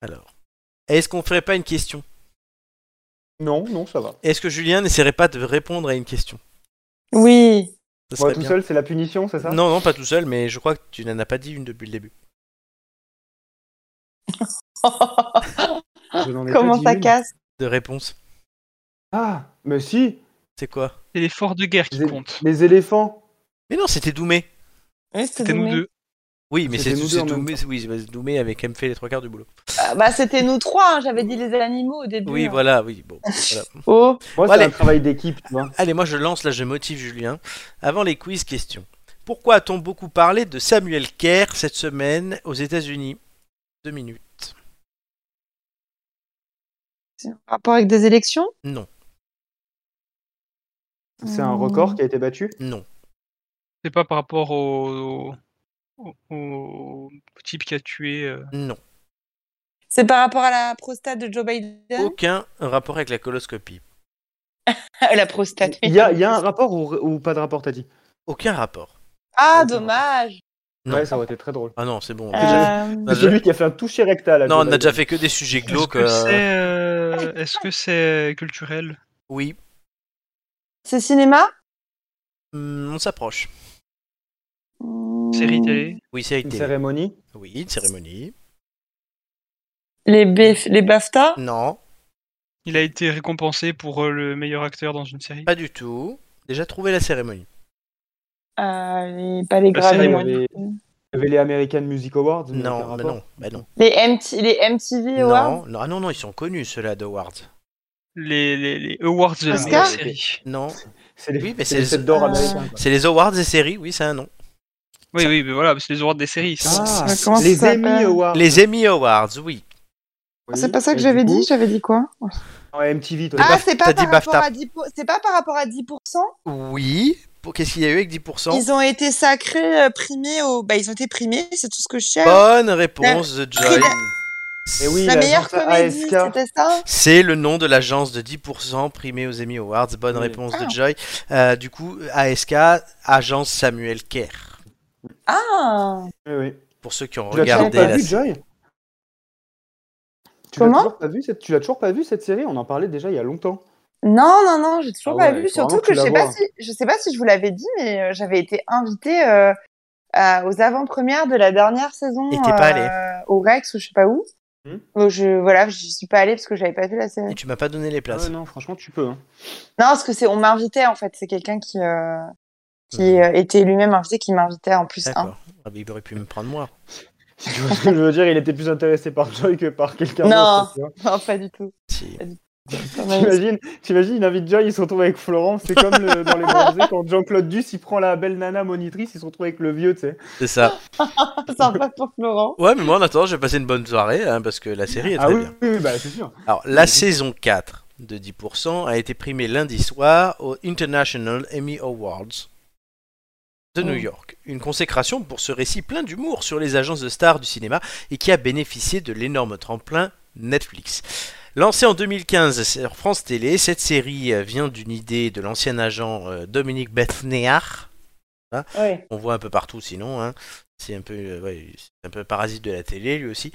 Speaker 1: Alors, est-ce qu'on ferait pas une question
Speaker 3: Non, non, ça va.
Speaker 1: Est-ce que Julien n'essaierait pas de répondre à une question
Speaker 2: Oui.
Speaker 1: Ça
Speaker 3: Moi,
Speaker 1: serait
Speaker 3: tout
Speaker 1: bien.
Speaker 3: seul, c'est la punition, c'est ça
Speaker 1: Non, non, pas tout seul, mais je crois que tu n'en as pas dit une depuis le début.
Speaker 3: Je n'en ai pas
Speaker 2: Oh, Ah, Comment
Speaker 3: dit
Speaker 2: ça
Speaker 3: une.
Speaker 2: casse
Speaker 1: De réponse.
Speaker 3: Ah, mais si,
Speaker 1: C'est quoi
Speaker 4: C'est l'effort de guerre qui
Speaker 3: les,
Speaker 4: compte.
Speaker 3: les éléphants.
Speaker 1: Mais non, c'était Doumé.
Speaker 2: Oui, c'était
Speaker 4: C'était nous
Speaker 2: nous
Speaker 4: deux.
Speaker 1: Oui, mais c'est
Speaker 3: C'était nous deux
Speaker 1: c'est
Speaker 3: en même
Speaker 1: Doumé, oui, c'est Doumé avec M fait les trois quarts du boulot.
Speaker 2: Ah, bah, c'était nous trois, hein, j'avais dit les animaux au début.
Speaker 1: Oui,
Speaker 2: hein.
Speaker 1: voilà, oui. Bon, voilà.
Speaker 2: Oh,
Speaker 1: Bon,
Speaker 3: Moi, c'est
Speaker 1: allez.
Speaker 3: un travail d'équipe, tu vois.
Speaker 1: Allez, moi je lance, là je motive Julien. Avant les quiz, question. Pourquoi a-t-on beaucoup parlé de Samuel Kerr cette semaine aux États-Unis Deux minutes.
Speaker 2: c'est en rapport avec des élections
Speaker 1: Non,
Speaker 3: C'est
Speaker 2: Mmh.
Speaker 3: un record qui a été battu.
Speaker 1: non,
Speaker 4: C'est pas par rapport au, au, au- au type qui a tué. euh,
Speaker 1: non.
Speaker 2: C'est par rapport à la prostate de Joe Biden
Speaker 1: Aucun rapport avec la coloscopie.
Speaker 2: La prostate. oui.
Speaker 3: Il y a, il y a un rapport ou, ou pas de rapport, t'as dit
Speaker 1: Aucun rapport.
Speaker 2: Ah, dommage.
Speaker 1: Non.
Speaker 3: Ouais, ça aurait été très drôle.
Speaker 1: Ah non, c'est bon.
Speaker 9: Euh,
Speaker 1: On a
Speaker 3: C'est
Speaker 1: déjà-
Speaker 3: lui qui a fait un toucher rectal. à
Speaker 1: Non, on
Speaker 3: Jonah
Speaker 1: a déjà
Speaker 3: Hill.
Speaker 1: fait que des sujets
Speaker 4: Est-ce
Speaker 1: glauques.
Speaker 4: que
Speaker 1: euh,
Speaker 4: c'est euh, est-ce que c'est culturel
Speaker 1: Oui,
Speaker 9: C'est cinéma
Speaker 1: Hum, on s'approche.
Speaker 4: Série télé
Speaker 1: Oui, c'est
Speaker 3: Une
Speaker 1: été.
Speaker 3: cérémonie.
Speaker 1: Oui, une cérémonie.
Speaker 9: Les, BF... les BAFTA
Speaker 1: Non,
Speaker 4: Il a été récompensé pour euh, le meilleur acteur dans une série.
Speaker 1: pas du tout. Déjà trouvé la cérémonie.
Speaker 2: Ah,
Speaker 9: Euh, les... Pas les
Speaker 3: Il
Speaker 4: La
Speaker 3: y
Speaker 9: Grammy.
Speaker 4: cérémonie.
Speaker 9: non.
Speaker 3: avait il y avait les American Music Awards. mais aucun
Speaker 1: Non, bah
Speaker 3: rapport.
Speaker 1: non, bah non.
Speaker 9: Les, MT... les MTV Awards
Speaker 1: Non, non, ah non, non, ils sont connus ceux-là d'Awards.
Speaker 4: Les, les, les awards de la
Speaker 9: Oscar
Speaker 4: meilleure série.
Speaker 1: Non,
Speaker 3: C'est les,
Speaker 1: Oui, mais
Speaker 3: c'est
Speaker 1: c'est-
Speaker 3: les sept d'or
Speaker 2: Ah,
Speaker 9: Euh,
Speaker 3: américains. quoi.
Speaker 1: c'est les Awards et séries, oui, c'est un nom.
Speaker 4: Oui, oui, mais voilà, c'est les awards des séries. ça.
Speaker 3: Ah,
Speaker 2: ça- comment ça
Speaker 3: les
Speaker 2: s'appelle
Speaker 3: Emmy Awards.
Speaker 1: Les Emmy Awards, oui.
Speaker 3: Oui,
Speaker 2: C'est pas ça
Speaker 3: et
Speaker 2: que
Speaker 3: du
Speaker 2: j'avais
Speaker 3: coup-
Speaker 2: dit, j'avais dit quoi
Speaker 3: Non, MTV, toi.
Speaker 9: Ah, c'est
Speaker 1: t'as
Speaker 9: pas,
Speaker 1: dit
Speaker 9: par rapport
Speaker 1: BAFTA.
Speaker 9: à 10 pour- c'est pas par rapport à 10%
Speaker 1: Oui. Pour- Qu'est-ce qu'il y a eu avec 10%
Speaker 9: Ils ont été sacrés, euh, primés au. Bah, ils ont été primés, c'est tout ce que je cherche.
Speaker 1: Bonne réponse de Joy.
Speaker 3: Eh Bah oui,
Speaker 9: la meilleure
Speaker 3: l'agence
Speaker 9: comédie,
Speaker 3: ASK.
Speaker 9: c'était ça
Speaker 1: C'est le nom de l'agence de 10% primée aux Emmy Awards. Bonne
Speaker 3: Oui.
Speaker 1: réponse
Speaker 9: Ah.
Speaker 1: de Joy. Euh, du coup, ASK, agence Samuel Kerr.
Speaker 9: Ah
Speaker 3: Oui, oui.
Speaker 1: Pour ceux qui ont
Speaker 3: Tu l'as toujours
Speaker 1: regardé
Speaker 3: pas
Speaker 1: la
Speaker 3: vu, Joy tu l'as
Speaker 9: Comment
Speaker 3: toujours pas vu cette... Tu l'as toujours pas vu cette série On en parlait déjà il y a longtemps.
Speaker 9: Non, non, non, j'ai toujours
Speaker 3: Ah
Speaker 9: pas
Speaker 3: ouais,
Speaker 9: vu.
Speaker 3: il faut vraiment
Speaker 9: Surtout
Speaker 3: que tu
Speaker 9: que je sais,
Speaker 3: la
Speaker 9: pas
Speaker 3: vois. hein.
Speaker 9: si, je sais pas si je vous l'avais dit, mais euh, j'avais été invitée euh, à- aux avant-premières de la dernière saison
Speaker 1: Et t'es pas allée.
Speaker 9: euh, au Rex ou je sais pas où.
Speaker 3: Hmm.
Speaker 9: Donc, je, voilà, je suis pas allée parce que j'avais pas vu la série.
Speaker 1: Et tu m'as pas donné les
Speaker 3: Ah
Speaker 1: places.
Speaker 3: ouais, non, franchement, tu peux. hein.
Speaker 9: Non, parce que c'est, on m'invitait en fait. C'est quelqu'un qui, euh,
Speaker 3: Hmm.
Speaker 9: qui euh, était lui-même invité, qui m'invitait en plus. un.
Speaker 1: D'accord. Ah, mais il aurait pu me prendre moi.
Speaker 3: Si tu vois ce que je veux dire, il était plus intéressé par Joy que par quelqu'un
Speaker 9: Non.
Speaker 3: d'autre. tu vois.
Speaker 9: Non, pas du tout.
Speaker 1: Si.
Speaker 9: Quand même.
Speaker 3: T'imagines, t'imagines, il invite Joy, il se retrouve avec Florent. C'est comme le- dans les bronzés, quand Jean-Claude Duss, il prend la belle nana monitrice, il se retrouve avec le vieux, tu sais.
Speaker 1: C'est ça.
Speaker 9: Sympa pour Florent.
Speaker 1: Ouais, mais moi en attendant, je vais passer une bonne soirée hein, parce que la série est très
Speaker 3: Ah oui,
Speaker 1: bien.
Speaker 3: oui, oui, bah c'est sûr.
Speaker 1: Alors, la saison 4 de 10% a été primée lundi soir aux International Emmy Awards de New York. Une consécration pour ce récit plein d'humour sur les agences de stars du cinéma et qui a bénéficié de l'énorme tremplin Netflix. Lancée en 2015 sur France Télé, cette série euh, vient d'une idée de l'ancien agent euh, Dominique Bethnéard.
Speaker 9: Oui.
Speaker 1: On voit un peu partout sinon. hein. C'est un, peu, euh, ouais, c'est un peu parasite de la télé lui aussi.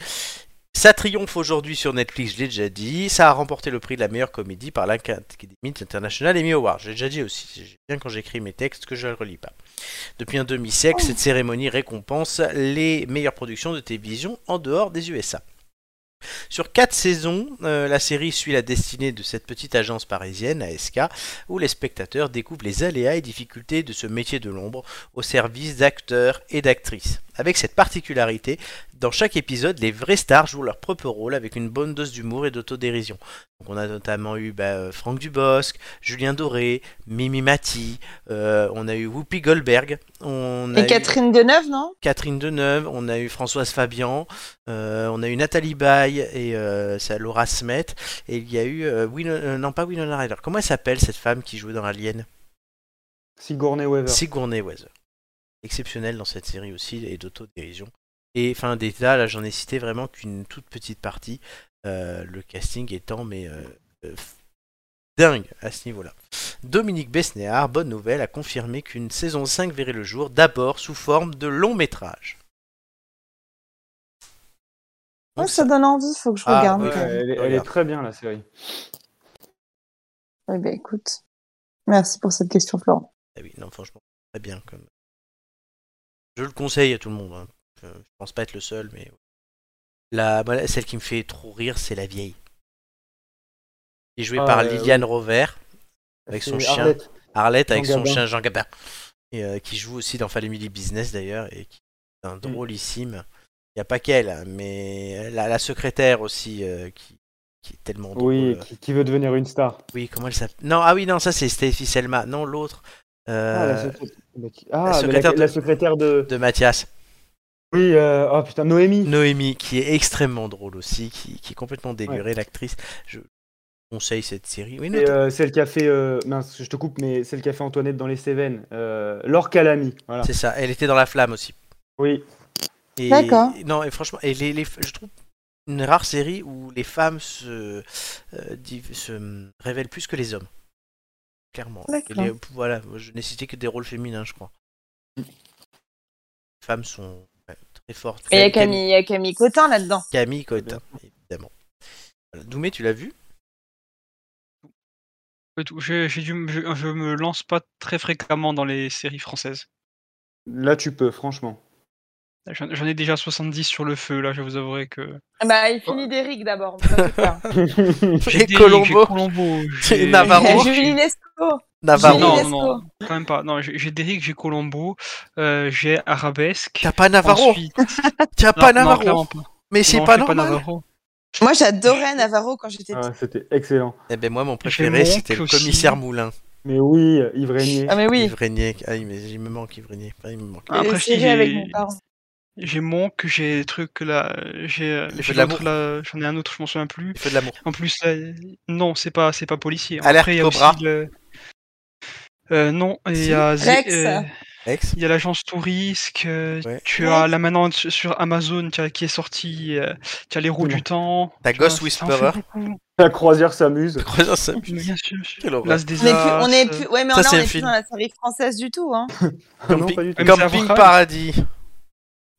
Speaker 1: Ça triomphe aujourd'hui sur Netflix, je l'ai déjà dit. Ça a remporté le prix de la meilleure comédie par l'Académie internationale Emmy Awards. J'ai déjà dit aussi, c'est bien quand j'écris mes textes que je ne relis pas. Depuis un demi-siècle, cette cérémonie récompense les meilleures productions de télévision en dehors des USA. Sur quatre saisons, euh, la série suit la destinée de cette petite agence parisienne, ASK, où les spectateurs découvrent les aléas et difficultés de ce métier de l'ombre au service d'acteurs et d'actrices. Avec cette particularité, dans chaque épisode, les vraies stars jouent leur propre rôle avec une bonne dose d'humour et d'autodérision. Donc on a notamment eu bah, euh, Franck Dubosc, Julien Doré, Mimi Mati, euh, on a eu Whoopi Goldberg, on a
Speaker 9: Et
Speaker 1: eu
Speaker 9: Catherine Deneuve, non
Speaker 1: Catherine Deneuve, on a eu Françoise Fabian, euh, on a eu Nathalie Baye et euh, sa Laura Smet, et il y a eu euh, Wino- euh, non pas Winona Ryder. Comment elle s'appelle cette femme qui joue dans Alien
Speaker 3: Sigourney Weaver.
Speaker 1: Sigourney Weather. Exceptionnelle dans cette série aussi et d'autodérision. Et enfin, des tas, là j'en ai cité vraiment qu'une toute petite partie, euh, le casting étant mais euh, euh, f- dingue à ce niveau-là. Dominique Besnéard, bonne nouvelle, a confirmé qu'une saison 5 verrait le jour, d'abord sous forme de long métrage.
Speaker 9: Ouais, ça donne envie, faut que je
Speaker 1: Ah,
Speaker 9: regarde.
Speaker 3: Ouais,
Speaker 1: oui.
Speaker 9: quand même.
Speaker 3: elle, est- elle est
Speaker 1: Regarde.
Speaker 3: très bien la série.
Speaker 9: Eh ben, écoute, merci pour cette question, Florent.
Speaker 1: Ah oui, non, franchement, très bien. Comme... Je le conseille à tout le monde. hein. Je, je pense pas être le seul, mais. La, voilà, celle qui me fait trop rire, c'est la vieille. Qui est jouée
Speaker 3: Ah,
Speaker 1: par
Speaker 3: euh,
Speaker 1: Liliane Rover, Avec
Speaker 3: C'est
Speaker 1: son chien.
Speaker 3: Arlette.
Speaker 1: Arlette,
Speaker 3: Jean
Speaker 1: avec son
Speaker 3: Gabin.
Speaker 1: chien Jean Gabin. Et euh, qui joue aussi dans Family Business d'ailleurs, et qui est
Speaker 3: Mm.
Speaker 1: un drôlissime. Il n'y a pas qu'elle, hein, mais la, la secrétaire aussi, euh, qui, qui est tellement drôle. euh,
Speaker 3: Oui, qui, qui veut devenir une star.
Speaker 1: Oui, comment elle s'appelle Non, ah oui, non, ça c'est Stacy Selma. Non, l'autre.
Speaker 3: Ah, la,
Speaker 1: euh,
Speaker 3: secré- mais qui- ah, mais la- la
Speaker 1: secrétaire
Speaker 3: secrétaire,
Speaker 1: de-
Speaker 3: de...
Speaker 1: de Mathias.
Speaker 3: Oui, euh, oh putain, Noémie.
Speaker 1: Noémie, qui est extrêmement drôle aussi, qui, qui est complètement délurée, l'actrice. Je conseille cette série. Oui,
Speaker 3: Et,
Speaker 1: notamment-
Speaker 3: euh, celle qui a fait, euh, mince, je te coupe, mais celle qui a fait Antoinette dans les Cévennes, euh, Laure Calamy. Voilà.
Speaker 1: c'est ça. Elle était dans La Flamme aussi.
Speaker 3: Oui,
Speaker 1: Et,
Speaker 9: D'accord.
Speaker 1: Non, et franchement, et les, les- je trouve une rare série où les femmes se, euh, div- se révèlent plus que les hommes. Clairement. Et
Speaker 9: D'accord.
Speaker 1: les- voilà, je n'ai cité que des rôles féminins, je crois. les femmes sont ouais, très fortes.
Speaker 2: Et il y a Camille, il y a Camille Cotin là-dedans.
Speaker 1: Camille Cotin, évidemment. Voilà. Doumé, tu l'as vu
Speaker 4: Pas tout. J'ai- j'ai dû me- Je, je me lance pas très fréquemment dans les séries françaises.
Speaker 3: Là, tu peux, franchement.
Speaker 4: J'en j'en ai déjà 70 sur le feu, là, je vous avouerai que.
Speaker 2: Bah, il finit d'Eric d'abord. ça, c'est clair.
Speaker 1: Ah, J'ai
Speaker 4: Derrick,
Speaker 1: Colombo.
Speaker 4: J'ai Colombo.
Speaker 1: J'ai
Speaker 4: j'ai-
Speaker 1: Navarro. Ah,
Speaker 4: j'ai-
Speaker 2: Julie Lescaut.
Speaker 1: Navarro.
Speaker 2: Julie
Speaker 4: Non,
Speaker 2: Lescaut.
Speaker 4: non, quand même pas. Non, j'ai j'ai Derrick, j'ai Colombo, euh, j'ai Arabesque.
Speaker 1: T'as pas Navarro
Speaker 4: Ensuite-
Speaker 1: T'as
Speaker 4: Non,
Speaker 1: pas
Speaker 4: non,
Speaker 1: Navarro
Speaker 4: clairement pas.
Speaker 1: Mais c'est
Speaker 4: Non,
Speaker 1: pas
Speaker 4: j'ai
Speaker 1: normal
Speaker 4: Navarro.
Speaker 2: Moi, j'adorais Navarro quand j'étais petite.
Speaker 3: Ah, C'était excellent.
Speaker 1: Eh ben moi, mon
Speaker 4: J'ai
Speaker 1: préféré,
Speaker 4: Monk
Speaker 1: c'était le
Speaker 4: aussi. Eh
Speaker 1: commissaire Moulin.
Speaker 3: Mais oui, Yves Régnier.
Speaker 2: Ah, mais oui.
Speaker 1: Yves Régnier. Ah, il me- il me manque Yves Régnier. Ah, il me manque.
Speaker 4: Après,
Speaker 2: Les
Speaker 4: si,
Speaker 2: séries
Speaker 4: j'ai-
Speaker 2: avec mon parent.
Speaker 4: J'ai Monk, j'ai des trucs là, euh, j'ai euh,
Speaker 1: Il fait
Speaker 4: j'ai
Speaker 1: de l'amour.
Speaker 4: l'autre, là, j'en ai un autre, je m'en souviens plus.
Speaker 1: Il fait de l'amour.
Speaker 4: En plus, là, euh, non, c'est pas, c'est pas policier. hein.
Speaker 1: Alerte
Speaker 4: Après, il y a
Speaker 1: Cobra.
Speaker 4: aussi le- Euh, non, et il y a, Zé-
Speaker 2: Rex.
Speaker 4: euh,
Speaker 1: Ex
Speaker 4: il y a l'agence Tourisque. euh,
Speaker 1: Ouais.
Speaker 4: Tu
Speaker 2: Ouais.
Speaker 4: as là maintenant sur- sur Amazon tu as- qui est sorti. euh, tu as les roues du temps.
Speaker 1: Mmh. T'as
Speaker 4: tu
Speaker 1: Ghost
Speaker 4: vois, ça en fait
Speaker 1: Whisperer.
Speaker 4: beaucoup.
Speaker 3: La croisière s'amuse.
Speaker 1: Croiseur, ça-
Speaker 4: Bien sûr, sûr.
Speaker 1: Quelle horreur.
Speaker 4: L'As des
Speaker 2: On est plus,
Speaker 4: As,
Speaker 2: Mmh. on est
Speaker 4: euh,
Speaker 2: plus, ouais, mais
Speaker 1: Ça,
Speaker 2: on
Speaker 1: c'est
Speaker 2: est,
Speaker 1: un
Speaker 2: plus
Speaker 1: film.
Speaker 2: dans la série française du tout, hein.
Speaker 1: Ah,
Speaker 3: non, pas du tout.
Speaker 4: Mais c'est
Speaker 1: Camping
Speaker 4: avocat.
Speaker 1: Paradis.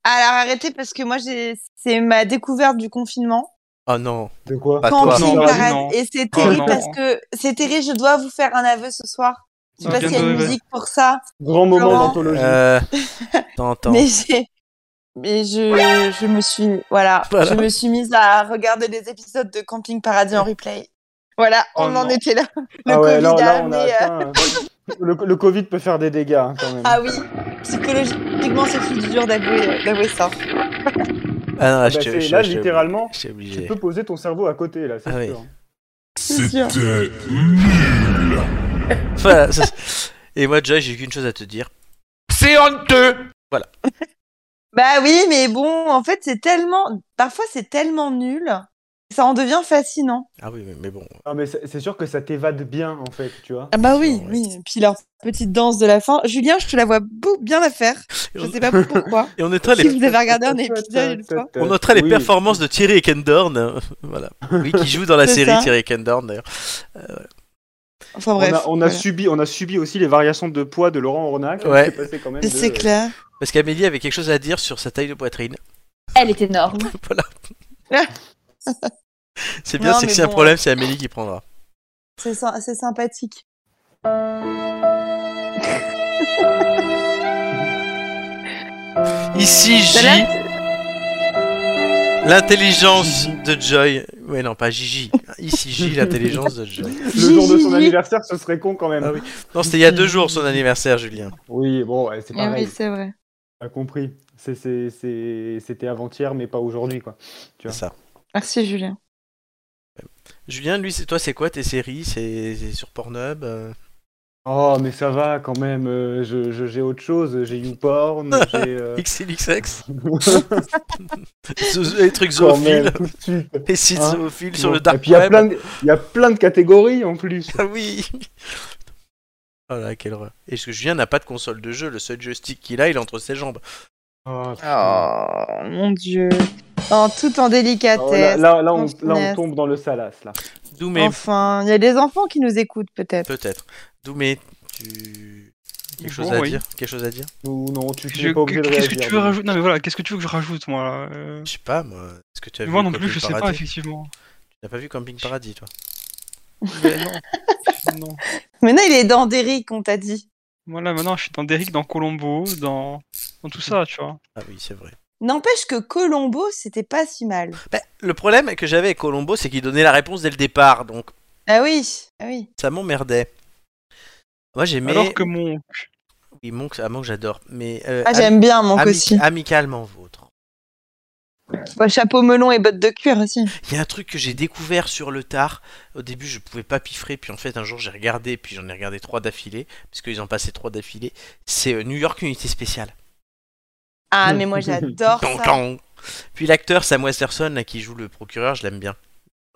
Speaker 2: Alors arrêtez parce que moi, j'ai, c'est ma découverte du confinement.
Speaker 1: Oh non,
Speaker 3: De quoi
Speaker 1: pas toi.
Speaker 2: Camping
Speaker 4: Non, bah,
Speaker 2: Paradise.
Speaker 4: non.
Speaker 2: Et c'est terrible
Speaker 4: non.
Speaker 2: parce que, c'est terrible, je dois vous faire un aveu ce soir. Je sais
Speaker 4: Non,
Speaker 2: pas s'il y a une
Speaker 4: bientôt, ouais.
Speaker 2: musique pour ça,
Speaker 3: Grand moment
Speaker 2: Florent.
Speaker 3: d'anthologie.
Speaker 1: Euh... Attends, attends.
Speaker 2: mais j'ai, mais je, je me suis, voilà,
Speaker 1: Voilà.
Speaker 2: je me suis mise à regarder des épisodes de Camping Paradis en replay. Voilà,
Speaker 4: Oh
Speaker 2: on en
Speaker 4: non.
Speaker 2: était là. Le
Speaker 3: ah
Speaker 2: Covid
Speaker 3: ouais, là,
Speaker 2: a
Speaker 3: là, on a
Speaker 2: amené, euh,
Speaker 3: atteint, euh, le, le Covid peut faire des dégâts hein, quand même.
Speaker 2: Ah oui, psychologiquement, c'est plus dur d'avouer, euh, d'avouer ça.
Speaker 1: Ah non, là,
Speaker 3: Bah,
Speaker 1: je t'ai-
Speaker 3: c'est-
Speaker 1: je-
Speaker 3: là,
Speaker 1: je t'ai-
Speaker 3: littéralement,
Speaker 1: Je t'ai
Speaker 3: tu
Speaker 1: obligé.
Speaker 3: peux poser ton cerveau à côté, là, c'est
Speaker 1: Ah oui.
Speaker 3: sûr.
Speaker 10: C'était nul.
Speaker 1: Voilà, ça- Et moi, Joy, j'ai qu'une chose à te dire.
Speaker 10: C'est honteux.
Speaker 2: Bah oui, mais bon, en fait, c'est tellement. Parfois, c'est tellement nul. Ça en devient fascinant.
Speaker 1: Ah oui, mais- mais bon.
Speaker 3: Ah, mais c'est c'est sûr que ça t'évade bien, en fait, tu vois.
Speaker 2: Ah bah
Speaker 1: oui, oui.
Speaker 2: Puis leur petite danse de la fin. Julien, je te la vois beau- bien la faire. Je sais pas pourquoi.
Speaker 1: Et on notera
Speaker 2: si
Speaker 1: les,
Speaker 2: vous avez regardé un épisode une fois.
Speaker 1: on notera les
Speaker 3: euh, Oui.
Speaker 1: performances de Thierry et Kendorn. Voilà. Oui, qui joue dans la
Speaker 2: C'est
Speaker 1: série
Speaker 2: ça.
Speaker 1: Thierry et Kendorn, d'ailleurs.
Speaker 2: Enfin
Speaker 3: On a-
Speaker 2: bref.
Speaker 3: on a,
Speaker 2: voilà.
Speaker 3: subi, on a subi aussi les variations de poids de Laurent Ornac.
Speaker 1: Ouais.
Speaker 3: qui est passé quand même de-
Speaker 2: C'est clair.
Speaker 1: Parce qu'Amélie avait quelque chose à dire sur sa taille de poitrine.
Speaker 6: Elle est énorme.
Speaker 1: Voilà. c'est bien,
Speaker 2: Non,
Speaker 1: c'est que
Speaker 2: mais
Speaker 1: c'est un
Speaker 2: bon.
Speaker 1: problème, c'est Amélie qui prendra.
Speaker 2: C'est sy- c'est sympathique.
Speaker 1: Ici, J,
Speaker 2: Celle-là,
Speaker 1: l'intelligence de Joy. Ouais, non, pas Gigi. Ici, J, l'intelligence de Joy.
Speaker 3: Le jour de son
Speaker 2: Gigi.
Speaker 3: anniversaire, ce serait con quand même.
Speaker 1: Ah oui. Non, c'était il y a deux jours son anniversaire, Julien.
Speaker 3: Ah Oui, bon, ouais, c'est
Speaker 2: Eh
Speaker 3: pareil.
Speaker 2: oui, c'est vrai.
Speaker 3: T'as compris. C'est- c'est- c'est- C'était avant-hier, mais pas aujourd'hui, quoi.
Speaker 1: C'est ça.
Speaker 2: Merci Julien.
Speaker 1: Julien, lui, c'est toi, c'est quoi tes séries C'est c'est sur Pornhub euh
Speaker 3: Oh, mais ça va quand même. euh, je- je- J'ai autre chose. J'ai YouPorn. J'ai. euh,
Speaker 1: XLXX
Speaker 3: quand
Speaker 1: Zo- Les trucs
Speaker 3: même,
Speaker 1: zoophiles
Speaker 3: tout de suite.
Speaker 1: Les sites
Speaker 3: Hein
Speaker 1: zoophiles sur
Speaker 3: Bon.
Speaker 1: le dark
Speaker 3: Et puis il y a
Speaker 1: web.
Speaker 3: plein de- il y a plein de catégories en plus.
Speaker 1: Ah oui Oh là, quelle horreur. Et ce que Julien n'a pas de console de jeu, le seul joystick qu'il a, il est entre ses jambes.
Speaker 3: Oh,
Speaker 2: Oh mon dieu. En tout en délicatesse.
Speaker 3: Oh, là, là, là, on,
Speaker 2: Mon
Speaker 3: là, on
Speaker 2: finesse.
Speaker 3: tombe dans le salace. Là.
Speaker 1: Doumé,
Speaker 2: Enfin, il y a des enfants qui nous écoutent peut-être.
Speaker 1: peut-être. Doumé, tu. Quelque chose
Speaker 4: Bon,
Speaker 1: à
Speaker 4: oui.
Speaker 1: dire Quelque chose à dire
Speaker 3: Ou non, tu tu
Speaker 4: je-
Speaker 3: n'es pas obligé de
Speaker 4: Qu'est-ce que tu veux
Speaker 3: réagir.
Speaker 4: rajouter Non, mais voilà, qu'est-ce que tu veux que je rajoute, moi là, euh,
Speaker 1: Je sais pas, moi. Est-ce que tu as
Speaker 4: Moi
Speaker 1: vu
Speaker 4: non plus,
Speaker 1: Camping
Speaker 4: je sais pas,
Speaker 1: Paradis
Speaker 4: effectivement.
Speaker 1: Tu n'as pas vu Camping Paradis, toi
Speaker 4: Mais non, non.
Speaker 2: Maintenant, il est dans Derrick, on t'a dit.
Speaker 4: Voilà, maintenant je suis dans Derrick, dans Colombo, dans, dans tout ça, tu vois.
Speaker 1: Ah oui, c'est vrai.
Speaker 2: N'empêche que Colombo, c'était pas si mal.
Speaker 1: Bah, le problème que j'avais avec Colombo, c'est qu'il donnait la réponse dès le départ, donc
Speaker 2: Ah oui, ah oui.
Speaker 1: ça m'emmerdait. Moi j'aimais.
Speaker 4: Alors que mon.
Speaker 1: Oui, Monk, ah, Monk, j'adore. Mais. euh,
Speaker 2: Ah,
Speaker 1: ami-
Speaker 2: j'aime bien mon
Speaker 1: ami-
Speaker 2: aussi.
Speaker 1: Amicalement vôtre.
Speaker 2: Bah, chapeau melon et bottes de cuir aussi.
Speaker 1: Il y a un truc que j'ai découvert sur le tard. Au début, je pouvais pas piffrer, puis en fait, un jour, j'ai regardé, puis j'en ai regardé trois d'affilée, parce qu'ils en passaient trois d'affilée. C'est euh, New York Unité Spéciale.
Speaker 2: Ah, mais moi j'adore
Speaker 1: Tang,
Speaker 2: ça.
Speaker 1: tang. Puis l'acteur Sam Westerson, là, qui joue le procureur, je l'aime bien.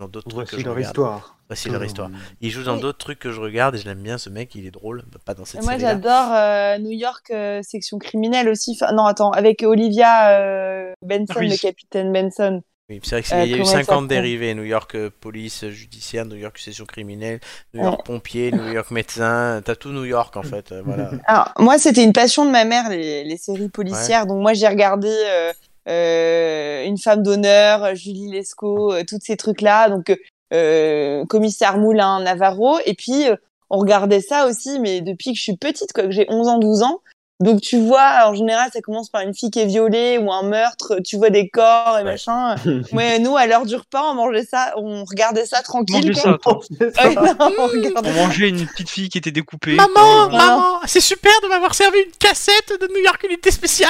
Speaker 1: Dans d'autres trucs que
Speaker 3: Voici
Speaker 1: je
Speaker 3: leur
Speaker 1: regarde.
Speaker 3: histoire.
Speaker 1: Voici leur histoire. Il joue dans
Speaker 2: Oui.
Speaker 1: d'autres trucs que je regarde et je l'aime bien ce mec, il est drôle, bah, pas dans cette
Speaker 2: Et Moi
Speaker 1: série. là
Speaker 2: j'adore euh, New York euh, section criminelle aussi. Enfin, non, attends, avec Olivia euh, Benson,
Speaker 4: Ruiz.
Speaker 2: le capitaine Benson.
Speaker 1: Oui, c'est vrai qu'il
Speaker 2: Euh,
Speaker 1: y a eu
Speaker 2: comment ça
Speaker 1: 50
Speaker 2: s'appelle
Speaker 1: dérivés. New York euh, police euh, judiciaire, New York session criminelle, New York pompier, New York médecin. T'as tout New York en fait. euh, voilà.
Speaker 2: Alors, moi, c'était une passion de ma mère, les, les séries policières. Donc, moi, j'ai regardé euh, euh, Une femme d'honneur, Julie Lescaut, euh, tous ces trucs-là. Donc, euh, euh, Commissaire Moulin, Navarro. Et puis, euh, on regardait ça aussi, mais depuis que je suis petite, quoi, que j'ai 11 ans, 12 ans. Donc, tu vois, en général, ça commence par une fille qui est violée ou un meurtre. Tu vois des corps et machin. Ouais, nous, à l'heure du repas, on mangeait ça, on regardait ça tranquille.
Speaker 4: Mangeait
Speaker 2: quoi.
Speaker 4: ça, toi.
Speaker 2: Ouais, non, on regardait
Speaker 4: On
Speaker 2: ça.
Speaker 4: mangeait une petite fille qui était découpée. euh,
Speaker 1: Maman,
Speaker 4: quoi.
Speaker 1: maman, c'est super de m'avoir servi une cassette de New York Unité Spéciale.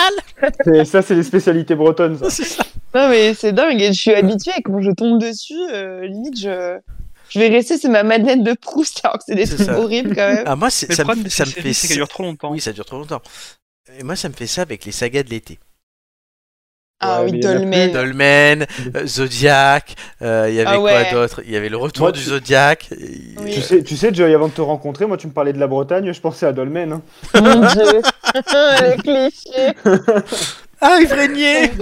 Speaker 3: C'est- Ça, c'est les spécialités bretonnes, ça.
Speaker 1: C'est ça.
Speaker 2: Non, mais c'est dingue, et je suis habituée, et quand je tombe dessus, euh, limite, je... je vais rester, c'est ma Madeleine de Proust, alors que c'est des
Speaker 1: C'est
Speaker 2: trucs
Speaker 1: ça.
Speaker 2: horribles quand même.
Speaker 1: Ah moi, c'est-
Speaker 4: Mais le
Speaker 1: ça, me,
Speaker 4: problème de
Speaker 1: ça
Speaker 4: ces
Speaker 1: me fait
Speaker 4: séries, c'est qu'elles durent trop longtemps.
Speaker 1: Oui, ça dure trop longtemps. Et moi, ça me fait ça avec les sagas de l'été.
Speaker 2: ah
Speaker 3: Ouais,
Speaker 2: oui,
Speaker 3: mais il y en a
Speaker 2: Dolmen.
Speaker 1: Dolmen, euh, Zodiac. euh, Il y avait
Speaker 2: Ah ouais.
Speaker 1: quoi d'autre Il y avait le retour
Speaker 3: Moi,
Speaker 1: du
Speaker 3: tu-
Speaker 1: Zodiac. et-
Speaker 2: Oui.
Speaker 3: Tu sais, tu sais, Joy, avant de te rencontrer, moi, tu me parlais de la Bretagne, je pensais à Dolmen. hein.
Speaker 2: Mon dieu, le cliché.
Speaker 1: Ah, Ivrenier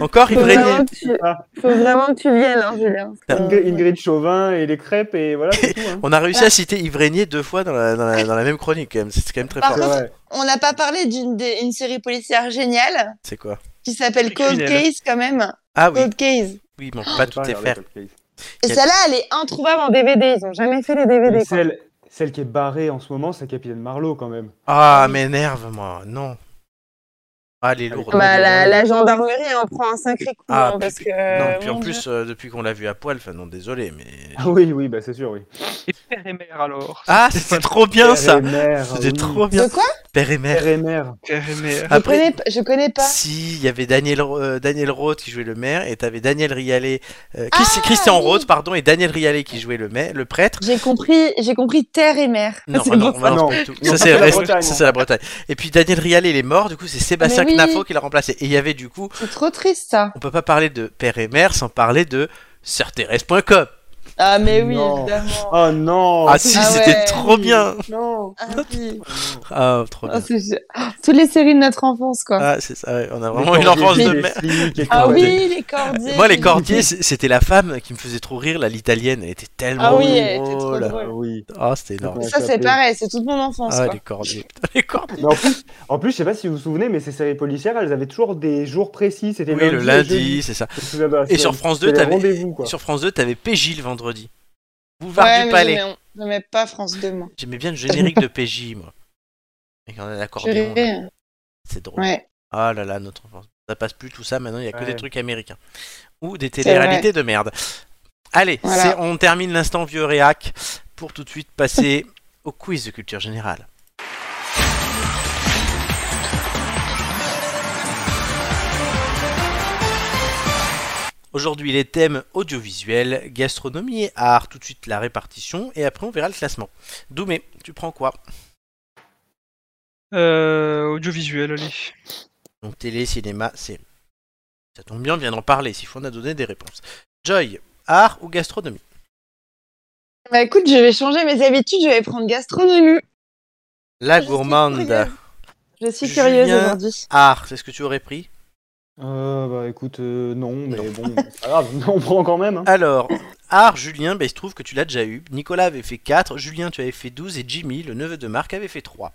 Speaker 1: Encore
Speaker 2: Faut
Speaker 1: Ivrenier
Speaker 2: vraiment, que tu... Faut vraiment que tu viennes, hein, Julien.
Speaker 3: Ingr- Ingrid Chauvin et les crêpes, et voilà, c'est tout. hein.
Speaker 1: On a
Speaker 2: Ah.
Speaker 1: réussi à citer Ivrenier deux fois dans la, dans la- dans la même chronique, quand même. C'est quand même très
Speaker 2: Par
Speaker 1: fort.
Speaker 3: C'est vrai.
Speaker 2: On n'a pas parlé d'une des- une série policière géniale
Speaker 1: C'est quoi
Speaker 2: qui s'appelle Cold
Speaker 4: Criminel.
Speaker 2: Case quand même.
Speaker 1: Ah oui,
Speaker 2: Cold Case.
Speaker 1: oui, mais on peut pas tout
Speaker 3: Pareil,
Speaker 1: faire.
Speaker 3: regarde, Cold Case.
Speaker 2: Et
Speaker 1: Quel-
Speaker 2: celle-là, elle est introuvable en DVD. Ils ont jamais fait les
Speaker 3: Mais
Speaker 2: DVD. quoi.
Speaker 3: Celle, celle qui est barrée en ce moment, c'est Capitaine Marlowe, quand même.
Speaker 1: Ah, m'énerve, moi. Non. Ah, les lourdes.
Speaker 3: Bah,
Speaker 2: Bah, la, la gendarmerie, elle en prend un sacré coup.
Speaker 1: Ah,
Speaker 2: hein,
Speaker 1: puis-
Speaker 2: parce que,
Speaker 1: non, puis en
Speaker 2: mon Dieu.
Speaker 1: plus, euh, depuis qu'on l'a vu à poil, enfin non, désolé, mais...
Speaker 3: Ah oui, oui, bah c'est sûr, oui.
Speaker 4: Et père et mère alors.
Speaker 1: Ah, c'était trop bien, ça
Speaker 3: Père et mère,
Speaker 1: C'était
Speaker 3: oui.
Speaker 1: trop bien.
Speaker 2: De quoi
Speaker 1: Père et mère.
Speaker 3: Père et mère.
Speaker 4: Père et mère.
Speaker 2: je,
Speaker 1: Après-
Speaker 2: connais, p- je connais pas.
Speaker 1: Si, il y avait Daniel, euh, Daniel Roth qui jouait le maire, et t'avais Daniel Rialet... euh, Chris-
Speaker 2: Ah,
Speaker 1: Christian
Speaker 2: oui.
Speaker 1: Roth, pardon, et Daniel Rialet qui jouait le, maire, le prêtre.
Speaker 2: J'ai compris, j'ai compris terre et mer.
Speaker 1: Non,
Speaker 2: Ah, C'est
Speaker 1: non,
Speaker 2: bon.
Speaker 1: non,
Speaker 3: Non.
Speaker 1: pas du tout.
Speaker 3: Non,
Speaker 1: Ça, c'est
Speaker 3: c'est la
Speaker 1: reste-
Speaker 3: Bretagne.
Speaker 1: ça, c'est la Bretagne. Et puis Daniel Rialet, il est mort, du coup, c'est Sébastien
Speaker 2: Mais oui.
Speaker 1: Knafo qui l'a remplacé. Et il y avait, du coup,
Speaker 2: C'est trop triste ça.
Speaker 1: on peut pas parler de père et mère sans parler de serterres.com.
Speaker 2: Ah mais oui,
Speaker 3: Non.
Speaker 2: évidemment.
Speaker 3: Oh non
Speaker 1: Ah si,
Speaker 2: Ah
Speaker 1: c'était
Speaker 2: ouais.
Speaker 1: trop bien
Speaker 3: Non
Speaker 2: Ah oui.
Speaker 1: Ah, trop
Speaker 2: Ah,
Speaker 1: bien.
Speaker 2: c'est- Ah, Toutes les séries de notre enfance quoi.
Speaker 1: Ah, c'est ça, ouais, on a vraiment une enfance de merde.
Speaker 2: Ah
Speaker 1: ouais.
Speaker 2: oui, les cordiers.
Speaker 1: Moi, les cordiers, c'est- c'était la femme qui me faisait trop rire, là, l'italienne. Elle était tellement
Speaker 2: Ah oui,
Speaker 1: drôle.
Speaker 2: elle était trop drôle.
Speaker 3: oui.
Speaker 1: Ah, c'était énorme.
Speaker 2: Ça c'est
Speaker 3: Attrapé.
Speaker 2: pareil, c'est toute mon enfance
Speaker 1: Ah,
Speaker 2: quoi.
Speaker 1: les cordiers. Putain, les cordiers.
Speaker 3: Mais en plus, en plus, je sais pas si vous vous souvenez, mais ces séries policières, elles avaient toujours des jours précis. C'était
Speaker 1: Oui, le
Speaker 3: et
Speaker 1: lundi,
Speaker 3: jeudi.
Speaker 1: c'est ça.
Speaker 3: Je me souviens de la
Speaker 1: Et
Speaker 3: semaine.
Speaker 1: sur France 2,
Speaker 3: C'était les
Speaker 1: t'avais
Speaker 3: rendez-vous, quoi.
Speaker 1: sur France 2, t'avais PJ le vendredi. Boulevard
Speaker 2: Ouais,
Speaker 1: du
Speaker 2: mais
Speaker 1: Palais.
Speaker 2: non, mais on n'aimait pas France 2 moi.
Speaker 1: J'aimais bien le générique de PJ, moi. Et quand on a
Speaker 2: Je
Speaker 1: l'accordéon, là,
Speaker 2: riais.
Speaker 1: c'est drôle.
Speaker 2: Ouais.
Speaker 1: Ah là là, notre enfance. Ça passe plus tout ça, maintenant il y a que
Speaker 3: Ouais.
Speaker 1: des trucs américains. Ou des
Speaker 2: vrai.
Speaker 1: téléréalités de merde. Allez,
Speaker 2: Voilà.
Speaker 1: c'est- on termine l'instant vieux réac pour tout de suite passer au quiz de culture générale. Aujourd'hui, les thèmes audiovisuel, gastronomie et art. Tout de suite, la répartition et après, on verra le classement. Doumé, tu prends quoi
Speaker 4: Euh, audiovisuel, allez.
Speaker 1: Donc télé, cinéma, série. Ça tombe bien, on vient d'en parler, s'il faut on a donné des réponses. Joy, art ou gastronomie
Speaker 2: Bah écoute, je vais changer mes habitudes, je vais prendre gastronomie.
Speaker 1: La
Speaker 2: Je suis
Speaker 1: gourmande,
Speaker 2: curieuse. Je suis curieuse
Speaker 1: Julien.
Speaker 2: aujourd'hui.
Speaker 1: art, c'est ce que tu aurais pris
Speaker 3: Euh, bah écoute, euh, non, mais bon, c'est pas grave, on prend quand même. hein.
Speaker 1: Alors, art, Julien, ben, il se trouve que tu l'as déjà eu. Nicolas avait fait 4, Julien tu avais fait 12 et Jimmy, le neveu de Marc, avait fait 3.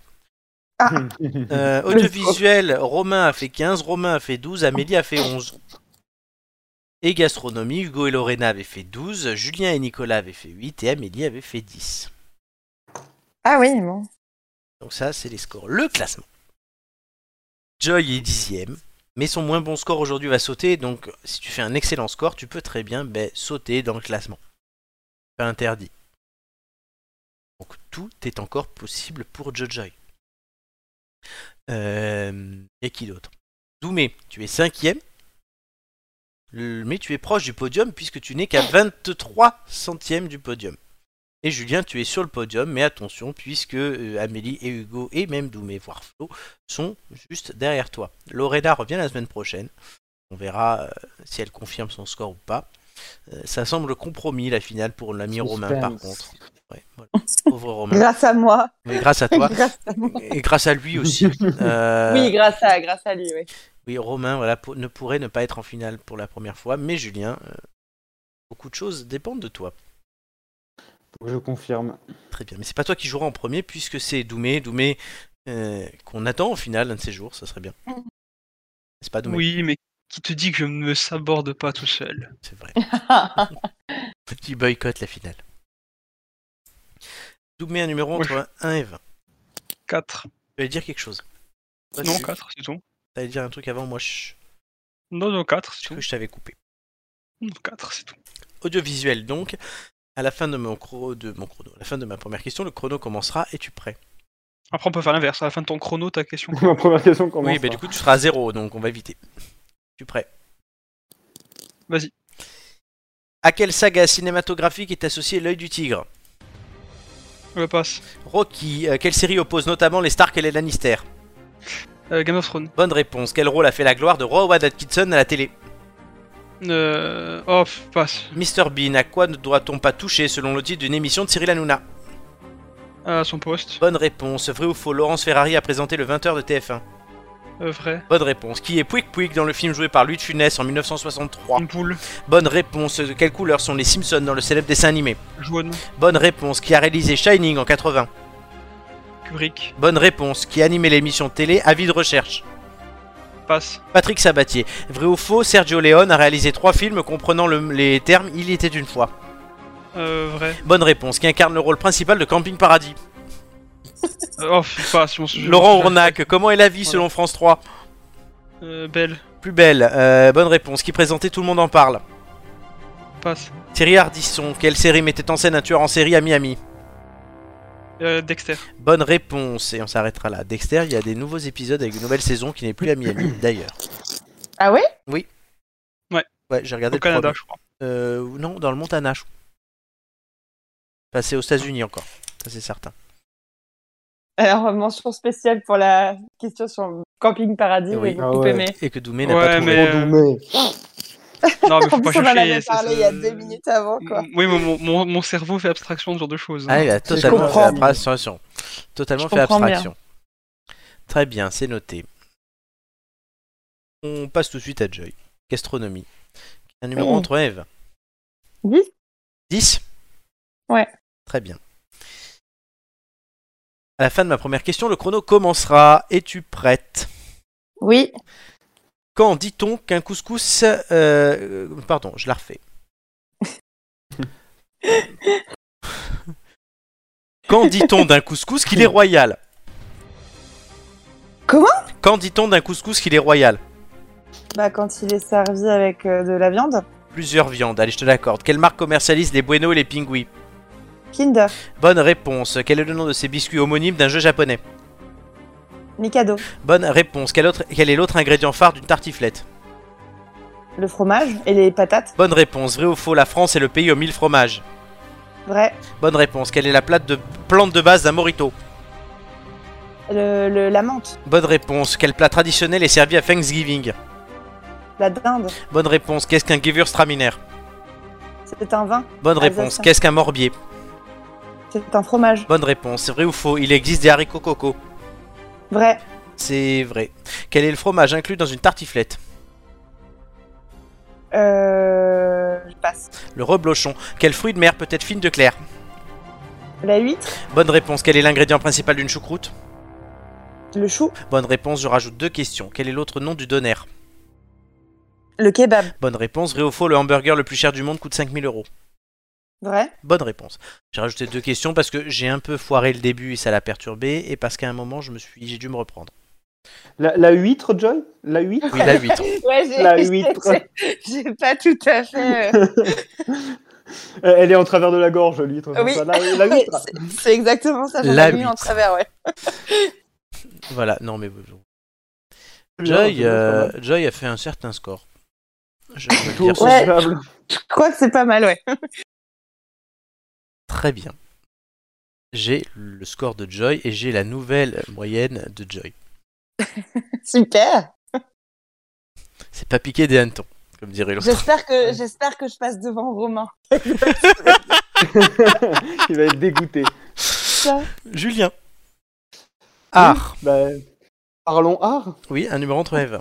Speaker 1: Euh, audiovisuel, Romain a fait 15, Romain a fait 12, Amélie a fait 11. Et gastronomie, Hugo et Lorena avaient fait 12, Julien et Nicolas avaient fait 8 et Amélie avait fait 10.
Speaker 2: Ah oui, bon.
Speaker 1: Donc ça, c'est les scores. Le classement. Joy est dixième, mais son moins bon score aujourd'hui va sauter. Donc si tu fais un excellent score, tu peux très bien ben, sauter dans le classement. Pas interdit. Donc tout est encore possible pour Joe Joy. Euh, et qui d'autre Doumé, tu es cinquième. Le- Mais tu es proche du podium puisque tu n'es qu'à 23 centièmes du podium. Et Julien, tu es sur le podium, mais attention, puisque euh, Amélie et Hugo, et même Doumé, voire Flo, sont juste derrière toi. Lorena revient la semaine prochaine. On verra euh, si elle confirme son score ou pas. Euh, ça semble compromis la finale pour l'ami Romain, par contre.
Speaker 3: Suspense.
Speaker 1: Ouais, voilà. Pauvre Romain.
Speaker 2: Grâce à moi.
Speaker 1: Mais grâce à toi.
Speaker 2: Grâce à moi.
Speaker 1: Et grâce à lui aussi. Euh,
Speaker 2: Oui, grâce à, grâce à lui, oui.
Speaker 1: Oui, Romain voilà, pour- ne pourrait ne pas être en finale pour la première fois, mais Julien, euh, beaucoup de choses dépendent de toi.
Speaker 3: Je confirme.
Speaker 1: Très bien. Mais c'est pas toi qui joueras en premier puisque c'est Doumé, Doumé euh, qu'on attend au final un de ces jours, ça serait bien. C'est pas Doumé,
Speaker 4: Oui, mais qui te dit que je ne me saborde pas tout seul
Speaker 1: c'est vrai. Petit boycott la finale. Doumé un numéro
Speaker 4: Oui.
Speaker 1: entre 1 et 20.
Speaker 4: 4.
Speaker 1: Tu allais dire quelque chose. Toi,
Speaker 4: Non,
Speaker 1: tu-
Speaker 4: 4, c'est tout.
Speaker 1: T'allais dire un truc avant moi, je
Speaker 4: Non, non, 4, c'est
Speaker 1: je crois
Speaker 4: tout.
Speaker 1: que je t'avais coupé.
Speaker 4: Non, 4, c'est tout.
Speaker 1: Audiovisuel donc. À la fin de mon, chro- de mon chrono, à la fin de ma première question, le chrono commencera. Es-tu prêt
Speaker 4: Après, on peut faire l'inverse. À la fin de ton chrono, ta question.
Speaker 3: Ma première question commence. hein.
Speaker 1: Oui, bah
Speaker 3: par-
Speaker 1: du coup tu seras à zéro, donc on va éviter. Tu prêt
Speaker 4: Vas-y.
Speaker 1: À quelle saga cinématographique est associé l'œil du tigre
Speaker 4: Je Euh, passe.
Speaker 1: Rocky, euh, quelle série oppose notamment les Stark et les Lannister
Speaker 4: Euh, Game of Thrones.
Speaker 1: Bonne réponse. Quel rôle a fait la gloire de Rowan Atkinson à la télé
Speaker 4: Euh... Oh, pff, passe.
Speaker 1: Mr Bean, à quoi ne doit-on pas toucher selon le titre d'une émission de Cyril Hanouna
Speaker 4: À son poste.
Speaker 1: Bonne réponse. Vrai ou faux, Laurence Ferrari a présenté le 20h de TF1
Speaker 4: Euh, vrai.
Speaker 1: Bonne réponse. Qui est Pouic Pouic dans le film joué par Louis de Funès en 1963
Speaker 4: Une poule.
Speaker 1: Bonne réponse. De quelle couleur sont les Simpsons dans le célèbre dessin animé
Speaker 4: Jaune.
Speaker 1: Bonne réponse. Qui a réalisé Shining en 80
Speaker 4: Kubrick.
Speaker 1: Bonne réponse. Qui a animé l'émission télé Avis de recherche
Speaker 4: Passe.
Speaker 1: Patrick Sabatier. Vrai ou faux, Sergio Leone a réalisé trois films comprenant le- les termes Il y était une fois.
Speaker 4: Euh, vrai.
Speaker 1: Bonne réponse. Qui incarne le rôle principal de Camping Paradis
Speaker 4: Euh, oh, pff, passe. on se-
Speaker 1: Laurent Ournac. Comment est la vie selon France 3
Speaker 4: Euh, Belle.
Speaker 1: Plus belle. Euh, bonne réponse. Qui présentait Tout le monde en parle
Speaker 4: Passe.
Speaker 1: Thierry Ardisson. Quelle série mettait en scène un tueur en série à Miami
Speaker 4: Euh, Dexter.
Speaker 1: Bonne réponse. Et on s'arrêtera là. Dexter, il y a des nouveaux épisodes avec une nouvelle saison qui n'est plus à Miami d'ailleurs.
Speaker 9: Ah ouais
Speaker 1: Ouais, j'ai regardé
Speaker 4: Au
Speaker 1: le
Speaker 4: Canada,
Speaker 1: premier.
Speaker 4: je crois.
Speaker 1: Euh, non, dans le Montana. je crois. Enfin, c'est aux États-Unis encore. Ça, c'est certain.
Speaker 2: Alors, mention spéciale pour la question sur le Camping Paradis,
Speaker 1: Oui.
Speaker 2: j'ai
Speaker 3: Ah
Speaker 2: beaucoup
Speaker 3: ouais.
Speaker 2: aimé.
Speaker 1: Et que Doumé n'a pas
Speaker 4: Ouais,
Speaker 1: trouvé.
Speaker 4: mais.
Speaker 3: Oh,
Speaker 4: euh,
Speaker 3: Doumé.
Speaker 4: Non, mais faut
Speaker 9: En
Speaker 4: pas
Speaker 9: plus, on en avait
Speaker 4: chercher. ça-
Speaker 9: parlé
Speaker 4: ça-
Speaker 9: il y a deux minutes avant, quoi.
Speaker 3: Mm.
Speaker 4: M- Oui, mon, mon- mon, mon cerveau fait abstraction de ce genre de choses.
Speaker 1: Ah, il a totalement fait
Speaker 3: comprends.
Speaker 1: abstraction. Totalement
Speaker 2: Je
Speaker 1: fait
Speaker 2: comprends bien.
Speaker 1: abstraction. Très bien, c'est noté. On passe tout de suite à Joy. Gastronomie. Un numéro
Speaker 2: Oui.
Speaker 1: entre Eve.
Speaker 2: Oui.
Speaker 1: 10
Speaker 2: Ouais.
Speaker 1: Très bien. À la fin de ma première question, le chrono commencera. Es-tu prête
Speaker 2: Oui.
Speaker 1: Quand dit-on qu'un couscous... euh, euh, pardon, je la refais. Quand dit-on d'un couscous qu'il est royal
Speaker 2: Comment
Speaker 1: Quand dit-on d'un couscous qu'il est royal
Speaker 2: Bah, quand il est servi avec euh, de la viande.
Speaker 1: Plusieurs viandes, allez, je te l'accorde. Quelle marque commercialise les Bueno et les Pingui
Speaker 2: Kinder.
Speaker 1: Bonne réponse. Quel est le nom de ces biscuits homonymes d'un jeu japonais
Speaker 2: Mikado.
Speaker 1: Bonne réponse. Quel, autre- quel est l'autre ingrédient phare d'une tartiflette
Speaker 2: Le fromage et les patates.
Speaker 1: Bonne réponse. Vrai ou faux, la France est le pays aux mille fromages
Speaker 2: Vrai.
Speaker 1: Bonne réponse. Quelle est la plate de- plante de base d'un morito
Speaker 2: Le, le- la menthe.
Speaker 1: Bonne réponse. Quel plat traditionnel est servi à Thanksgiving
Speaker 2: La dinde.
Speaker 1: Bonne réponse. Qu'est-ce qu'un Gewürztraminer
Speaker 2: C'est un vin.
Speaker 1: Bonne
Speaker 2: Alsacien.
Speaker 1: réponse. Qu'est-ce qu'un morbier
Speaker 2: C'est un fromage.
Speaker 1: Bonne réponse. Vrai ou faux Il existe des haricots coco.
Speaker 2: Vrai.
Speaker 1: C'est vrai. Quel est le fromage inclus dans une tartiflette
Speaker 2: Euh, je passe.
Speaker 1: Le reblochon. Quel fruit de mer peut être fine de clair
Speaker 2: La huître.
Speaker 1: Bonne réponse. Quel est l'ingrédient principal d'une choucroute
Speaker 2: Le chou.
Speaker 1: Bonne réponse. Je rajoute deux questions. Quel est l'autre nom du donner
Speaker 2: Le kebab.
Speaker 1: Bonne réponse. Vrai ou faux Le hamburger le plus cher du monde coûte 5000 euros.
Speaker 2: Vrai.
Speaker 1: Bonne réponse. J'ai rajouté deux questions parce que j'ai un peu foiré le début et ça l'a perturbé et parce qu'à un moment je me suis, j'ai dû me reprendre.
Speaker 3: La, la huître, Joy La huître
Speaker 1: Oui, la huître.
Speaker 9: Ouais, j'ai-
Speaker 3: La
Speaker 9: j'ai-
Speaker 3: huître.
Speaker 9: j'ai- J'ai pas tout à fait.
Speaker 3: Euh, Elle est en travers de la gorge, l'huître.
Speaker 9: Oui.
Speaker 3: Ça, La, la huître.
Speaker 9: C'est- C'est exactement ça, j'en
Speaker 1: La
Speaker 9: ai mis en
Speaker 1: huître.
Speaker 9: travers, ouais.
Speaker 1: Voilà, non mais bon.
Speaker 3: Bien, c'est
Speaker 1: Joy,
Speaker 3: bien,
Speaker 1: euh,
Speaker 3: ça va.
Speaker 1: Joy a fait un certain score. Je peux le
Speaker 3: Tout
Speaker 1: dire.
Speaker 9: Ouais.
Speaker 3: semblable.
Speaker 9: Je crois que c'est pas mal, ouais.
Speaker 1: Très bien. J'ai le score de Joy et j'ai la nouvelle moyenne de Joy.
Speaker 9: Super.
Speaker 1: C'est pas piqué des hannetons, comme dirait l'autre.
Speaker 9: J'espère que, j'espère que je passe devant Romain.
Speaker 3: Il va être dégoûté.
Speaker 1: Julien. Ah. Art.
Speaker 3: Bah, parlons art.
Speaker 1: Oui, un numéro entre Eve.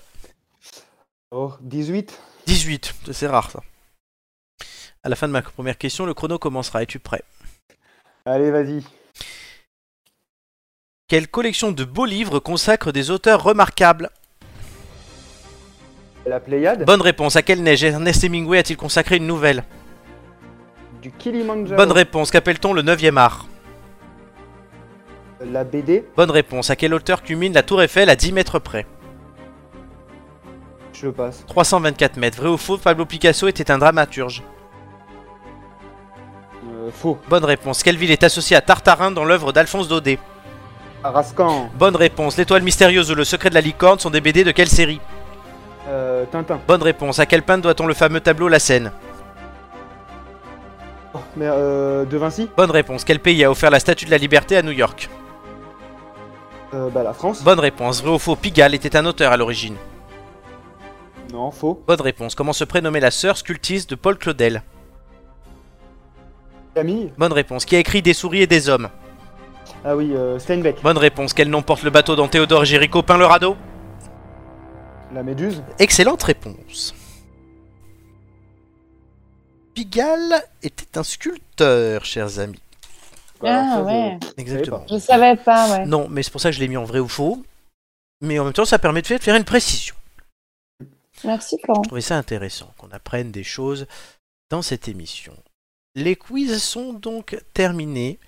Speaker 3: Oh, 18
Speaker 1: 18, Ça, c'est rare ça. À la fin de ma première question, le chrono commencera. Es-tu prêt
Speaker 3: Allez, vas-y.
Speaker 1: Quelle collection de beaux livres consacre des auteurs remarquables
Speaker 3: La Pléiade
Speaker 1: Bonne réponse. À quelle neige Ernest Hemingway a-t-il consacré une nouvelle
Speaker 3: du Kilimanjaro.
Speaker 1: Bonne réponse. Qu'appelle-t-on le 9e art
Speaker 3: La BD,
Speaker 1: Bonne réponse. À quelle hauteur culmine la tour Eiffel à 10 mètres près
Speaker 3: je passe.
Speaker 1: 324 mètres. Vrai ou faux, Pablo Picasso était un dramaturge.
Speaker 3: Euh, faux.
Speaker 1: Bonne réponse. Quelle ville est associée à Tartarin dans l'œuvre d'Alphonse Daudet
Speaker 3: Rascan.
Speaker 1: Bonne réponse. L'étoile mystérieuse ou le secret de la licorne sont des BD de quelle série
Speaker 3: Euh, Tintin.
Speaker 1: Bonne réponse. À quel peintre doit-on le fameux tableau La Seine
Speaker 3: Oh, mais euh, De Vinci
Speaker 1: Bonne réponse. Quel pays a offert la Statue de la Liberté à New York
Speaker 3: Euh, Bah la France.
Speaker 1: Bonne réponse. Vrai ou faux, Pigalle était un auteur à l'origine.
Speaker 3: Non, faux.
Speaker 1: Bonne réponse. Comment se prénommait la sœur sculptiste de Paul Claudel
Speaker 3: Camille.
Speaker 1: Bonne réponse. Qui a écrit Des souris et des hommes
Speaker 3: Ah oui, euh, Steinbeck.
Speaker 1: Bonne réponse. Quel nom porte le bateau dont Théodore Géricault peint le radeau
Speaker 3: La Méduse.
Speaker 1: Excellente réponse. Pigalle était un sculpteur, chers amis.
Speaker 6: Ah,
Speaker 3: Bah, alors ça,
Speaker 6: ouais.
Speaker 3: je-
Speaker 1: Exactement.
Speaker 2: Eh
Speaker 6: Je savais pas,
Speaker 2: ben.
Speaker 6: ouais.
Speaker 1: Non, mais c'est pour ça que je l'ai mis en vrai ou faux. Mais en même temps, ça permet de faire- de faire une précision.
Speaker 6: Merci, Florent.
Speaker 1: Je trouvais ça intéressant qu'on apprenne des choses dans cette émission. Les quiz sont donc terminés.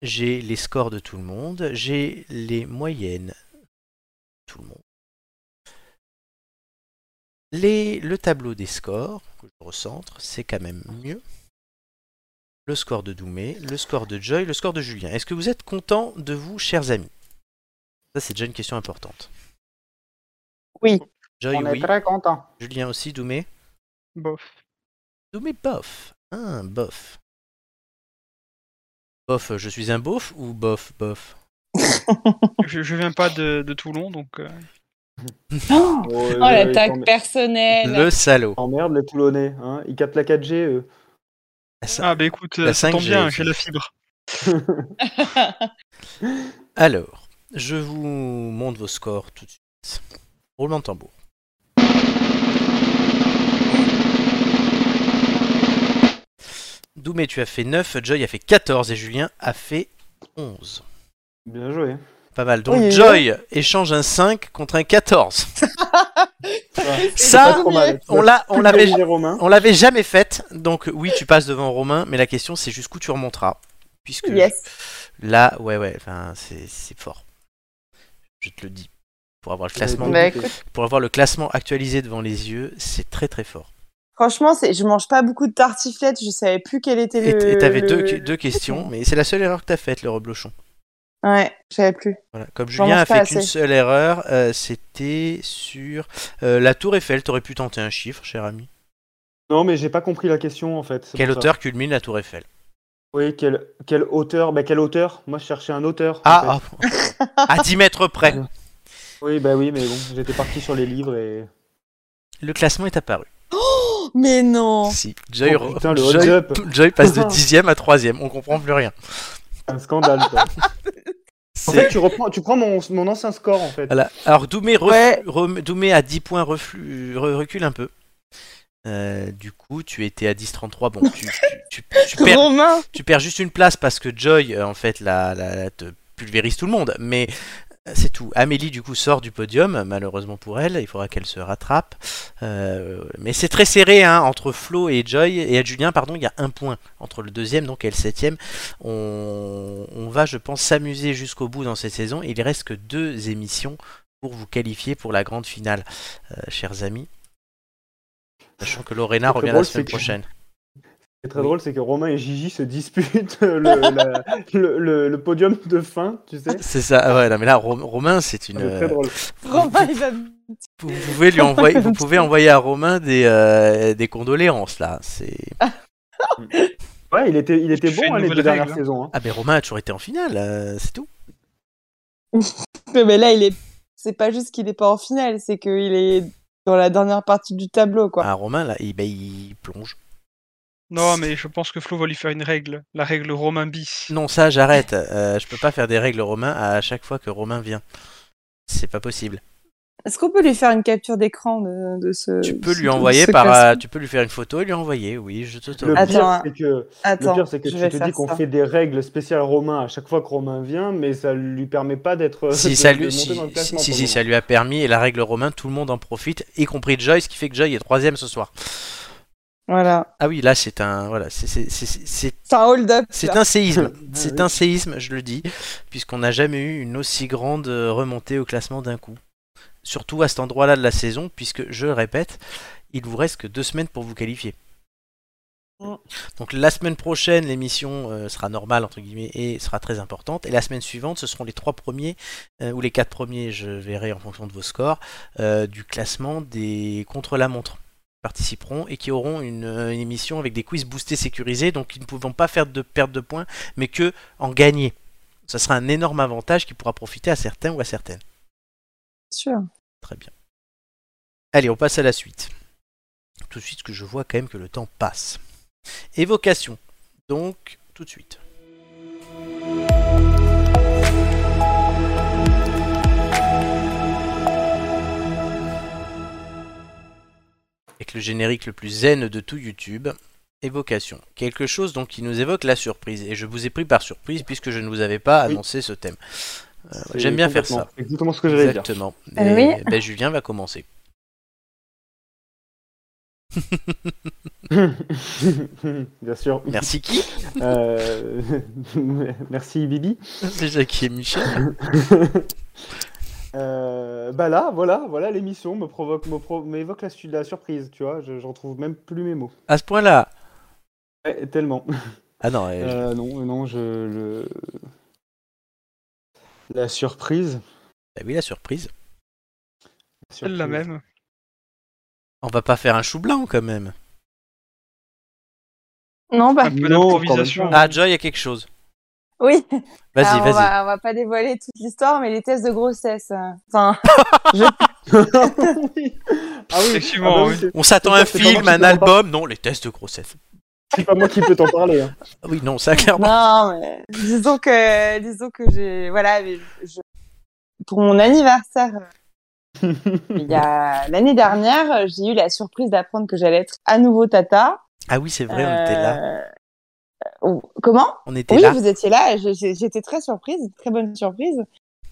Speaker 1: J'ai les scores de tout le monde, j'ai les moyennes de tout le monde. Les, le tableau des scores, que je recentre, c'est quand même mieux. Le score de Doumé, le score de Joy, le score de Julien. Est-ce que vous êtes content de vous, chers amis Ça, c'est déjà une question importante.
Speaker 2: Oui.
Speaker 1: Joy,
Speaker 3: On est
Speaker 1: oui.
Speaker 3: très content.
Speaker 1: Julien aussi, Doumé.
Speaker 4: Bof.
Speaker 1: Doumé bof. Hein, bof. Bof, je suis un beauf ou bof, bof
Speaker 4: Je, je viens pas de, de Toulon, donc. euh,
Speaker 1: Euh,
Speaker 6: Oh,
Speaker 3: Oh,
Speaker 6: l'attaque
Speaker 2: Eh ben.
Speaker 6: personnelle.
Speaker 1: Le salaud.
Speaker 3: Emmerde les Toulonnais, hein. Ils captent la 4G, eux.
Speaker 4: Ah bah écoute,
Speaker 1: La
Speaker 4: euh, ça tombe
Speaker 1: 5G
Speaker 4: bien,
Speaker 1: aussi.
Speaker 4: j'ai la fibre.
Speaker 1: Alors, je vous montre vos scores tout de suite. Roulement de tambour. Doumé, tu as fait 9, Joy a fait 14 et Julien a fait 11.
Speaker 3: Bien joué.
Speaker 1: Pas mal. Donc
Speaker 2: Oui, oui, oui.
Speaker 1: Joy échange un 5 contre un 14.
Speaker 3: Pas
Speaker 1: Ça,
Speaker 3: trop mal.
Speaker 1: on l'a- on l'avait
Speaker 3: Plus Romain.
Speaker 1: On l'avait jamais faite, donc oui, tu passes devant Romain, mais la question c'est jusqu'où tu remonteras. Puisque
Speaker 2: Yes.
Speaker 1: là, ouais, ouais, enfin, c'est c'est fort. Je te le dis. Pour avoir le classement,
Speaker 2: Bah,
Speaker 1: pour avoir le classement actualisé devant les yeux, c'est très très fort.
Speaker 2: Franchement, c'est, je mange pas beaucoup de tartiflettes. Je savais plus quel était
Speaker 1: Et
Speaker 2: le.
Speaker 1: et t'avais
Speaker 2: Euh, le-
Speaker 1: deux, deux questions, mais c'est la seule erreur que t'as faite, le reblochon.
Speaker 2: Ouais, je savais plus.
Speaker 1: Voilà. Comme
Speaker 2: J'en
Speaker 1: Julien a
Speaker 2: mange pas
Speaker 1: fait qu'une
Speaker 2: assez.
Speaker 1: seule erreur, euh, c'était sur euh, la Tour Eiffel. T'aurais pu tenter un chiffre, cher ami.
Speaker 3: Non, mais j'ai pas compris la question, en fait. c'est
Speaker 1: Quel
Speaker 3: pour ça.
Speaker 1: auteur culmine la Tour Eiffel
Speaker 3: Oui, quel, quel auteur Bah, quel auteur Moi, je cherchais un auteur. en fait.
Speaker 1: Ah,
Speaker 3: oh.
Speaker 1: ah, à 10 mètres près.
Speaker 3: Oui, bah oui, mais bon, j'étais parti sur les livres et.
Speaker 1: Le classement est apparu.
Speaker 2: Mais non.
Speaker 1: Si, Joy,
Speaker 3: Oh, putain, le
Speaker 1: Joy-
Speaker 3: hold-up.
Speaker 1: Joy passe
Speaker 3: Oh.
Speaker 1: de dixième à troisième, on comprend plus rien.
Speaker 3: Un scandale, quoi. en fait, tu, reprends, tu prends mon, mon ancien score, en fait.
Speaker 1: Voilà. Alors Doumé, reflu-
Speaker 2: Ouais.
Speaker 1: rem- Doumé à 10 points reflu- re- recule un peu. Euh, du coup, tu étais à 10-33. Bon, tu, tu- tu- tu perds,
Speaker 2: Romain.
Speaker 1: tu perds juste une place parce que Joy, euh, en fait, la, la- la- te pulvérise tout le monde. Mais euh, c'est tout. Amélie, du coup, sort du podium. Malheureusement pour elle, il faudra qu'elle se rattrape. Euh, mais c'est très serré hein, entre Flo et Joy. Et à Julien, pardon, il y a un point entre le deuxième donc et le septième. On, on va, je pense, s'amuser jusqu'au bout dans cette saison. Il reste que deux émissions pour vous qualifier pour la grande finale, euh, chers amis. Sachant que Lorena
Speaker 3: Ce qui est
Speaker 1: revient la
Speaker 3: drôle,
Speaker 1: semaine
Speaker 3: c'est que-
Speaker 1: prochaine.
Speaker 3: Ce qui est très drôle, c'est que Romain et Gigi se disputent euh, le, la- le, le- le podium de fin, tu sais.
Speaker 1: C'est ça, ah ouais, non, mais là, Ro- Romain, c'est une.
Speaker 3: C'est très drôle.
Speaker 2: Romain, il va.
Speaker 1: Vous pouvez lui envoyer, vous pouvez envoyer à Romain des, euh, des condoléances là. C'est
Speaker 3: Ouais, il était, il était
Speaker 4: Tu
Speaker 3: bon
Speaker 4: fais une
Speaker 3: hein, les deux
Speaker 4: nouvelle
Speaker 3: dernières
Speaker 4: règle, hein.
Speaker 3: saisons. hein.
Speaker 1: ah mais Romain a toujours été en finale, euh, c'est tout.
Speaker 2: Mais mais là, il est. C'est pas juste qu'il est pas en finale, c'est qu'il est dans la dernière partie du tableau, quoi.
Speaker 1: Ah Romain là, il, ben, il plonge.
Speaker 4: Non, mais je pense que Flo va lui faire une règle, la règle Romain bis.
Speaker 1: Non ça j'arrête, Euh, je peux pas faire des règles Romain à chaque fois que Romain vient. C'est pas possible.
Speaker 2: Est-ce qu'on peut lui faire une capture d'écran de, de ce.
Speaker 3: Euh,
Speaker 1: Tu
Speaker 2: de
Speaker 1: peux
Speaker 2: ce-
Speaker 1: lui
Speaker 2: de
Speaker 1: envoyer
Speaker 2: ce
Speaker 1: par,
Speaker 2: classement
Speaker 1: euh, tu peux lui faire une photo et lui envoyer. Oui, je te.
Speaker 3: Le
Speaker 2: Attends,
Speaker 3: pire, c'est que, le
Speaker 2: Attends,
Speaker 3: pire, c'est que
Speaker 2: je
Speaker 3: tu
Speaker 2: vais
Speaker 3: te
Speaker 2: faire
Speaker 3: dis qu'on
Speaker 2: ça.
Speaker 3: fait des règles spéciales Romain à chaque fois que Romain vient, mais ça lui permet pas d'être. euh,
Speaker 1: Si
Speaker 3: de-
Speaker 1: ça
Speaker 3: de
Speaker 1: lui,
Speaker 3: monter
Speaker 1: si,
Speaker 3: dans le
Speaker 1: si,
Speaker 3: classement
Speaker 1: si,
Speaker 3: pour
Speaker 1: si,
Speaker 3: le
Speaker 1: ça lui a permis et la règle romain, tout le monde en profite, y compris Joy, ce qui fait que Joy est troisième ce soir.
Speaker 2: Voilà.
Speaker 1: Ah oui, là c'est un, voilà, c'est- c'est- c'est c'est-
Speaker 2: C'est un hold-up.
Speaker 1: c'est
Speaker 2: là.
Speaker 1: un séisme, c'est
Speaker 3: oui.
Speaker 1: un séisme, je le dis, puisqu'on n'a jamais eu une aussi grande euh, remontée au classement d'un coup. Surtout à cet endroit-là de la saison, puisque je le répète, il vous reste que deux semaines pour vous qualifier.
Speaker 2: Mm.
Speaker 1: Donc la semaine prochaine, l'émission euh, sera normale entre guillemets et sera très importante. Et la semaine suivante, ce seront les trois premiers euh, ou les quatre premiers, je verrai en fonction de vos scores, euh, du classement des contre-la-montre qui participeront et qui auront une, euh, une émission avec des quiz boostés sécurisés, donc ils ne pouvant pas faire de perte de points, mais que en gagner. Ça sera un énorme avantage qui pourra profiter à certains ou à certaines.
Speaker 2: Sûr.
Speaker 1: Très bien. Allez, on passe à la suite. Tout de suite que je vois quand même que le temps passe. Évocation. Donc, tout de suite. Avec le générique le plus zen de tout YouTube, évocation. Quelque chose donc qui nous évoque la surprise. Et je vous ai pris par surprise puisque je ne vous avais pas
Speaker 3: Oui.
Speaker 1: annoncé ce thème. Euh,
Speaker 3: moment. C'est
Speaker 1: J'aime bien faire ça.
Speaker 3: complètement- Exactement ce que j'allais dire.
Speaker 1: Exactement.
Speaker 2: Ah
Speaker 6: Euh,
Speaker 1: Et,
Speaker 6: oui.
Speaker 1: ben, Julien va commencer.
Speaker 3: bien sûr.
Speaker 1: Merci qui
Speaker 3: Euh, Merci Bibi.
Speaker 1: C'est Jackie et Michel.
Speaker 3: Euh, bah là, voilà, voilà, l'émission me provoque, me pro- m'évoque la, su- la surprise, tu vois. je- J'en trouve même plus mes mots.
Speaker 1: À ce point-là.
Speaker 3: Ouais, tellement.
Speaker 1: Ah non, euh,
Speaker 3: Euh, non, non, je le- la surprise.
Speaker 1: bah oui, la surprise.
Speaker 4: Celle la même.
Speaker 1: On va pas faire un chou blanc quand même.
Speaker 6: Non, bah
Speaker 4: Un peu
Speaker 3: Ah, Non, quand même
Speaker 4: d'improvisation.
Speaker 1: Ah, Joy, il y a quelque chose.
Speaker 6: oui.
Speaker 2: Ah,
Speaker 1: Vas-y,
Speaker 6: Alors, on,
Speaker 1: vas-y.
Speaker 6: va, on va pas dévoiler toute l'histoire, mais les tests de grossesse. euh, Enfin,
Speaker 3: oui. Ah oui.
Speaker 4: Effectivement,
Speaker 3: ah bah
Speaker 4: oui.
Speaker 3: c'est-
Speaker 1: On s'attend à un
Speaker 3: C'est pas moi
Speaker 1: film,
Speaker 3: qui
Speaker 1: un
Speaker 3: peux en parler.
Speaker 1: album. Non, les tests de grossesse.
Speaker 3: C'est pas moi qui peux t'en parler. hein.
Speaker 1: Ah oui, non, ça clairement.
Speaker 6: non, mais
Speaker 2: Disons que, disons que j'ai, voilà, mais je- pour mon anniversaire, euh, il y a l'année dernière, j'ai eu la surprise d'apprendre que j'allais être à nouveau tata.
Speaker 1: Ah oui, c'est vrai, on était là.
Speaker 2: Euh, euh, Comment
Speaker 1: On était
Speaker 2: Oui,
Speaker 1: là.
Speaker 2: vous étiez là. j'ai- j'ai- J'étais très surprise, très bonne surprise.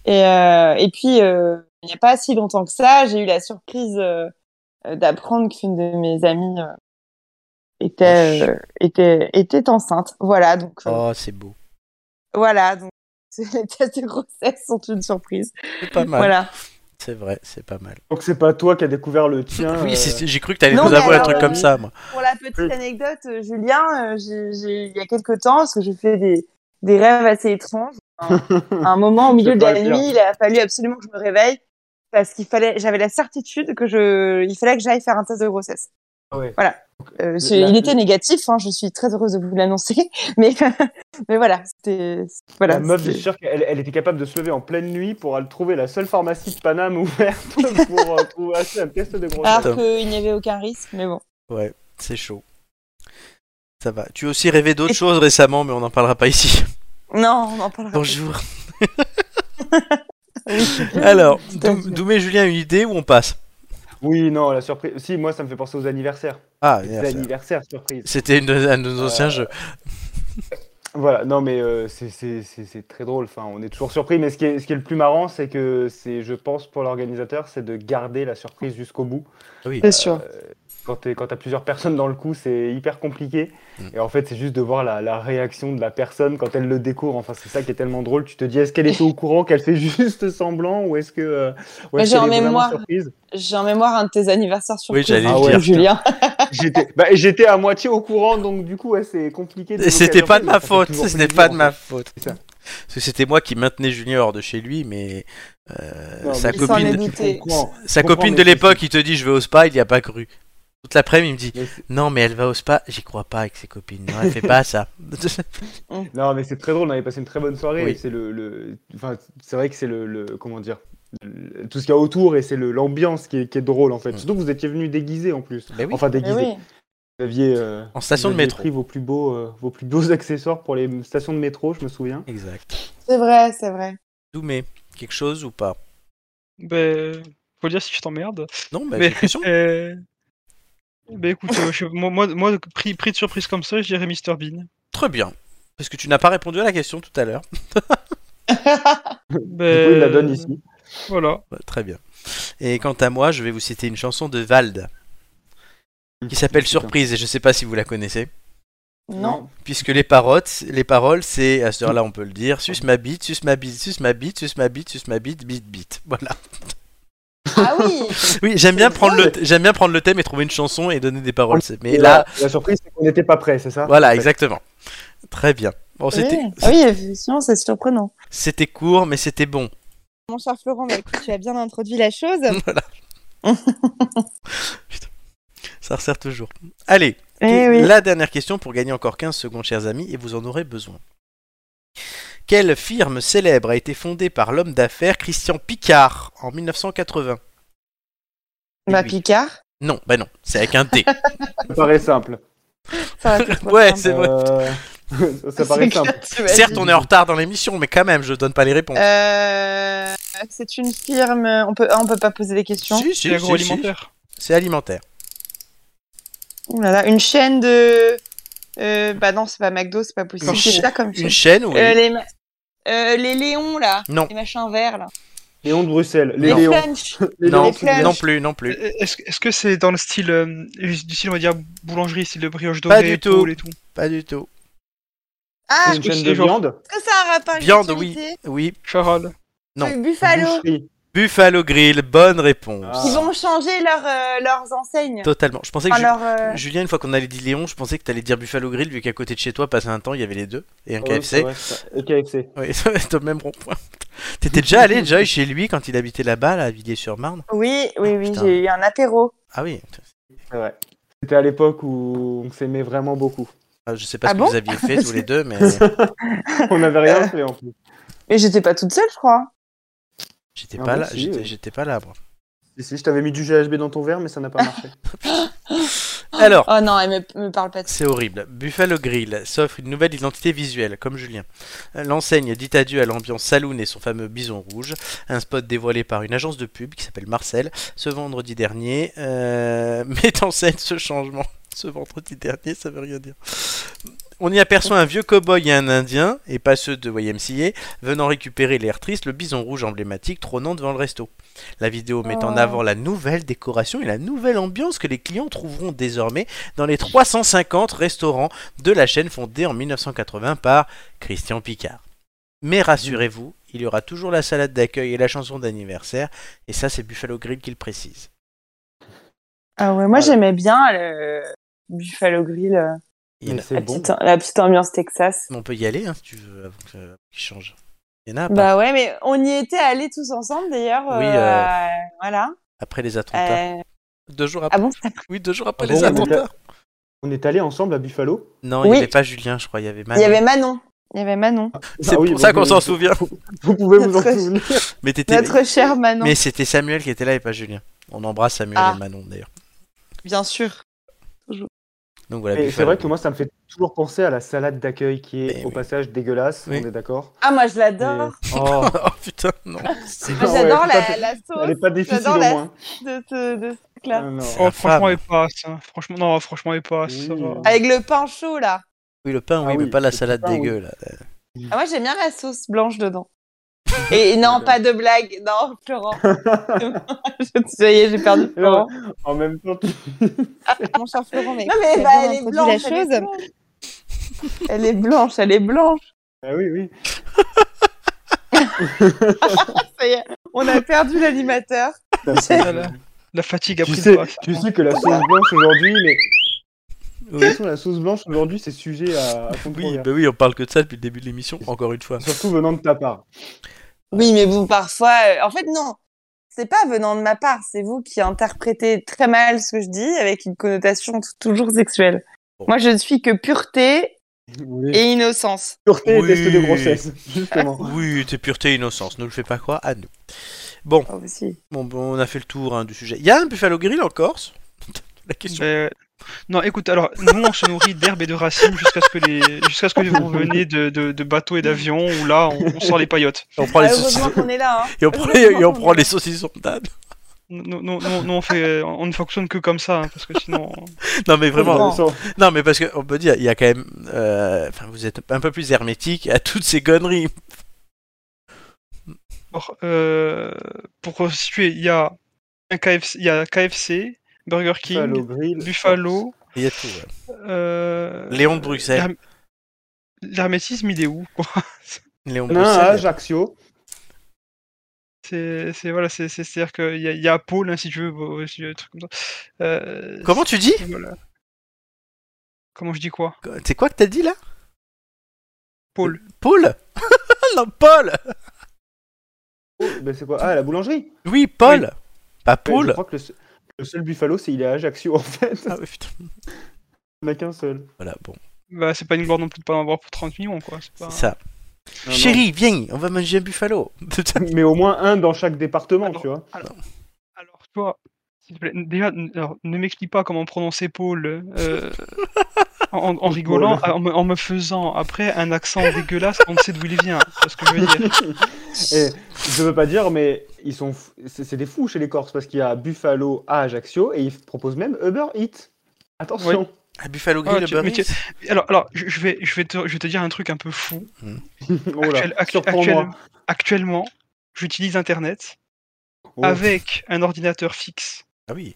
Speaker 2: Et, euh, et puis, euh, il n'y a pas si longtemps que ça, j'ai eu la surprise euh, euh, d'apprendre qu'une de mes amies euh, était, euh, était, était enceinte. Voilà, donc euh,
Speaker 1: Oh, c'est beau.
Speaker 2: voilà, donc les tests de grossesse sont une surprise.
Speaker 1: C'est pas mal.
Speaker 2: Voilà.
Speaker 1: C'est vrai, c'est pas mal.
Speaker 3: Donc c'est pas toi qui as découvert le tien.
Speaker 1: Oui,
Speaker 3: euh,
Speaker 1: c'est- j'ai cru que t'allais
Speaker 2: Non,
Speaker 1: nous
Speaker 2: mais
Speaker 1: avouer un
Speaker 2: alors,
Speaker 1: truc
Speaker 2: euh,
Speaker 1: comme ça, moi.
Speaker 2: Pour la petite anecdote, euh, Julien, euh, j'ai- j'ai- il y a quelques temps, parce que j'ai fait des, des rêves assez étranges. Un, un moment au milieu
Speaker 3: Je
Speaker 2: de la
Speaker 3: peux le dire.
Speaker 2: nuit, il a fallu absolument que je me réveille parce qu'il fallait, j'avais la certitude que je, il fallait que j'aille faire un test de grossesse.
Speaker 3: Ah ouais.
Speaker 2: Voilà. Euh, c'est-
Speaker 3: La-
Speaker 2: il était négatif, hein, je suis très heureuse de vous l'annoncer, mais mais voilà, c'était voilà.
Speaker 3: la meuf, je
Speaker 2: c'était-
Speaker 3: suis sûr qu'elle elle était capable de se lever en pleine nuit pour aller trouver la seule pharmacie de Paname ouverte pour euh, trouver acheter un test de grossesse.
Speaker 2: alors qu'il n'y avait aucun risque, mais bon.
Speaker 1: C'est chaud. Ça va. Tu as aussi rêvé d'autres choses récemment, mais on n'en parlera pas ici.
Speaker 2: Non, on en parlera.
Speaker 1: Bonjour. Alors,
Speaker 2: Tout à
Speaker 1: Dou-
Speaker 2: fait.
Speaker 1: Doumé, Julien, une idée ou on passe
Speaker 3: Oui, non, la surprise. Si, moi, ça me fait penser aux anniversaires.
Speaker 1: Ah,
Speaker 3: Les anniversaires, surprise.
Speaker 1: C'était une de- un de nos anciens
Speaker 3: Euh,
Speaker 1: jeux.
Speaker 3: Voilà, non mais euh, c'est- c'est c'est- c'est très drôle, enfin, on est toujours surpris, mais ce qui est, ce qui est le plus marrant, c'est que c'est, je pense, pour l'organisateur, c'est de garder la surprise jusqu'au bout.
Speaker 1: Oui.
Speaker 2: C'est sûr.
Speaker 3: Quand tu as plusieurs personnes dans le coup, c'est hyper compliqué.
Speaker 1: Mm.
Speaker 3: Et en fait, c'est juste de voir la, la réaction de la personne quand elle le découvre. Enfin, c'est ça qui est tellement drôle. Tu te dis, est-ce qu'elle était au courant, qu'elle fait juste semblant, ou est-ce que... euh, ou
Speaker 2: Moi,
Speaker 3: est-ce
Speaker 2: j'ai
Speaker 3: qu'elle
Speaker 2: en
Speaker 3: est vraiment
Speaker 2: mémoire.
Speaker 3: surprise
Speaker 2: J'ai en mémoire un de tes anniversaires surprise.
Speaker 1: j'allais
Speaker 3: le dire.
Speaker 2: Julien.
Speaker 3: J'étais bah, j'étais à moitié au courant, donc du coup, ouais, c'est compliqué.
Speaker 1: Et
Speaker 3: d'évoquer la
Speaker 1: C'était pas de
Speaker 3: surprise,
Speaker 1: ma
Speaker 3: mais ça fait
Speaker 1: faute,
Speaker 3: toujours
Speaker 1: c'était
Speaker 3: plaisir,
Speaker 1: pas de
Speaker 3: en
Speaker 1: ma
Speaker 3: fait.
Speaker 1: faute.
Speaker 3: C'est ça.
Speaker 1: Parce que c'était moi qui maintenais Junior hors de chez lui, mais euh,
Speaker 3: Non,
Speaker 1: sa
Speaker 3: mais-
Speaker 2: il s'en est
Speaker 1: copine,
Speaker 2: dit.
Speaker 3: Tu comprends.
Speaker 1: sa
Speaker 3: Je comprends,
Speaker 1: copine de
Speaker 3: mais c'est-
Speaker 1: l'époque, il te dit je vais au spa, il n'y a pas cru. Toute l'après-midi, il me dit
Speaker 3: Mais c'est-
Speaker 1: non mais elle va au spa, j'y crois pas avec ses copines, non elle fait pas ça.
Speaker 3: Ben Non, mais c'est très drôle, on avait passé une très bonne soirée.
Speaker 1: Oui.
Speaker 3: et C'est le, le- enfin, c'est vrai que c'est le, le- comment dire, le- tout ce qu'il y a autour et c'est le- l'ambiance qui est, qui est drôle en fait.
Speaker 1: Mm.
Speaker 3: Surtout que vous étiez venu déguisé en plus.
Speaker 1: Ben oui.
Speaker 3: Enfin
Speaker 6: mais
Speaker 3: déguisé.
Speaker 2: Ah
Speaker 6: oui.
Speaker 3: Vous aviez, euh,
Speaker 1: En station
Speaker 3: vous
Speaker 1: de
Speaker 3: aviez
Speaker 1: métro.
Speaker 3: pris vos plus beaux, euh, vos plus beaux accessoires pour les stations de métro, je me souviens.
Speaker 1: Exact.
Speaker 6: C'est vrai, c'est vrai.
Speaker 1: Doumé, quelque chose ou pas
Speaker 4: Ben, faut dire si je t'emmerde.
Speaker 1: Non, ben, mais,
Speaker 4: Mais-
Speaker 1: c'est une question.
Speaker 4: Euh, Bah écoute, euh, je- moi, moi, moi, pris, pris de surprise comme ça, je dirais Mr Bean.
Speaker 1: Très bien. Parce que tu n'as pas répondu à la question tout à l'heure.
Speaker 3: Du coup, il la donne ici.
Speaker 4: Ben, Voilà.
Speaker 1: Bah, très bien. Et quant à moi, je vais vous citer une chanson de Vald Euh, qui s'appelle Surprise et je sais pas si vous la connaissez.
Speaker 2: Non.
Speaker 1: Puisque les paroles, les paroles, c'est à cette heure-là, on peut le dire, suce ma bite, suce ma bite, suce ma bite, suce ma bite, suce ma bite, bite bite. Voilà.
Speaker 2: Ah oui
Speaker 1: Oui, j'aime bien prendre le, j'aime bien prendre le thème et trouver une chanson et donner des paroles. c'est- Mais
Speaker 3: Et
Speaker 1: là,
Speaker 3: là, la surprise, c'est qu'on n'était pas prêt, c'est ça
Speaker 1: voilà, exactement. Très bien. Bon, c'était,
Speaker 2: Oui. Ah oui, effectivement, c'est surprenant.
Speaker 1: c'était court, mais c'était bon.
Speaker 6: Mon cher Florent, bah, écoute, tu as bien introduit la chose.
Speaker 1: Mm. Ça resserre toujours. Allez,
Speaker 2: Eh
Speaker 1: Et
Speaker 2: oui.
Speaker 1: La dernière question pour gagner encore 15 secondes, chers amis, et vous en aurez besoin. Quelle firme célèbre a été fondée par l'homme d'affaires Christian Picard en 1980
Speaker 2: Ma
Speaker 1: Oui.
Speaker 2: Picard
Speaker 1: Non, bah non, c'est avec un D.
Speaker 3: Ça paraît simple.
Speaker 2: ça aurait pu être
Speaker 1: ouais,
Speaker 2: simple.
Speaker 1: c'est
Speaker 3: bah,
Speaker 1: vrai.
Speaker 3: Euh, ça, ça paraît
Speaker 2: C'est clair,
Speaker 3: simple.
Speaker 2: tu m'as
Speaker 1: Certes,
Speaker 2: dit.
Speaker 1: on est en retard dans l'émission, mais quand même, je donne pas les réponses.
Speaker 2: Euh, c'est une firme. On peut, ah, on peut pas poser des questions.
Speaker 1: Si, si,
Speaker 4: C'est
Speaker 1: si,
Speaker 4: agroalimentaire.
Speaker 1: si. C'est alimentaire.
Speaker 2: Ouh là là, une chaîne de. euh, bah non, c'est pas McDo, c'est pas possible.
Speaker 1: Une
Speaker 2: C'est
Speaker 1: chaî-
Speaker 2: ça comme
Speaker 1: Une
Speaker 2: chaîne.
Speaker 1: chaîne, oui.
Speaker 2: Euh, les, ma- euh, les Léons là.
Speaker 1: Non.
Speaker 2: Les machins verts là.
Speaker 3: Léon de Bruxelles. Les
Speaker 1: Non.
Speaker 3: Léons.
Speaker 2: Punch.
Speaker 3: Les
Speaker 1: non,
Speaker 3: Léons
Speaker 2: les plages.
Speaker 1: non plus, non plus.
Speaker 4: Euh, Est-ce est-ce que c'est dans le style, euh, du style, on va dire, boulangerie, style de brioche dorée,
Speaker 1: Pas du tout.
Speaker 4: poule et tout
Speaker 1: Pas du tout.
Speaker 6: Ah,
Speaker 3: C'est une chaîne de
Speaker 4: c'est genre-
Speaker 3: viande.
Speaker 6: est-ce que ça a un rapport avec
Speaker 1: Viande,
Speaker 6: l'utilité
Speaker 1: Oui,
Speaker 4: Charal.
Speaker 1: Non.
Speaker 6: Le Buffalo.
Speaker 3: Boucherie.
Speaker 1: Buffalo Grill, bonne réponse.
Speaker 3: Ah.
Speaker 6: Ils vont changer leur, euh, leurs enseignes.
Speaker 1: Totalement. Je pensais que
Speaker 6: Enfin,
Speaker 1: Ju-
Speaker 6: leur, euh,
Speaker 1: Julien, une fois qu'on allait dit Léon, je pensais que t'allais dire Buffalo Grill, vu qu'à côté de chez toi, passé un temps, il y avait les deux et un
Speaker 3: Ouais,
Speaker 1: KFC.
Speaker 3: c'est vrai, ça. Et KFC.
Speaker 1: Oui, ça va être au même rond-point. T'étais déjà allé, Joy, chez lui quand il habitait là-bas, là, à Villiers-sur-Marne
Speaker 2: Oui,
Speaker 3: Ah,
Speaker 2: oui, oui,
Speaker 1: Putain.
Speaker 2: j'ai eu un apéro.
Speaker 1: Ah oui,
Speaker 3: C'est vrai. C'était à l'époque où on s'aimait vraiment beaucoup.
Speaker 1: Ah, je sais pas
Speaker 2: Ah
Speaker 1: ce
Speaker 2: bon
Speaker 1: que vous aviez fait tous les deux, mais
Speaker 3: On n'avait rien fait en plus.
Speaker 2: Mais j'étais pas toute seule, je crois.
Speaker 1: j'étais
Speaker 3: Ah
Speaker 1: pas,
Speaker 3: bon,
Speaker 1: là,
Speaker 3: si,
Speaker 1: j'étais-
Speaker 3: oui.
Speaker 1: j'étais pas là. moi.
Speaker 3: Si, si, je t'avais mis du GHB dans ton verre, mais ça n'a pas marché.
Speaker 1: Alors,
Speaker 2: Oh non, elle me, me parle pas de ça.
Speaker 1: c'est horrible. Buffalo Grill s'offre une nouvelle identité visuelle, comme Julien. L'enseigne dit adieu à l'ambiance saloon et son fameux bison rouge. Un spot dévoilé par une agence de pub qui s'appelle Marcel ce vendredi dernier euh, met en scène ce changement. Ce vendredi dernier, ça veut rien dire. On y aperçoit un vieux cow-boy et un indien, et pas ceux de YMCA, venant récupérer l'air triste, le bison rouge emblématique trônant devant le resto. La vidéo met en
Speaker 2: Oh.
Speaker 1: avant la nouvelle décoration et la nouvelle ambiance que les clients trouveront désormais dans les 350 restaurants de la chaîne fondée en 1980 par Christian Picard. Mais rassurez-vous, il y aura toujours la salade d'accueil et la chanson d'anniversaire, et ça c'est Buffalo Grill qui le précise.
Speaker 2: Ah ouais, moi
Speaker 3: Ah.
Speaker 2: j'aimais bien le Buffalo Grill, euh,
Speaker 1: Il y en
Speaker 3: Mais
Speaker 1: a- Ah,
Speaker 3: c'est
Speaker 2: la,
Speaker 3: bon.
Speaker 2: petite, la petite ambiance Texas.
Speaker 1: On peut y aller hein, si tu veux avant que- avant qu'il change. Il y en
Speaker 3: Ah,
Speaker 1: a pas.
Speaker 2: Bah ouais, mais on y était allés tous ensemble d'ailleurs.
Speaker 1: Oui,
Speaker 2: euh,
Speaker 1: euh,
Speaker 2: Voilà.
Speaker 1: après les attentats.
Speaker 2: Euh,
Speaker 1: Deux jours
Speaker 2: Ah
Speaker 1: après.
Speaker 2: bon c'est après-
Speaker 1: Oui, deux jours après
Speaker 3: Ah
Speaker 1: les
Speaker 3: bon, on était-
Speaker 1: attentats.
Speaker 3: On est allé ensemble à Buffalo.
Speaker 1: Non, il
Speaker 2: Oui.
Speaker 1: n'y avait pas Julien, je crois. Il y avait
Speaker 2: Il
Speaker 1: Manon. Ah
Speaker 2: y avait Manon. Il y avait Manon.
Speaker 1: C'est
Speaker 3: Ah oui,
Speaker 1: pour
Speaker 3: bah
Speaker 1: ça qu'on
Speaker 3: vous-
Speaker 1: s'en souvient.
Speaker 3: Vous pouvez vous en
Speaker 2: Notre-
Speaker 3: souvenir.
Speaker 1: Mais t'étais.
Speaker 2: Notre chère Manon.
Speaker 1: Mais c'était Samuel qui était là et pas Julien. On embrasse Samuel
Speaker 2: Ah.
Speaker 1: et Manon d'ailleurs.
Speaker 2: Bien sûr.
Speaker 1: Donc voilà.
Speaker 3: Et
Speaker 1: Buffalo.
Speaker 3: c'est vrai que moi, ça me fait toujours penser à la salade d'accueil qui est
Speaker 1: Eh
Speaker 3: au
Speaker 1: oui.
Speaker 3: passage dégueulasse.
Speaker 1: Oui.
Speaker 3: On est d'accord.
Speaker 2: Ah, moi je l'adore.
Speaker 3: Mais- Oh.
Speaker 1: Oh putain, non. C'est
Speaker 2: Moi,
Speaker 3: Ah ouais,
Speaker 2: J'adore
Speaker 3: tout à
Speaker 2: la,
Speaker 3: fait.
Speaker 2: la
Speaker 3: Elle
Speaker 2: sauce
Speaker 3: est pas difficile
Speaker 2: J'adore
Speaker 3: au
Speaker 2: la-
Speaker 3: moins.
Speaker 2: de ce, de ce
Speaker 3: Ah,
Speaker 2: truc-là.
Speaker 3: non.
Speaker 1: C'est
Speaker 4: Oh,
Speaker 1: la
Speaker 4: franchement,
Speaker 1: femme.
Speaker 4: elle passe. hein. Franchement, non, franchement, elle passe. ça
Speaker 3: Oui.
Speaker 4: va.
Speaker 2: Avec le pain chaud là.
Speaker 1: Oui, le pain, oui,
Speaker 3: Ah
Speaker 1: mais
Speaker 3: oui,
Speaker 1: pas la
Speaker 3: le
Speaker 1: salade
Speaker 3: pain, oui.
Speaker 1: dégueu là.
Speaker 2: Ah, moi j'aime bien la sauce blanche dedans. Et non, pas de blague. Non, Florent. Je- Ça y est, j'ai perdu Florent.
Speaker 3: En même temps,
Speaker 6: Mon cher Florent, mais,
Speaker 2: Non, mais
Speaker 6: tu as
Speaker 2: bah,
Speaker 6: bien
Speaker 2: elle est
Speaker 6: introduit
Speaker 2: blanche.
Speaker 6: la
Speaker 2: elle est
Speaker 6: chose.
Speaker 2: blanche. Elle est blanche, elle est blanche.
Speaker 3: Ah oui, oui.
Speaker 2: Ça y est, on a perdu l'animateur.
Speaker 4: Voilà. La fatigue a
Speaker 3: Tu
Speaker 4: pris
Speaker 3: sais,
Speaker 4: le pas.
Speaker 3: tu sais que la sauce blanche aujourd'hui, mais de
Speaker 1: Oui.
Speaker 3: toute façon, la sauce blanche aujourd'hui, c'est sujet à, à
Speaker 1: Oui,
Speaker 3: controverse.
Speaker 1: bah oui, on parle que de ça depuis le début de l'émission, encore une fois.
Speaker 3: Surtout venant de ta part.
Speaker 2: Oui, mais vous, parfois. euh, En fait, non. C'est pas venant de ma part, c'est vous qui interprétez très mal ce que je dis avec une connotation t- toujours sexuelle.
Speaker 1: Bon.
Speaker 2: Moi, je ne suis que pureté
Speaker 3: Oui.
Speaker 2: et innocence.
Speaker 3: Pureté et
Speaker 1: Oui. Ah,
Speaker 3: test de grossesse, justement.
Speaker 1: Oui, t'es pureté et innocence, ne le fais pas croire à nous. Bon,
Speaker 2: Oh, si.
Speaker 1: bon, bon, on a fait le tour hein, du sujet. Il y a un Buffalo Grill en Corse La question.
Speaker 4: Mais- euh, Non, écoute, alors, nous, on se nourrit d'herbes et de racines jusqu'à ce que les, jusqu'à ce que vous venez de, de, de bateaux et d'avions où là, on, on sort les paillotes.
Speaker 1: On prend les
Speaker 2: Ah, heureusement
Speaker 1: saucissons.
Speaker 2: qu'on est là. Hein.
Speaker 1: Et on prend les, et on prend les saucissons d'âne.
Speaker 4: non, non, non, non, on, fait, on ne fonctionne que comme ça, hein, parce que sinon.
Speaker 1: Non, mais vraiment.
Speaker 3: Bon, ça-
Speaker 1: Non, mais parce qu'on peut dire, il y a quand même. euh, Enfin, vous êtes un peu plus hermétique à toutes ces conneries.
Speaker 4: Or, euh, pour situer, il y a un KFC, il y a KFC, Burger
Speaker 3: Buffalo
Speaker 4: King,
Speaker 3: Grill.
Speaker 4: Buffalo.
Speaker 1: Il y a tout. ouais.
Speaker 4: euh,
Speaker 1: Léon de Bruxelles.
Speaker 4: l'herm- L'hermétisme, il est où quoi
Speaker 1: Léon de
Speaker 3: Il y en a un à
Speaker 4: ah,
Speaker 1: Bruxelles.
Speaker 3: Ajaccio.
Speaker 4: C'est c'est- voilà, c'est c'est- c'est-à-dire qu'il y a, il y a Paul, hein, si tu veux, bon, si tu veux, un truc comme ça. Euh,
Speaker 1: Comment tu dis
Speaker 4: c'est- voilà. Comment je dis quoi
Speaker 1: C'est quoi que t'as dit là
Speaker 4: Paul.
Speaker 1: Paul Non, Paul
Speaker 3: Oh, ben, c'est quoi Ah, la boulangerie.
Speaker 1: Oui, Paul Pas
Speaker 3: Ouais, Je
Speaker 1: Paul
Speaker 3: crois que le, se- le seul Buffalo, c'est il est à Ajaccio en fait.
Speaker 1: Ah oui, putain.
Speaker 3: Il n'y en a qu'un seul.
Speaker 1: Voilà, bon,
Speaker 4: Bah, c'est pas une gloire non plus de pas en avoir pour 30 millions, quoi. c'est pas-
Speaker 1: c'est ça.
Speaker 3: Non, non.
Speaker 1: Chérie, viens, on va manger un buffalo.
Speaker 3: Mais au moins un dans chaque département,
Speaker 4: Alors-
Speaker 3: tu vois.
Speaker 4: Alors, toi, s'il te plaît, n- déjà, n- alors, ne m'explique pas comment prononcer Paul euh, en, en- en rigolant, en, me- en me faisant après un accent dégueulasse, on sait d'où il vient. C'est ce que je veux dire.
Speaker 3: Et je veux pas dire, mais ils sont, f- c'est c'est des fous chez les Corses parce qu'il y a Buffalo à Ajaccio et ils proposent même Uber Eats. Attention.
Speaker 1: Un buffalo grill,
Speaker 4: Ah, tu-
Speaker 1: Uber
Speaker 4: mais tu-
Speaker 1: Eats.
Speaker 4: Alors, alors je, je vais, je, vais te, je vais te dire un truc un peu fou.
Speaker 3: Oh là,
Speaker 4: Actuel- actu-
Speaker 3: surprends-moi.
Speaker 4: actuel- actuellement, j'utilise Internet
Speaker 3: Oh.
Speaker 4: avec un ordinateur fixe
Speaker 1: Ah oui.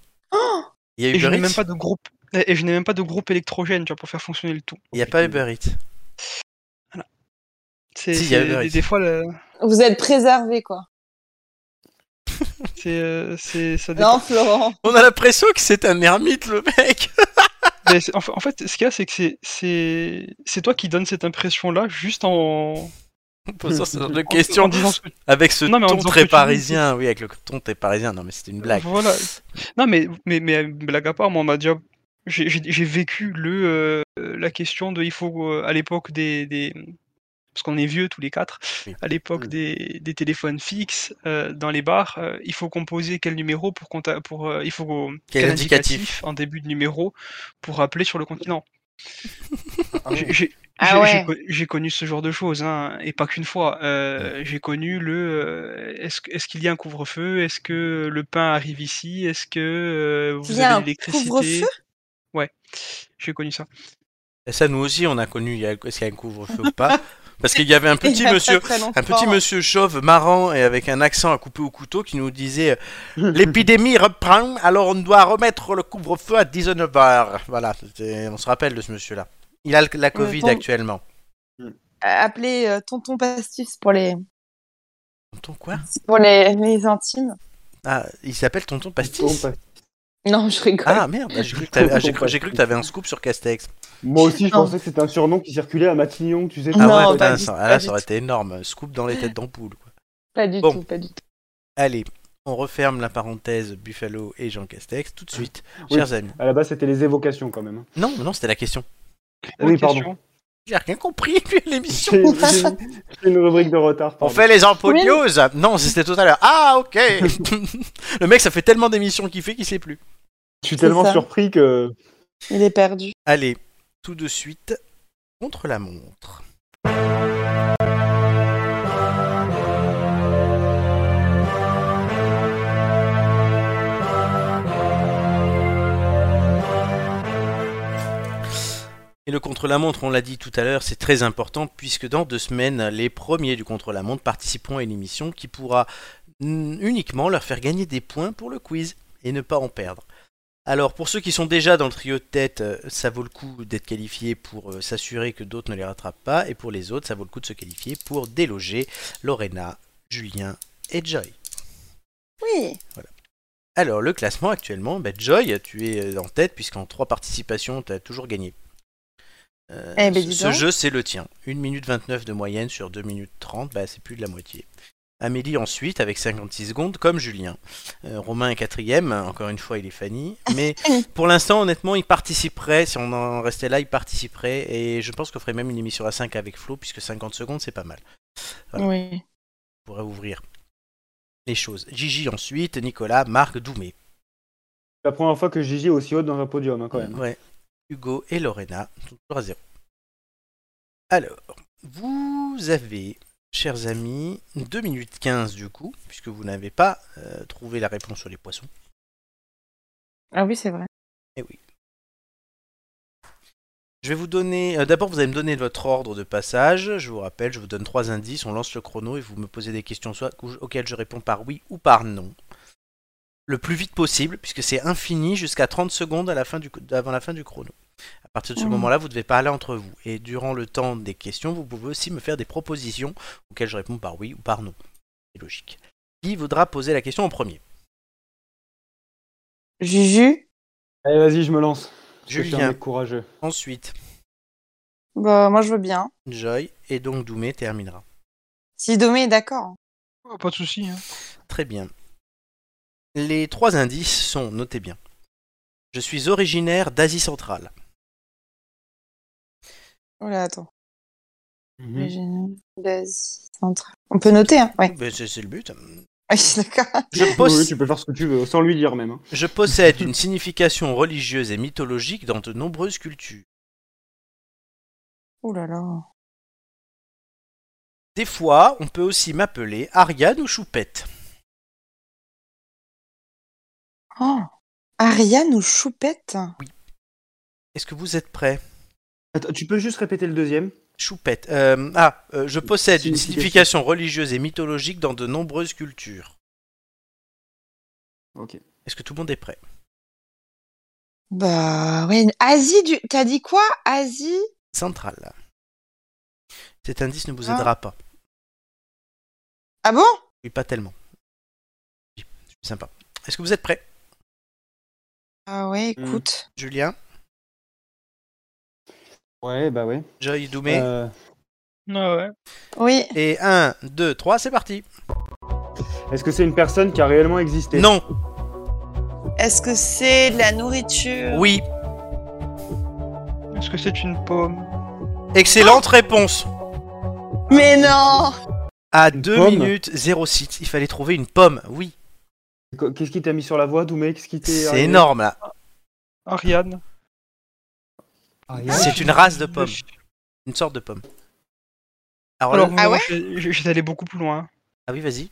Speaker 1: Il y a
Speaker 4: Oh et je
Speaker 1: Uber
Speaker 4: n'ai même
Speaker 1: Eats
Speaker 4: pas de groupe et et je n'ai même pas de groupe électrogène tu vois, pour faire fonctionner le tout.
Speaker 1: Il n'y a pas Uber Eats.
Speaker 4: C'est
Speaker 1: Si, il y a
Speaker 4: c'est-
Speaker 1: Uber
Speaker 4: des,
Speaker 1: Eats.
Speaker 4: des fois le-
Speaker 6: Vous êtes préservé, quoi.
Speaker 4: c'est euh, c'est- ça dépend.
Speaker 6: Non, Florent.
Speaker 1: On a l'impression que c'est un ermite, le mec
Speaker 4: Mais c'est- en fa- en fait, ce qu'il y a, c'est que c'est- c'est c'est toi qui donnes cette impression-là juste en,
Speaker 1: En posant ce genre de
Speaker 4: en- en
Speaker 1: questions.
Speaker 4: disant ce que-
Speaker 1: Avec ce
Speaker 4: Non, mais en
Speaker 1: ton
Speaker 4: disant
Speaker 1: très
Speaker 4: que tu dis,
Speaker 1: parisien. Oui, avec le ton très parisien. Non, mais c'était une blague.
Speaker 4: Voilà. Non, mais, mais, mais blague à part, moi, on m'a déjà. J'ai j'ai- j'ai vécu le, euh, la question de. Il faut, euh, à l'époque des. des- parce qu'on est vieux tous les quatre,
Speaker 1: Oui.
Speaker 4: à l'époque
Speaker 3: Mm.
Speaker 4: des, des téléphones fixes euh, dans les bars, euh, il faut composer quel numéro pour. compta- pour euh, il faut qu'on-
Speaker 1: Quel indicatif.
Speaker 4: en début de numéro pour appeler sur le continent.
Speaker 3: Ah oui.
Speaker 4: J'ai- j'ai-
Speaker 6: Ah
Speaker 4: j'ai- j'ai
Speaker 6: ouais.
Speaker 4: con- J'ai connu ce genre de choses, hein, et pas qu'une fois. Euh, J'ai connu le euh, est-ce que- est-ce qu'il y a un couvre-feu Est-ce que le pain arrive ici Est-ce que euh, vous
Speaker 6: y a
Speaker 4: avez
Speaker 6: un
Speaker 4: l'électricité
Speaker 6: couvre-feu
Speaker 4: Ouais, j'ai connu ça.
Speaker 1: Et ça, nous aussi, on a connu il y a- est-ce qu'il y a un couvre-feu ou pas. Parce qu'il y avait un petit monsieur un petit monsieur chauve, marrant et avec un accent à couper au couteau qui nous disait euh, L'épidémie reprend, alors on doit remettre le couvre-feu à 19h. Voilà, c'était- on se rappelle de ce monsieur-là. Il a le- la Covid
Speaker 6: bon.
Speaker 1: actuellement.
Speaker 6: Appelez euh, tonton pastis pour les,
Speaker 1: Tonton quoi
Speaker 6: pour les, les intimes.
Speaker 1: Ah, il s'appelle Tonton
Speaker 3: bah,
Speaker 1: Pastis.
Speaker 6: Non, je rigole.
Speaker 1: Ah merde, j'ai cru que t'avais- ah, j'ai cru-
Speaker 3: Tonton
Speaker 1: j'ai cru que t'avais un scoop sur Castex.
Speaker 3: Moi aussi, je
Speaker 6: Non.
Speaker 3: pensais que c'était un surnom qui circulait à Matignon, tu sais.
Speaker 1: Ah
Speaker 6: Non,
Speaker 4: bah,
Speaker 1: ouais,
Speaker 3: bah.
Speaker 1: putain,
Speaker 6: pas du
Speaker 1: ça,
Speaker 6: tout,
Speaker 1: ah,
Speaker 6: pas
Speaker 1: là,
Speaker 6: du
Speaker 1: ça aurait été énorme. Scoop dans les têtes d'ampoule. quoi.
Speaker 6: Pas du
Speaker 1: Bon.
Speaker 6: tout, pas du tout.
Speaker 1: Allez, on referme la parenthèse Buffalo et Jean Castex tout de suite,
Speaker 3: Ah, Oui.
Speaker 1: chers amis.
Speaker 3: À la base, c'était les évocations quand même. hein.
Speaker 1: Non, non, c'était la question.
Speaker 3: Oui,
Speaker 4: La
Speaker 3: pardon.
Speaker 4: question-
Speaker 1: J'ai rien compris, lui, à l'émission.
Speaker 3: C'est c'est une rubrique de retard.
Speaker 1: On
Speaker 3: pardon.
Speaker 1: fait les impodioses Non, c'était tout à l'heure. Ah, ok Le mec, ça fait tellement d'émissions qu'il fait qu'il sait plus.
Speaker 3: Je suis tellement
Speaker 6: ça.
Speaker 3: surpris que.
Speaker 6: Il est perdu.
Speaker 1: Allez, tout de suite, contre la montre. Et le contre-la-montre, on l'a dit tout à l'heure, c'est très important puisque dans deux semaines, les premiers du contre-la-montre participeront à une émission qui pourra mm, uniquement leur faire gagner des points pour le quiz et ne pas en perdre. Alors pour ceux qui sont déjà dans le trio de tête, euh, ça vaut le coup d'être qualifié pour euh, s'assurer que d'autres ne les rattrapent pas, et pour les autres, ça vaut le coup de se qualifier pour déloger Lorena, Julien et Joy.
Speaker 6: Oui.
Speaker 1: Alors le classement actuellement, bah, Joy, tu es euh, en tête puisqu'en trois participations, tu as toujours gagné. Euh,
Speaker 6: Eh ben,
Speaker 1: ce-
Speaker 6: dis
Speaker 1: ce
Speaker 6: donc.
Speaker 1: jeu, c'est le tien. 1 minute 29 de moyenne sur 2 minutes 30, bah, c'est plus de la moitié. Amélie ensuite avec 56 secondes comme Julien. Euh, Romain est quatrième, encore une fois il est Fanny. Mais pour l'instant honnêtement il participerait, si on en restait là il participerait et je pense qu'on ferait même une émission à 5 avec Flo puisque 50 secondes c'est pas mal Voilà.
Speaker 6: Oui.
Speaker 1: pourrait ouvrir les choses. Gigi ensuite, Nicolas, Marc, Doumé.
Speaker 3: C'est la première fois que Gigi est aussi haute dans un podium, hein, quand même.
Speaker 1: Ouais. Hugo et Lorena sont toujours à zéro. Alors, vous avez chers amis, 2 minutes 15 du coup, puisque vous n'avez pas euh, trouvé la réponse sur les poissons.
Speaker 6: Ah oui, c'est vrai.
Speaker 1: Je vais vous donner. euh, D'abord, vous allez me donner votre ordre de passage. Je vous rappelle, je vous donne trois indices. On lance le chrono et vous me posez des questions soit au- auxquelles je réponds par oui ou par non. Le plus vite possible, puisque c'est infini jusqu'à 30 secondes à la fin du, avant la fin du chrono. À partir de ce
Speaker 6: Mhm.
Speaker 1: moment-là, vous devez parler entre vous. Et durant le temps des questions, vous pouvez aussi me faire des propositions auxquelles je réponds par oui ou par non. C'est logique. Qui voudra poser la question en premier
Speaker 6: Juju
Speaker 3: Allez, vas-y, je me lance. Parce que je suis un
Speaker 1: Julien.
Speaker 3: mec courageux.
Speaker 1: Ensuite,
Speaker 6: Bah, moi, je veux bien.
Speaker 1: Joy et donc Doumé terminera.
Speaker 6: Si Domé est d'accord.
Speaker 4: Oh, Pas de souci. hein.
Speaker 1: Très bien. Les trois indices sont, notez bien. Je suis originaire d'Asie centrale.
Speaker 6: Oh là, attends.
Speaker 1: Mm.
Speaker 3: Mhm.
Speaker 6: J'ai- Vas-y, centre. On peut noter, hein Ouais.
Speaker 1: Ben, c'est c'est le but.
Speaker 6: Ah oui, d'accord.
Speaker 1: Je,
Speaker 3: Oui,
Speaker 1: poss-
Speaker 3: oui, tu peux faire ce que tu veux, sans lui dire même. hein.
Speaker 1: je possède une signification religieuse et mythologique dans de nombreuses cultures.
Speaker 6: Oh là là.
Speaker 1: Des fois, on peut aussi m'appeler Ariane ou Choupette.
Speaker 6: Oh. Ariane ou Choupette
Speaker 1: Est-ce que vous êtes prêts
Speaker 3: Attends, tu peux juste répéter le deuxième
Speaker 1: Choupette. Euh, ah, euh, je possède une
Speaker 3: Signification.
Speaker 1: signification religieuse et mythologique dans de nombreuses cultures.
Speaker 3: Ok.
Speaker 1: Est-ce que tout le monde est prêt
Speaker 6: Bah, ouais. Asie du. T'as dit quoi Asie
Speaker 1: Centrale. Cet indice ne vous
Speaker 6: Ah.
Speaker 1: aidera pas.
Speaker 6: Ah bon
Speaker 1: Oui, pas tellement. Je suis sympa. Est-ce que vous êtes prêts
Speaker 6: Ah ouais,
Speaker 1: Mm.
Speaker 6: écoute.
Speaker 1: Julien,
Speaker 3: Ouais, bah ouais.
Speaker 1: Joy, Doumé
Speaker 3: Euh,
Speaker 4: Ah ouais.
Speaker 6: Oui.
Speaker 1: Et 1, 2, 3, c'est parti
Speaker 3: Est-ce que c'est une personne qui a réellement existé
Speaker 1: Non
Speaker 9: Est-ce que c'est de la nourriture
Speaker 1: Oui
Speaker 4: Est-ce que c'est une pomme
Speaker 1: Excellente réponse
Speaker 9: Mais non
Speaker 1: À
Speaker 3: Une
Speaker 1: 2
Speaker 3: pomme
Speaker 1: minutes 06, il fallait trouver une pomme, oui.
Speaker 3: Qu- Qu'est-ce qui t'a mis sur la voie, Doumé Qu'est-ce qui t'est
Speaker 1: C'est Ah,
Speaker 3: arrivé
Speaker 1: énorme là.
Speaker 4: Ariane.
Speaker 3: Ah, rien.
Speaker 1: C'est une race de pomme, une sorte de pomme.
Speaker 3: Ah
Speaker 1: Alors,
Speaker 4: Alors,
Speaker 1: là-
Speaker 6: ah
Speaker 4: moi, j'ai- j'ai- j'étais allé beaucoup plus loin.
Speaker 1: ah oui, vas-y.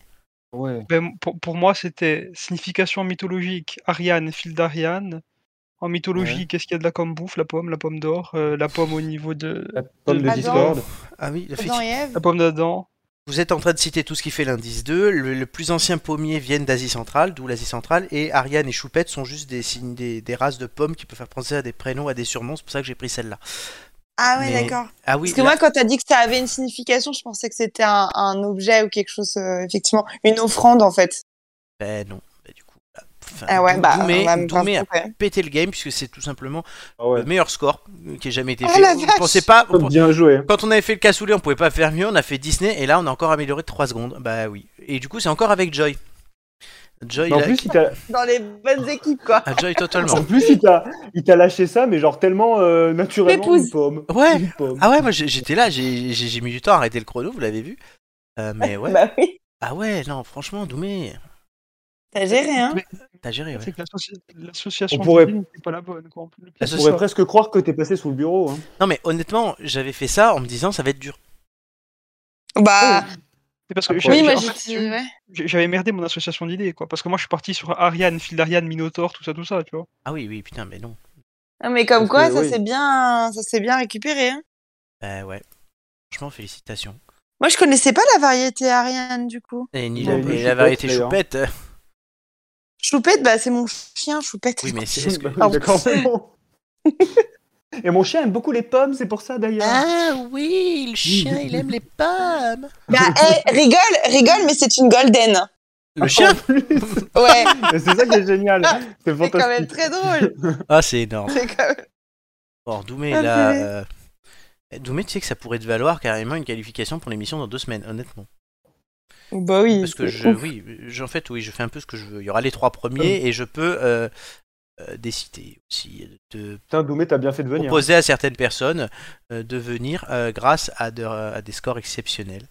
Speaker 3: Ouais.
Speaker 4: Ben, pour, pour moi, c'était signification mythologique. Ariane, fil d'Ariane. En mythologie, qu'est-ce qu'il y a de la comme bouffe La pomme, la pomme d'or, euh, la pomme au niveau de
Speaker 3: La pomme de
Speaker 4: Adam.
Speaker 3: Discord.
Speaker 1: Ah oui, le fait-
Speaker 9: Adam et Ève
Speaker 4: la pomme d'Adam.
Speaker 1: Vous êtes en train de citer tout ce qui fait l'indice 2. Le, le plus ancien pommier viennent d'Asie centrale, d'où l'Asie centrale. Et Ariane et Choupette sont juste des, signes, des, des races de pommes qui peuvent faire penser à des prénoms, à des surnoms. C'est pour ça que j'ai pris celle-là.
Speaker 9: Ah ouais,
Speaker 1: Mais-
Speaker 9: d'accord.
Speaker 1: Ah oui,
Speaker 9: Parce que
Speaker 1: la-
Speaker 9: moi, quand t'as dit que ça avait une signification, je pensais que c'était un, un objet ou quelque chose, euh, effectivement, une offrande en fait.
Speaker 1: Ben non, Ben du coup. là, enfin,
Speaker 9: Ah ouais,
Speaker 1: Dou-
Speaker 9: bah,
Speaker 1: Doumé,
Speaker 9: on va me
Speaker 1: Doumé a
Speaker 9: tromper.
Speaker 1: pété le game puisque c'est tout simplement
Speaker 3: Ah ouais.
Speaker 1: le meilleur score euh, qui ait jamais été
Speaker 9: Ah,
Speaker 1: fait.
Speaker 9: la
Speaker 1: on
Speaker 9: vache
Speaker 1: pensait pas. on pensait-
Speaker 3: Bien joué.
Speaker 1: Quand on avait fait le cassoulet, on pouvait pas faire mieux. On a fait Disney et là, on a encore amélioré de 3 secondes. Bah oui. Et du coup, c'est encore avec Joy. Joy,
Speaker 3: Mais Bah, en
Speaker 1: il a-
Speaker 3: plus, il t'a
Speaker 9: Dans les bonnes équipes, quoi.
Speaker 1: Ah, Joy totalement.
Speaker 3: en plus, il t'a- il t'a lâché ça, mais genre tellement euh, naturellement
Speaker 9: Pépouze.
Speaker 3: une pomme.
Speaker 1: Ouais.
Speaker 3: Une pomme.
Speaker 1: Ah ouais, moi j'ai- j'étais là, j'ai j'ai- j'ai mis du temps à arrêter le chrono, vous l'avez vu. Euh, mais ouais.
Speaker 9: Bah oui,
Speaker 1: Ah ouais, non, franchement, Doumé,
Speaker 9: t'as géré, hein.
Speaker 1: t'as géré. ouais.
Speaker 4: C'est que l'associ- l'association
Speaker 3: On pourrait-
Speaker 4: des lignes n'est pas la bonne. Quoi. Le pire,
Speaker 1: La
Speaker 3: Je
Speaker 1: ce
Speaker 4: c'est
Speaker 1: soci-
Speaker 3: pourrais
Speaker 4: ça.
Speaker 3: presque croire que t'es passé sous le bureau. hein.
Speaker 1: Non mais honnêtement, j'avais fait ça en me disant ça va être dur. Ah,
Speaker 9: Bah
Speaker 3: Oh,
Speaker 4: C'est parce que
Speaker 3: Oui,
Speaker 1: Oh,
Speaker 4: j'avais-
Speaker 9: oui, moi
Speaker 4: en
Speaker 9: j'ai
Speaker 4: fait, j'ai-
Speaker 9: ouais.
Speaker 4: j'ai- j'avais merdé mon association d'idées. quoi. Parce que moi, je suis parti sur Ariane, fil d'Ariane, Minotaur, tout ça, tout ça. Tu vois.
Speaker 1: Ah oui, oui, putain, mais non.
Speaker 9: Non, mais comme
Speaker 3: Parce
Speaker 9: quoi,
Speaker 3: que,
Speaker 9: ça
Speaker 3: oui.
Speaker 9: s'est bien, ça s'est bien récupéré. hein.
Speaker 1: Bah ouais. Franchement, félicitations.
Speaker 9: Moi, je connaissais pas la variété Ariane du coup.
Speaker 1: Et, ni
Speaker 3: Il
Speaker 1: la,
Speaker 3: avait mis
Speaker 1: et la variété
Speaker 3: Choupette,
Speaker 1: choupette. euh,
Speaker 9: Choupette, bah c'est mon chien, Choupette.
Speaker 1: Oui, mais c'est. est-ce que-
Speaker 3: Bah oui, d'accord, c'est bon. Et mon chien aime beaucoup les pommes, c'est pour ça d'ailleurs.
Speaker 1: Ah oui, le chien, il aime les pommes.
Speaker 9: Bah eh, rigole, rigole, mais c'est une golden.
Speaker 1: Le chien
Speaker 3: En plus,
Speaker 9: Ouais,
Speaker 3: c'est ça qui est génial.
Speaker 9: c'est
Speaker 3: C'est
Speaker 9: quand même
Speaker 3: fantastique.
Speaker 9: très drôle.
Speaker 1: Ah, c'est énorme.
Speaker 9: C'est quand même-
Speaker 1: Bon, Doumé,
Speaker 9: Ah,
Speaker 1: là.
Speaker 9: purée.
Speaker 1: euh, Doumé, tu sais que ça pourrait te valoir carrément une qualification pour l'émission dans deux semaines, honnêtement.
Speaker 9: Bah oui.
Speaker 1: Parce que
Speaker 9: c'est
Speaker 1: je,
Speaker 9: ouf.
Speaker 1: oui, j'en fait, oui, je fais un peu ce que je veux. Il y aura les trois premiers et je peux euh, euh, décider aussi de
Speaker 3: Putain, Doumé, t'as bien fait de venir.
Speaker 1: proposer à certaines personnes euh, de venir euh, grâce à, de- à des scores exceptionnels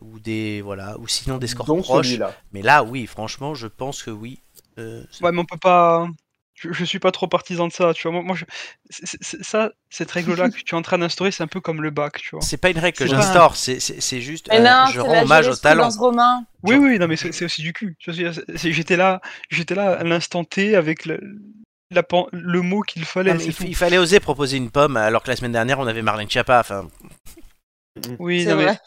Speaker 1: ou des voilà ou sinon des scores
Speaker 3: Dont
Speaker 1: proches.
Speaker 3: celui-là.
Speaker 1: Mais là, oui, franchement, je pense que oui. Euh, c'est-
Speaker 4: Ouais, mais on peut pas. je, je suis pas trop partisan de ça, tu vois. Moi, moi, je- c'est- c'est- c'est- ça, cette règle-là que tu es en train d'instaurer, c'est un peu comme le bac, tu vois.
Speaker 1: C'est pas une règle que
Speaker 4: C'est pas-
Speaker 1: j'instaure, c'est- c'est c'est juste
Speaker 2: Mais
Speaker 1: euh,
Speaker 2: non,
Speaker 1: je
Speaker 2: c'est
Speaker 1: rends
Speaker 2: la
Speaker 1: hommage au talent.
Speaker 2: jurisprudence romain.
Speaker 4: Oui, oui, non, mais c'est c'est aussi du cul. Tu vois ce que je veux dire, c'est- J'étais là, j'étais là à l'instant T avec le, la pen- le mot qu'il fallait.
Speaker 1: Non, mais
Speaker 4: c'est
Speaker 1: il,
Speaker 4: tout.
Speaker 1: il fallait oser proposer une pomme alors que la semaine dernière on avait Marlène Chiappa. Enfin,
Speaker 4: Oui,
Speaker 2: C'est
Speaker 4: non, mais
Speaker 2: vrai.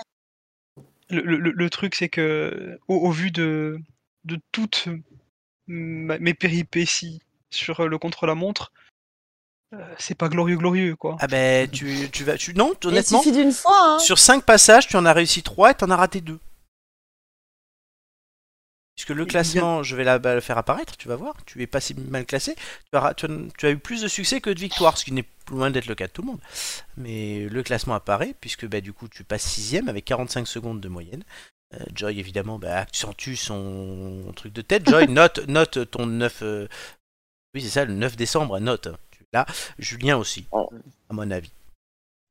Speaker 4: le, le- le- le truc, c'est que au, au vu de, de toutes ma- mes péripéties sur euh, le contre-la-montre, euh, c'est pas glorieux, glorieux, quoi.
Speaker 1: ah ben tu, tu vas, tu non,
Speaker 2: Il
Speaker 1: honnêtement,
Speaker 2: suffit d'une fois. Hein.
Speaker 1: sur 5 passages tu en as réussi 3 et t'en as raté 2. Puisque le
Speaker 4: Il- il
Speaker 1: classement, je vais la, bah, le faire apparaître, tu vas voir, tu es pas si mal classé. Tu as, ra- tu as- tu as eu plus de succès que de victoires, ce qui n'est loin d'être le cas de tout le monde. Mais le classement apparaît, puisque bah, du coup tu passes 6ème avec 45 secondes de moyenne. Euh, Joy évidemment bah, accentue son truc de tête. Joy, note, note ton 9. euh, Oui, c'est ça, le 9 décembre, note. Tu l'as. Julien aussi, à mon avis.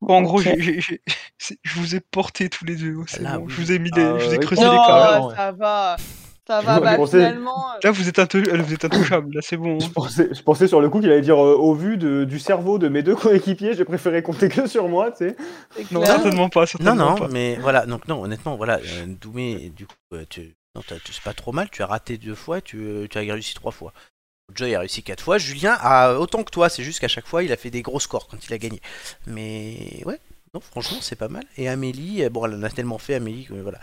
Speaker 4: Bon, en gros,
Speaker 11: Ok.
Speaker 4: j'ai- j'ai- j'ai- c'est- je vous ai porté tous les deux. c'est
Speaker 1: Là,
Speaker 4: bon,
Speaker 1: oui.
Speaker 4: Je vous ai mis des,
Speaker 3: Ah,
Speaker 4: je
Speaker 1: euh,
Speaker 4: vous ai
Speaker 3: oui.
Speaker 4: creusé
Speaker 3: Non,
Speaker 4: les
Speaker 3: carrément,
Speaker 4: carreaux.
Speaker 3: ouais.
Speaker 2: ça va. Ça va,
Speaker 3: Je
Speaker 2: bah,
Speaker 3: pensais-
Speaker 2: finalement. euh,
Speaker 4: Là, vous êtes, intouch- euh, vous êtes intouchables. Là, c'est bon.
Speaker 3: Je pensais, je pensais sur le coup qu'il allait dire euh, au vu de- du cerveau de mes deux coéquipiers, j'ai préféré compter que sur moi, tu sais.
Speaker 2: c'est
Speaker 4: Non,
Speaker 2: clair.
Speaker 4: certainement pas.
Speaker 1: Non,
Speaker 4: Certainement
Speaker 1: non,
Speaker 4: pas.
Speaker 1: mais voilà, donc non, honnêtement, voilà, euh, Doumé, du coup, euh, tu, non, t'as- tu- c'est pas trop mal, tu as raté deux fois, tu, euh, tu as réussi trois fois. Joy a réussi quatre fois, Julien a autant que toi, c'est juste qu'à chaque fois, il a fait des gros scores quand il a gagné. Mais ouais, non, franchement, c'est pas mal. Et Amélie, euh, bon, elle en a tellement fait, Amélie, que voilà.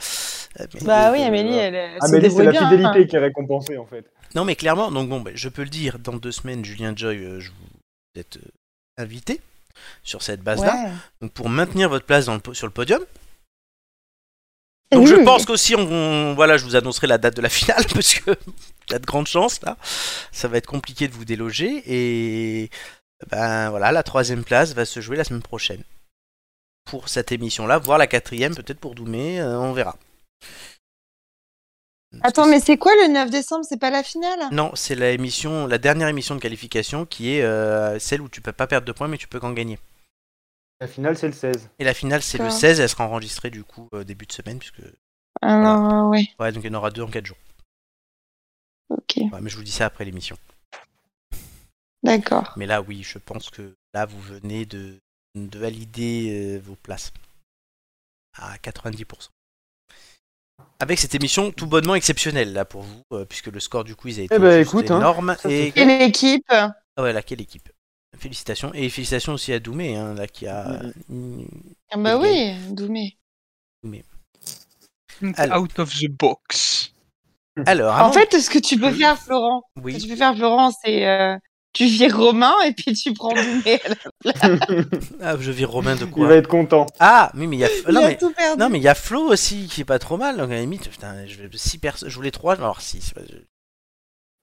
Speaker 1: Euh, mais-
Speaker 11: Bah
Speaker 1: euh,
Speaker 11: oui,
Speaker 1: euh,
Speaker 11: Amélie,
Speaker 1: voilà.
Speaker 11: elle,
Speaker 2: Ah,
Speaker 11: elle se
Speaker 3: Amélie, Ah, c'est
Speaker 11: débrouille
Speaker 3: la
Speaker 11: bien.
Speaker 3: fidélité
Speaker 11: hein.
Speaker 3: qui est récompensée en fait.
Speaker 1: Non, mais clairement, donc bon, ben, je peux le dire, dans deux semaines, Julien Joy, euh, je vous vous êtes euh, invité sur cette base-là.
Speaker 2: Ouais.
Speaker 1: Donc pour maintenir votre place dans le po- sur le podium. Donc je
Speaker 11: Oui.
Speaker 1: pense qu'aussi, on, on- voilà, je vous annoncerai la date de la finale parce que il y a de grandes chances là. Ça va être compliqué de vous déloger et ben voilà, la troisième place va se jouer la semaine prochaine pour cette émission-là, voire la quatrième peut-être pour Doumé, euh, on verra.
Speaker 2: Attends, mais c'est quoi le 9 décembre C'est pas la finale
Speaker 1: Non, c'est la émission, la dernière émission de qualification qui est euh, celle où tu peux pas perdre de points mais tu peux qu'en gagner.
Speaker 3: La finale, c'est le 16.
Speaker 1: Et la finale c'est le
Speaker 2: D'accord.
Speaker 1: 16, elle sera enregistrée du coup euh, début de semaine puisque
Speaker 2: Alors, euh, ouais,
Speaker 1: ouais donc il y en aura deux en quatre jours.
Speaker 2: ok.
Speaker 1: Ouais, mais je vous dis ça après l'émission.
Speaker 2: D'accord.
Speaker 1: Mais là, oui, je pense que là, vous venez de, de valider euh, vos places à 90%. Avec cette émission tout bonnement exceptionnelle là pour vous, euh, puisque le score du quiz a été
Speaker 3: Eh ben,
Speaker 1: juste
Speaker 3: écoute, hein,
Speaker 1: énorme.
Speaker 3: ça,
Speaker 1: et
Speaker 2: Et l'équipe
Speaker 1: Ah ouais, là, quelle équipe Félicitations et félicitations aussi à Doumé, hein, là qui a. Mm.
Speaker 2: Ah Bah oui, Doumé.
Speaker 1: Alors.
Speaker 4: Out of the box.
Speaker 1: Alors,
Speaker 2: En
Speaker 1: avant-
Speaker 2: fait, ce que tu peux faire, Florent, ce que
Speaker 1: Ah oui,
Speaker 2: tu peux faire, Florent, c'est euh, tu vires Romain et puis tu prends Doumé.
Speaker 1: ah, je vire Romain de
Speaker 3: Il va
Speaker 1: quoi
Speaker 3: être content.
Speaker 1: Ah, oui, mais il y a.
Speaker 2: Il
Speaker 1: non,
Speaker 2: a
Speaker 1: mais-
Speaker 2: tout perdu.
Speaker 1: Non, mais il y a Flo aussi qui est pas trop mal. Donc, à la limite, putain, je, vais- six perso- je voulais trois, je vais avoir six.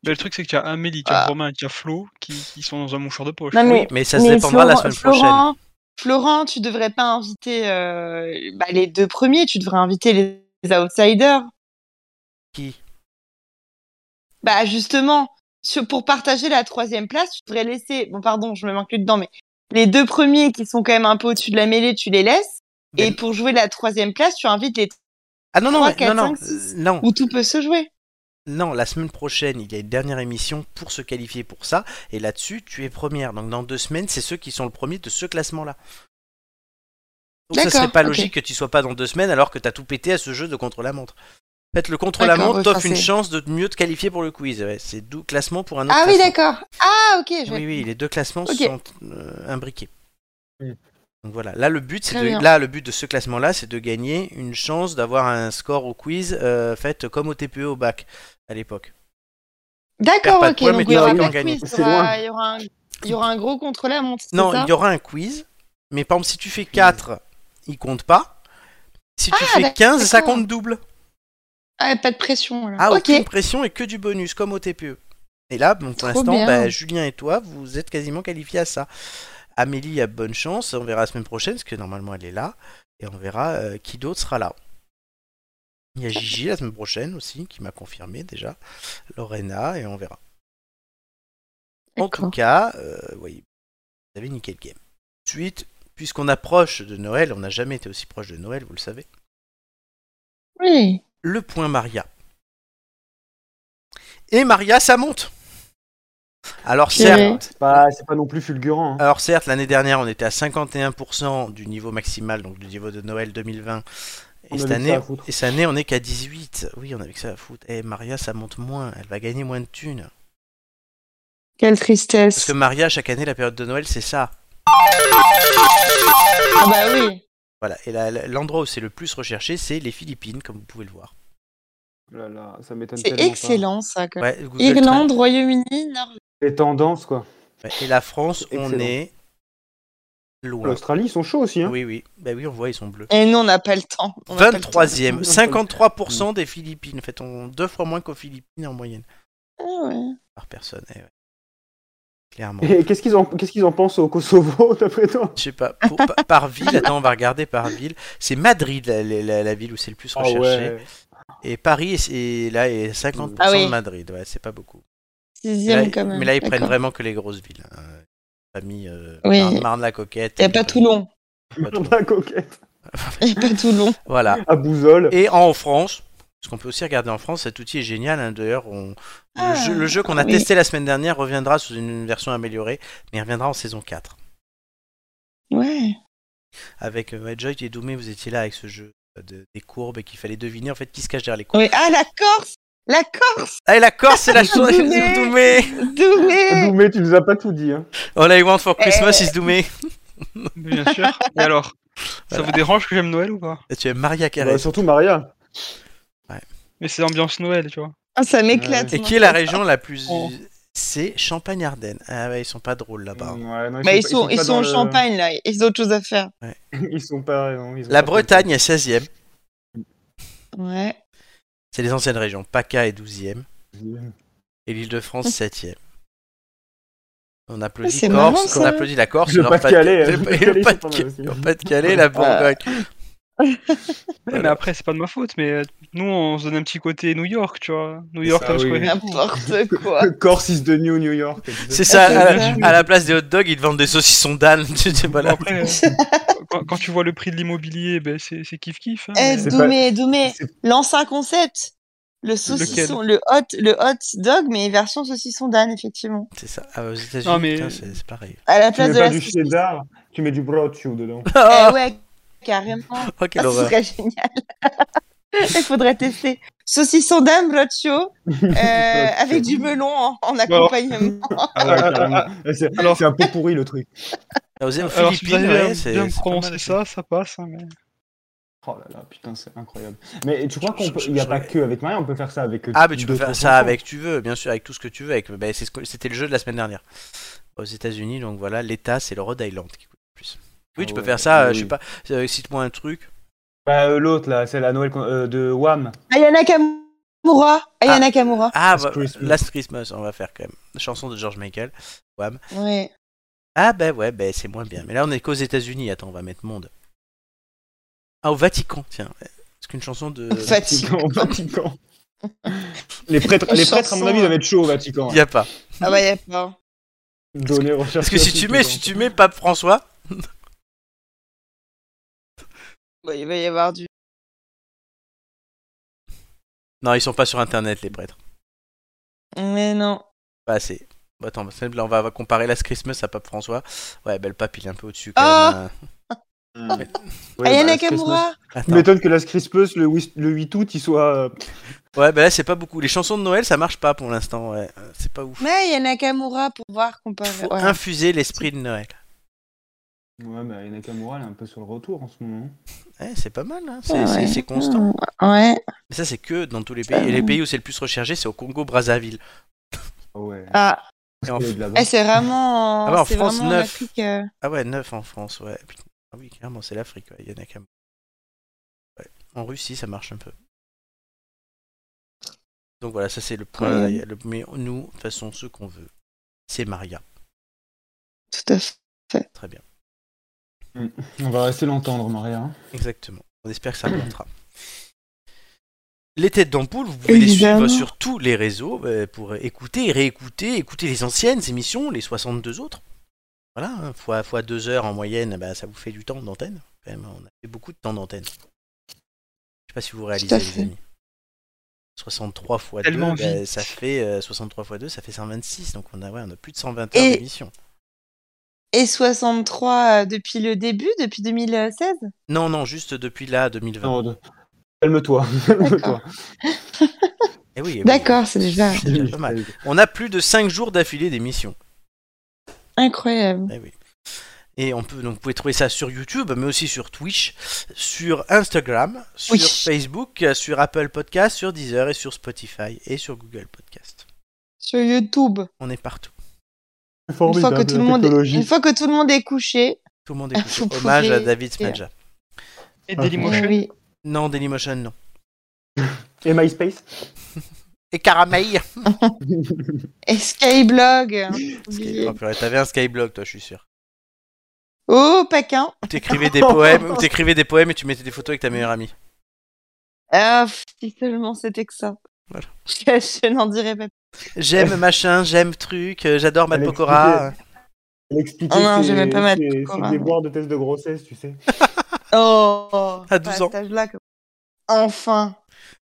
Speaker 4: Mais le truc, c'est qu'il y a Amélie, qu'il y a Romain, qu'il y a Flo qui, qui sont dans un mouchoir de poche.
Speaker 2: Ah. Non, mais-
Speaker 1: Oui, mais ça se
Speaker 2: Mais
Speaker 1: dépendra la
Speaker 2: Florent-
Speaker 1: semaine prochaine.
Speaker 2: Florent, Florent, tu devrais pas inviter euh, bah, les deux premiers, tu devrais inviter les, les outsiders.
Speaker 1: Qui
Speaker 2: Bah justement, sur- pour partager la troisième place, tu devrais laisser. Bon, pardon, je me manque plus dedans, mais les deux premiers qui sont quand même un peu au-dessus de la mêlée, tu les laisses.
Speaker 1: Ben-
Speaker 2: Et pour jouer la troisième place, tu invites les.
Speaker 1: Ah non, non,
Speaker 2: Trois,
Speaker 1: mais-
Speaker 2: quatre,
Speaker 1: non, non,
Speaker 2: cinq, six.
Speaker 1: euh, non,
Speaker 2: où tout peut se jouer.
Speaker 1: non, la semaine prochaine, il y a une dernière émission pour se qualifier pour ça, et là-dessus, tu es première. Donc dans deux semaines, c'est ceux qui sont le premier de ce classement-là. Donc ça
Speaker 2: D'accord,
Speaker 1: serait pas
Speaker 2: ok.
Speaker 1: logique que tu sois pas dans deux semaines alors que t'as tout pété à ce jeu de contre-la-montre. En fait, le contre-la-montre
Speaker 2: D'accord,
Speaker 1: t'offre
Speaker 2: retracer.
Speaker 1: une chance de mieux te qualifier pour le quiz. ouais. C'est d'où classement pour un autre
Speaker 2: Ah oui,
Speaker 1: classement.
Speaker 2: d'accord. Ah ok. Je...
Speaker 1: Oui, oui, les deux classements
Speaker 2: Ok.
Speaker 1: sont euh, imbriqués.
Speaker 3: Mm.
Speaker 1: Donc voilà, là le but, c'est
Speaker 2: Très
Speaker 1: de,
Speaker 2: bien.
Speaker 1: là le but de ce classement-là, c'est de gagner une chance d'avoir un score au quiz euh, fait comme au TPE au bac à l'époque. Perds
Speaker 2: D'accord,
Speaker 1: pas de
Speaker 2: ok.
Speaker 1: points, mais
Speaker 2: donc
Speaker 1: tu
Speaker 2: il y aura
Speaker 1: n'auras
Speaker 2: pas
Speaker 1: rien
Speaker 2: de quiz,
Speaker 3: gagné.
Speaker 2: il y
Speaker 3: C'est
Speaker 2: aura-
Speaker 3: loin.
Speaker 2: il y aura un, il y aura un gros contre la montre. c'est
Speaker 1: Non,
Speaker 2: ça
Speaker 1: il y aura un quiz, mais par exemple si tu fais 4, il compte pas. Si tu
Speaker 2: Ah,
Speaker 1: fais 15, ça
Speaker 2: d'accord.
Speaker 1: compte double.
Speaker 2: Ah, pas de pression. alors.
Speaker 1: Ah,
Speaker 2: ok.
Speaker 1: aucune pression et que du bonus, comme au TPE. Et là, bon, pour
Speaker 2: Trop
Speaker 1: l'instant,
Speaker 2: bien.
Speaker 1: bah, Julien et toi, vous êtes quasiment qualifiés à ça. Amélie a bonne chance, on verra la semaine prochaine, parce que normalement elle est là, et on verra euh, qui d'autre sera là. Il y a Gigi la semaine prochaine aussi, qui m'a confirmé déjà, Lorena, et on verra. En tout
Speaker 2: D'accord.
Speaker 1: cas, euh, oui, vous avez nickel game. Ensuite, puisqu'on approche de Noël, on n'a jamais été aussi proche de Noël, vous le savez,
Speaker 2: Oui.
Speaker 1: le point Maria. Et Maria, ça monte Alors
Speaker 2: Purée.
Speaker 1: certes,
Speaker 3: C'est pas, Bah, c'est pas non plus fulgurant. hein.
Speaker 1: alors certes, l'année dernière, on était à 51% du niveau maximal, donc du niveau de Noël 2020.
Speaker 3: On
Speaker 1: Et cette,
Speaker 3: avait que ça
Speaker 1: année,
Speaker 3: à foutre.
Speaker 1: et cette année, on est qu'à 18. Oui, on avait que ça à foutre. Et Maria, ça monte moins. Elle va gagner moins de thunes.
Speaker 2: Quelle
Speaker 1: Parce
Speaker 2: tristesse.
Speaker 1: que Maria, chaque année, la période de Noël, c'est ça.
Speaker 2: Ah bah oui.
Speaker 1: Voilà. Et la- la- l'endroit où c'est le plus recherché, c'est les Philippines, comme vous pouvez le voir.
Speaker 3: Oh là là, ça m'étonne
Speaker 2: C'est
Speaker 3: tellement pas.
Speaker 2: excellent ça. quand même.
Speaker 1: Ouais, Google
Speaker 2: Mm. Irlande, Royaume-Uni, Nord.
Speaker 3: Les tendances, quoi.
Speaker 1: Trends. Ouais, Et la France, on
Speaker 3: Excellent.
Speaker 1: est loin.
Speaker 3: L'Australie, ils sont chauds aussi. Hein.
Speaker 1: Oui, oui. Bah oui, on voit, ils sont bleus.
Speaker 2: Et nous, on n'a pas le temps. On Mm. n'a pas le temps.
Speaker 1: 23e,
Speaker 3: temps.
Speaker 1: 53% des Philippines. En fait, on deux fois moins qu'aux Philippines en moyenne
Speaker 2: Ah ouais.
Speaker 1: par personne. eh ouais. Clairement.
Speaker 3: Et qu'est-ce qu'ils en, qu'est-ce qu'ils en pensent au Kosovo, d'après toi
Speaker 1: Je sais pas, pour- pa- par ville, attends, on va regarder par ville. C'est Madrid, la, la- la- la ville où c'est le plus
Speaker 3: Ah
Speaker 1: recherché. Et Paris, est- est, là, est 50%
Speaker 2: Ah oui.
Speaker 1: de Madrid. Ouais, c'est pas beaucoup. Mais
Speaker 2: Sixième
Speaker 1: là,
Speaker 2: quand même.
Speaker 1: mais là, ils prennent
Speaker 2: d'accord.
Speaker 1: vraiment que les grosses villes. hein. Famille euh,
Speaker 2: Oui.
Speaker 1: Mar- Marne-la-Coquette.
Speaker 2: Y a pas Toulon.
Speaker 1: Pas Toulon.
Speaker 3: La coquette.
Speaker 2: Et pas Toulon.
Speaker 1: Voilà.
Speaker 3: À Bouzole.
Speaker 1: Et en France, parce qu'on peut aussi regarder en France, cet outil est génial. hein. D'ailleurs, on...
Speaker 2: Ah,
Speaker 1: le jeu, le jeu qu'on a
Speaker 2: oui.
Speaker 1: testé la semaine dernière reviendra sous une version améliorée, mais il reviendra en saison 4.
Speaker 2: Ouais.
Speaker 1: Avec euh, ouais, Joy et Doumé, vous étiez là avec ce jeu euh, de- des courbes et qu'il fallait deviner en fait qui se cache derrière les courbes.
Speaker 2: Oui. Ah, la Corse La Corse
Speaker 1: Ah, et la Corse, c'est la chose
Speaker 2: Doumé
Speaker 1: Doumé
Speaker 2: Doumé
Speaker 3: Doumé, tu nous as pas tout dit. Hein.
Speaker 1: All I want
Speaker 2: Eh.
Speaker 1: for Christmas is Doumé.
Speaker 4: Bien sûr. Et alors Ça vous dérange que j'aime Noël ou pas
Speaker 1: Et Tu es Maria Carré.
Speaker 3: Bah, surtout Maria.
Speaker 4: Mais c'est ambiance Noël, tu vois.
Speaker 2: Ah, ça m'éclate.
Speaker 1: et
Speaker 2: moi.
Speaker 1: qui est la région la plus.
Speaker 2: Oh.
Speaker 1: C'est Champagne-Ardenne. Ah ouais, ils sont pas drôles là-bas.
Speaker 3: Mm, ouais, non,
Speaker 2: Bah, ils
Speaker 3: pas-
Speaker 2: sont, ils
Speaker 3: pas
Speaker 2: sont
Speaker 3: dans
Speaker 2: en
Speaker 3: le-
Speaker 2: Champagne, là. Ils ont autre chose à faire.
Speaker 3: Ils sont pas. non, ils ont
Speaker 1: La
Speaker 3: pas-
Speaker 1: Bretagne est 16e.
Speaker 2: Ouais.
Speaker 1: C'est les anciennes régions. PACA est 12e. Et l'Île-de-France, 7 On applaudit
Speaker 2: Ah, C'est marrant,
Speaker 1: Corse, on
Speaker 2: ça.
Speaker 1: applaudit la Corse,
Speaker 3: Le
Speaker 1: leur
Speaker 3: Pas-de-Calais,
Speaker 1: Pas-de-
Speaker 3: hein,
Speaker 1: et
Speaker 3: le
Speaker 1: le
Speaker 3: Pas-de-Calais,
Speaker 1: Pas-de-Calais,
Speaker 3: c'est pas mal aussi.
Speaker 1: le Pas-de-Calais,
Speaker 2: Ah.
Speaker 1: la Bourgogne.
Speaker 4: Ouais, mais après, c'est pas de ma faute, mais euh, nous, on se donne un petit côté New York, tu vois. New York,
Speaker 3: ça,
Speaker 4: Times
Speaker 3: oui.
Speaker 4: Square. et tout.
Speaker 2: N'importe quoi.
Speaker 3: Corse is the new New York.
Speaker 1: C'est ça,
Speaker 2: c'est
Speaker 1: à la,
Speaker 2: ça.
Speaker 1: à la place des hot dogs, ils te vendent des saucissons d'âne. tu sais,
Speaker 4: Bon,
Speaker 1: voilà.
Speaker 4: après, euh, quand, quand tu vois le prix de l'immobilier, ben, c'est c'est kiff-kiff. hein,
Speaker 2: Eh,
Speaker 4: mais-
Speaker 3: C'est
Speaker 2: Doumé, Doumé,
Speaker 3: c'est-
Speaker 2: lance un concept. Le saucisson, le hot, le hot dog, mais version saucisson d'âne, effectivement.
Speaker 1: C'est ça. Ah, aux États-Unis,
Speaker 4: Non, mais-
Speaker 1: putain, c'est c'est pareil.
Speaker 2: À la
Speaker 3: Tu
Speaker 2: place
Speaker 3: mets
Speaker 2: de
Speaker 3: pas
Speaker 2: la
Speaker 3: du
Speaker 2: saucisse.
Speaker 3: cheddar, tu mets du brochu dedans.
Speaker 2: Eh
Speaker 1: Oh,
Speaker 2: ouais, carrément. Ah,
Speaker 1: oh, quelle
Speaker 2: Ce
Speaker 1: horreur.
Speaker 2: serait génial. Il faudrait tester. Saucisson d'âne, broccio, euh, avec du melon en, en accompagnement.
Speaker 3: Ah ouais, carrément. C'est
Speaker 4: Alors-
Speaker 3: c'est un peu pourri le truc.
Speaker 1: Aux aux
Speaker 4: Alors, si vous
Speaker 1: Philippines,
Speaker 4: arrivez à
Speaker 1: ouais, c'est.
Speaker 4: bien
Speaker 1: c'est pas
Speaker 4: prononcer
Speaker 1: mal,
Speaker 4: ça, ça passe. hein, mais-
Speaker 3: Oh là là, putain, c'est incroyable. Mais tu crois
Speaker 1: Je-
Speaker 3: qu'on peut.
Speaker 1: je-
Speaker 3: Il n'y a
Speaker 1: je-
Speaker 3: pas que avec Maria, on peut faire ça avec. euh,
Speaker 1: Ah, mais tu peux
Speaker 3: d'autres
Speaker 1: faire ça
Speaker 3: chansons.
Speaker 1: avec tu veux, bien sûr, avec tout ce que tu veux. Avec... ben, c'est ce que- C'était le jeu de la semaine dernière aux États-Unis, donc voilà, l'État, c'est le Rhode Island qui coûte le plus. Oui,
Speaker 3: Ah
Speaker 1: tu peux
Speaker 3: ouais,
Speaker 1: faire ça, euh,
Speaker 3: oui,
Speaker 1: je sais
Speaker 3: oui.
Speaker 1: pas, euh, cite-moi un truc.
Speaker 3: Bah, euh, l'autre là, c'est la Noël qu'on- euh, de Wham.
Speaker 2: Ayana Kamura. Ayana Kamura.
Speaker 1: Ah,
Speaker 3: Last
Speaker 1: bah,
Speaker 3: Christmas.
Speaker 1: Last Christmas, on va faire quand même. La chanson de George Michael.
Speaker 2: Ouais.
Speaker 1: Ah, bah ouais, bah, c'est moins bien. Mais là, on est qu'aux États-Unis, attends, on va mettre monde. Ah, au Vatican, tiens. Est-ce qu'une chanson de.
Speaker 2: Fatigue.
Speaker 3: Vatican, Vatican. Les prêtres,
Speaker 2: Une
Speaker 3: les prêtres, à mon
Speaker 2: chanson,
Speaker 3: avis,
Speaker 2: hein.
Speaker 3: doivent être chauds au Vatican.
Speaker 1: Y a pas.
Speaker 2: Ah bah, y a pas.
Speaker 3: Donner, rechercher.
Speaker 1: Parce que si tu mets, si tu mets Pape François,
Speaker 2: Bah, il va y avoir du.
Speaker 1: non, ils sont pas sur internet, les prêtres.
Speaker 2: Mais non.
Speaker 1: Pas assez. Bah, attends, parce que là, on va comparer Last Christmas à Pape François. Ouais, bah, le pape, il est un peu au-dessus quand
Speaker 2: Ah
Speaker 1: même. hein. bah,
Speaker 3: bah,
Speaker 2: Ayana Kamura.
Speaker 1: Attends.
Speaker 3: M'étonne que la Christmas, le, huit- le 8 août, il soit. euh,
Speaker 1: Ouais, bah là, c'est pas beaucoup. Les chansons de Noël, ça marche pas pour l'instant, ouais. Euh, C'est pas ouf.
Speaker 2: Mais Ayana Kamura pour voir
Speaker 1: Il
Speaker 2: comparer.
Speaker 1: faut
Speaker 2: Ouais.
Speaker 1: infuser l'esprit de Noël.
Speaker 3: Ouais, mais Ayana Kamura, elle est un peu sur le retour en ce moment. hein.
Speaker 1: Ouais, c'est pas mal, hein. c'est
Speaker 2: Ouais,
Speaker 1: c'est-
Speaker 2: ouais.
Speaker 1: c'est constant.
Speaker 2: Ouais.
Speaker 1: Mais ça, c'est que dans tous les pays. Et les pays où c'est le plus recherché, c'est au Congo-Brazzaville.
Speaker 3: Ah ouais.
Speaker 2: Ah,
Speaker 1: Et en-
Speaker 3: Elle est de là-bas.
Speaker 2: eh, c'est vraiment.
Speaker 1: Ah bah, en
Speaker 2: c'est
Speaker 1: France,
Speaker 2: vraiment
Speaker 1: neuf.
Speaker 2: Afrique, euh,
Speaker 1: Ah ouais, 9 en France, ouais. Putain. Ah oui, clairement, c'est l'Afrique, ouais. Il y en a quand même. Ouais. En Russie, ça marche un peu. Donc voilà, ça, c'est le point.
Speaker 2: Ouais.
Speaker 1: Il y a le- Mais nous, de toute façon, ce qu'on veut, c'est Maria.
Speaker 2: tout à fait.
Speaker 1: Très bien.
Speaker 3: On va rester l'entendre, Maria. hein.
Speaker 1: Exactement. On espère que ça
Speaker 2: Mmh.
Speaker 1: remontera. Les têtes d'ampoule, vous pouvez les suivre
Speaker 2: Évidemment.
Speaker 1: sur tous les réseaux euh, pour écouter et réécouter, écouter les anciennes émissions, les 62 autres. Voilà, hein, fois, fois deux heures en moyenne, bah, ça vous fait du temps d'antenne. Quand même, on a fait beaucoup de temps d'antenne. Je sais pas si vous réalisez,
Speaker 2: à
Speaker 1: les
Speaker 2: fait.
Speaker 1: amis. 63 fois 2,
Speaker 4: Tellement
Speaker 1: bah,
Speaker 4: vite.
Speaker 1: ça fait euh, 63 fois 2, ça fait 126. Donc on a, ouais, on a plus de 120
Speaker 2: Et-
Speaker 1: heures d'émission.
Speaker 2: Et 63 euh, depuis le début, depuis 2016
Speaker 1: Non, non, juste depuis là, 2020.
Speaker 3: Non, de- Calme-toi. calme-toi.
Speaker 1: Eh oui, eh oui.
Speaker 2: D'accord, c'est déjà
Speaker 1: C'est déjà pas mal. On a plus de 5 jours d'affilée d'émission.
Speaker 2: incroyable.
Speaker 1: Eh oui. Et on peut donc vous pouvez trouver ça sur YouTube, mais aussi sur Twitch, sur Instagram, sur
Speaker 2: Oui.
Speaker 1: Facebook, euh, sur Apple Podcast, sur Deezer et sur Spotify et sur Google Podcast.
Speaker 2: Sur YouTube,
Speaker 1: On est partout.
Speaker 2: une fois, que
Speaker 3: Formidable,
Speaker 2: tout le monde est,
Speaker 3: technologie.
Speaker 2: une fois que tout le monde est couché.
Speaker 1: Tout le monde est couché.
Speaker 2: Vous pouvez-
Speaker 1: Hommage à David Smadja.
Speaker 4: Et
Speaker 3: Ah.
Speaker 4: Dailymotion.
Speaker 2: Eh Oui.
Speaker 1: Non, Dailymotion, non.
Speaker 3: Et MySpace
Speaker 1: Et Caramel
Speaker 2: Et Skyblog. hein,
Speaker 1: Oh
Speaker 2: oubliez.
Speaker 1: purée, t'avais un Skyblog, toi, je suis sûr.
Speaker 2: Oh, Paquin.
Speaker 1: T'écrivais des poèmes, ou t'écrivais des poèmes et tu mettais des photos avec ta meilleure amie.
Speaker 2: Ah, pff, si seulement c'était que ça.
Speaker 1: Voilà.
Speaker 2: Je, je n'en dirais pas. plus.
Speaker 1: J'aime machin, j'aime truc, euh, j'adore Matt
Speaker 3: Elle
Speaker 1: Pokora.
Speaker 3: Elle expliquait
Speaker 2: Ah non, j'aimais
Speaker 3: ses-
Speaker 2: pas mal hein.
Speaker 3: ses-
Speaker 2: Pokora,
Speaker 3: ses déboires de test de grossesse, tu sais.
Speaker 2: Oh,
Speaker 1: À 12 ans.
Speaker 2: cet âge-là, que- Enfin.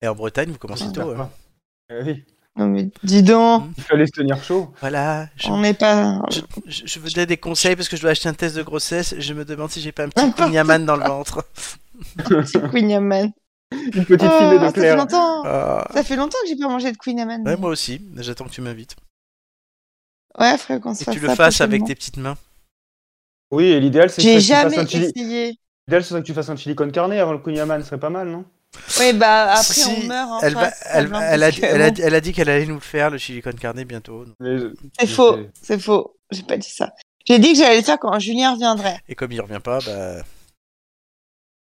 Speaker 1: Et en Bretagne, vous
Speaker 2: Ah,
Speaker 1: commencez tôt. hein.
Speaker 3: Eh oui,
Speaker 2: Non, mais dis donc,
Speaker 3: il fallait se tenir chaud.
Speaker 1: Voilà, je
Speaker 2: on n'est pas.
Speaker 1: Je, je- je voudrais des conseils parce que je dois acheter un test de grossesse. Je me demande si j'ai pas un petit
Speaker 2: N'importe
Speaker 1: cognaman dans le ventre.
Speaker 2: C'est Queen Yaman.
Speaker 3: Une petite filée
Speaker 2: Oh,
Speaker 3: de
Speaker 2: ça fait
Speaker 3: clair.
Speaker 2: longtemps.
Speaker 1: Ah.
Speaker 2: Ça fait longtemps que j'ai pas mangé de Queen Amman.
Speaker 1: Ouais, moi aussi. J'attends que tu m'invites.
Speaker 2: Ouais, frère, qu'on se
Speaker 1: Et
Speaker 2: fasse
Speaker 1: tu le
Speaker 2: ça
Speaker 1: fasses avec
Speaker 2: prochainement.
Speaker 1: tes petites mains.
Speaker 3: Oui, et l'idéal, c'est
Speaker 2: J'ai
Speaker 3: que, tu fasses
Speaker 2: jamais
Speaker 3: un chili...
Speaker 2: essayé.
Speaker 3: l'idéal, ce serait que tu fasses un chili con carne avant le kunyaman, ce serait pas mal, non
Speaker 2: Oui, bah après
Speaker 1: Si,
Speaker 2: on meurt. en
Speaker 1: Elle, va-
Speaker 2: face,
Speaker 1: elle,
Speaker 2: hein,
Speaker 1: elle a,
Speaker 2: parce
Speaker 1: dit-
Speaker 2: que
Speaker 1: elle a-
Speaker 2: bon,
Speaker 1: elle a dit qu'elle allait nous le faire, le chili con carne, bientôt.
Speaker 3: Mais-
Speaker 2: C'est
Speaker 3: je
Speaker 2: faux.
Speaker 3: sais.
Speaker 2: C'est faux. J'ai pas dit ça. J'ai dit que j'allais le faire quand Julien reviendrait.
Speaker 1: Et comme il revient pas, bah.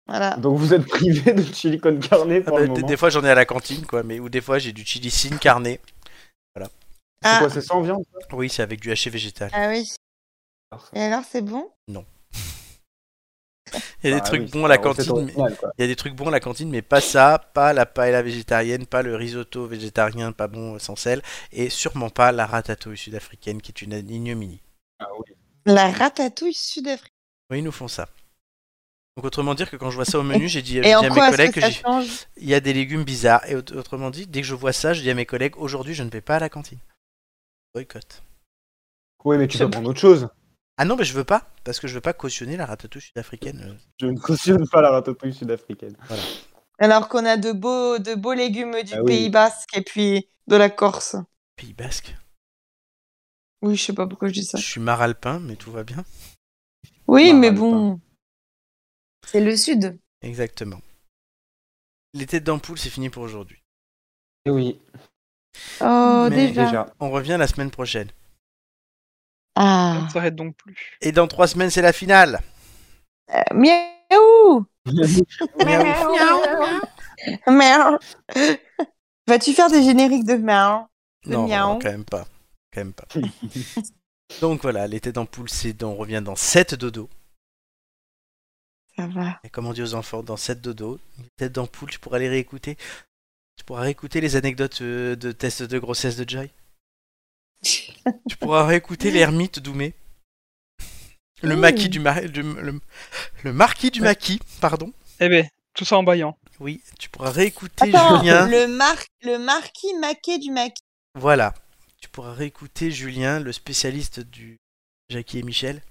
Speaker 2: Voilà.
Speaker 3: Donc vous êtes privé de chili con carne
Speaker 1: Ah
Speaker 3: pour
Speaker 1: bah,
Speaker 3: le
Speaker 1: des,
Speaker 3: moment.
Speaker 1: des fois j'en ai à la cantine, quoi. Mais, ou des fois j'ai du chili sin carné.
Speaker 3: C'est
Speaker 2: Ah,
Speaker 3: quoi, c'est sans viande
Speaker 1: Oui, c'est avec du haché végétal.
Speaker 2: ah oui. Et alors, c'est bon
Speaker 1: Il y a des
Speaker 3: Ah
Speaker 1: trucs
Speaker 3: oui,
Speaker 1: bons à la
Speaker 3: c'est recette
Speaker 1: cantine. mais-
Speaker 3: originale, quoi.
Speaker 1: Il y a des trucs bons à la cantine, mais pas ça, pas la paella végétarienne, pas le risotto végétarien, pas bon euh, sans sel, et sûrement pas la ratatouille sud-africaine qui est une ignominie.
Speaker 3: Ah oui.
Speaker 2: La ratatouille sud-africaine.
Speaker 1: Oui, ils nous font ça. Donc autrement dire que quand je vois ça au menu, j'ai dit, euh, j'ai dit
Speaker 2: Et
Speaker 1: à
Speaker 2: en
Speaker 1: mes
Speaker 2: quoi est-ce
Speaker 1: collègues
Speaker 2: que
Speaker 1: que
Speaker 2: ça
Speaker 1: j'ai-
Speaker 2: change
Speaker 1: il y a des légumes bizarres. Et aut- autrement dit, dès que je vois ça, je dis à mes collègues, aujourd'hui je ne vais pas à la cantine. Boycott.
Speaker 3: Oui, mais tu peux prendre autre chose.
Speaker 1: Ah non, mais je veux pas, parce que je veux pas cautionner la ratatouille sud-africaine. euh,
Speaker 3: Je ne cautionne pas la ratatouille sud-africaine.
Speaker 2: Alors qu'on a de beaux, de beaux légumes du
Speaker 3: Ah oui.
Speaker 2: Pays Basque et puis de la Corse.
Speaker 1: Pays basque.
Speaker 2: Oui, je sais pas pourquoi je dis ça.
Speaker 1: Je suis maralpin, mais tout va bien.
Speaker 2: Oui,
Speaker 3: Bah,
Speaker 2: mais
Speaker 3: râle
Speaker 2: bon. C'est le sud.
Speaker 1: Exactement. Les têtes d'ampoule, c'est fini pour aujourd'hui.
Speaker 3: Eh oui,
Speaker 2: Oh,
Speaker 1: Mais
Speaker 2: déjà.
Speaker 3: déjà.
Speaker 1: On revient la semaine prochaine.
Speaker 4: Ça
Speaker 2: Ah.
Speaker 4: ne s'arrête donc plus.
Speaker 1: Et dans trois semaines, c'est la finale.
Speaker 2: Euh, Miaou Miaou. Vas-tu faire des génériques de miaou Le
Speaker 1: Non,
Speaker 2: miaou.
Speaker 1: non, quand même pas. Quand même pas. Donc voilà, l'été d'ampoule, c'est dans- on revient dans 7 dodo.
Speaker 2: Ça va.
Speaker 1: Et comme on dit aux enfants, dans 7 dodo, l'été d'ampoule, tu pourras les réécouter. Tu pourras réécouter les anecdotes euh, de tests de grossesse de Joy. tu pourras réécouter l'ermite d'Oumé. Le
Speaker 2: Ouh.
Speaker 1: maquis du, mari- du- le, le marquis du maquis, pardon.
Speaker 4: Eh ben, tout ça en baillant.
Speaker 1: Oui, tu pourras réécouter
Speaker 2: Attends,
Speaker 1: Julien.
Speaker 2: le, mar le marquis maquet du maquis.
Speaker 1: Voilà. Tu pourras réécouter Julien, le spécialiste du Jackie et Michel.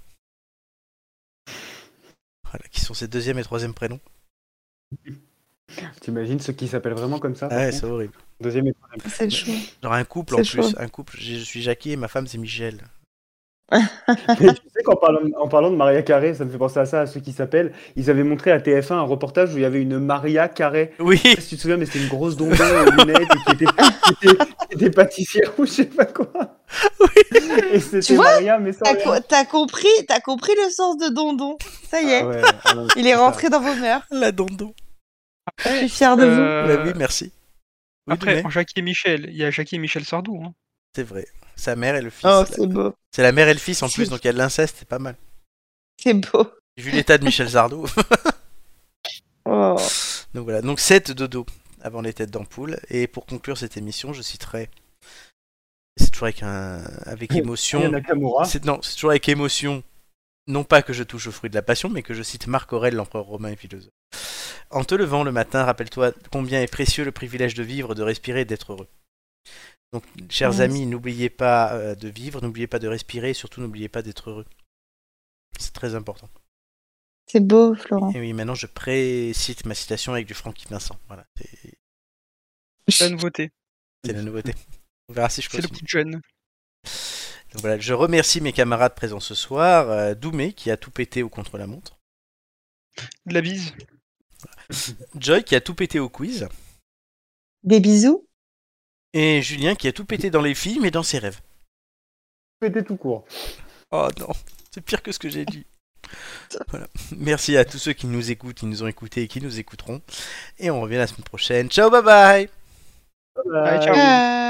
Speaker 1: Voilà, qui sont ses deuxième et troisième prénoms.
Speaker 3: T'imagines ceux qui s'appellent vraiment comme ça Ah, par
Speaker 1: Ouais,
Speaker 3: contre
Speaker 1: c'est horrible.
Speaker 3: Deuxième et troisième.
Speaker 2: Ah, bah, C'est chaud.
Speaker 1: Genre un couple en
Speaker 2: C'est
Speaker 1: plus.
Speaker 2: chaud.
Speaker 1: Un couple, je je suis Jackie et ma femme c'est Michel.
Speaker 3: Mais tu sais qu'en parlant, en parlant de Maria Carré, ça me fait penser à ça, à ceux qui s'appellent. Ils avaient montré à TF1 un reportage où il y avait une Maria Carré.
Speaker 1: Oui,
Speaker 3: Je sais pas si tu te souviens, mais c'était une grosse dombée aux lunettes et qui était, qui était- qui était pâtissière ou je sais pas quoi. Et c'était
Speaker 2: Tu vois,
Speaker 3: Maria, mais sans
Speaker 2: T'as
Speaker 3: rien.
Speaker 2: co- t'as compris, t'as compris le sens de Dondon. Ça y est,
Speaker 3: Ah ouais, ah non,
Speaker 2: il est rentré dans vos mœurs.
Speaker 1: la dondon.
Speaker 2: Je suis fière de Ah, vous.
Speaker 4: Euh,
Speaker 1: Bah oui, merci. Oui,
Speaker 4: après,
Speaker 1: Dumais,
Speaker 4: en Jackie et Michel, il y a Jackie et Michel Sardou. hein.
Speaker 1: c'est vrai. Sa mère et le fils.
Speaker 2: Oh, c'est beau.
Speaker 1: c'est la mère et le fils en
Speaker 2: Si.
Speaker 1: plus, donc il y a de l'inceste, c'est pas mal.
Speaker 2: C'est beau.
Speaker 1: J'ai vu l'état de Michel Sardou.
Speaker 2: Oh.
Speaker 1: Donc voilà, donc 7 dodo avant les têtes d'ampoule. Et pour conclure cette émission, je citerai. C'est toujours avec, un... avec
Speaker 3: Aya
Speaker 1: émotion.
Speaker 3: Nakamura.
Speaker 1: C'est non, c'est toujours avec émotion. Non pas que je touche au fruit de la passion, mais que je cite Marc Aurèle, l'empereur romain et philosophe. En te levant le matin, rappelle-toi combien est précieux le privilège de vivre, de respirer et d'être heureux. Donc, chers
Speaker 2: Merci.
Speaker 1: amis, n'oubliez pas euh, de vivre, n'oubliez pas de respirer, et surtout n'oubliez pas d'être heureux. C'est très important.
Speaker 2: C'est beau, Florent.
Speaker 1: Et oui, maintenant je pré-cite ma citation avec du Francky Vincent. Voilà, c'est
Speaker 4: La nouveauté.
Speaker 1: c'est la nouveauté. On verra si je
Speaker 4: C'est le
Speaker 1: continue.
Speaker 4: coup de jeune.
Speaker 1: Donc voilà, je remercie mes camarades présents ce soir. euh, Doumé qui a tout pété au contre la montre.
Speaker 4: De la bise.
Speaker 1: Joy qui a tout pété au quiz.
Speaker 2: Des bisous.
Speaker 1: Et Julien qui a tout pété dans les filles mais dans ses rêves.
Speaker 3: Pété tout court.
Speaker 1: Oh non, c'est pire que ce que j'ai dit. Voilà. Merci à tous ceux qui nous écoutent, qui nous ont écoutés et qui nous écouteront. Et on revient la semaine prochaine. Ciao, bye bye
Speaker 3: Euh,
Speaker 4: Allez, ciao.
Speaker 2: Bye.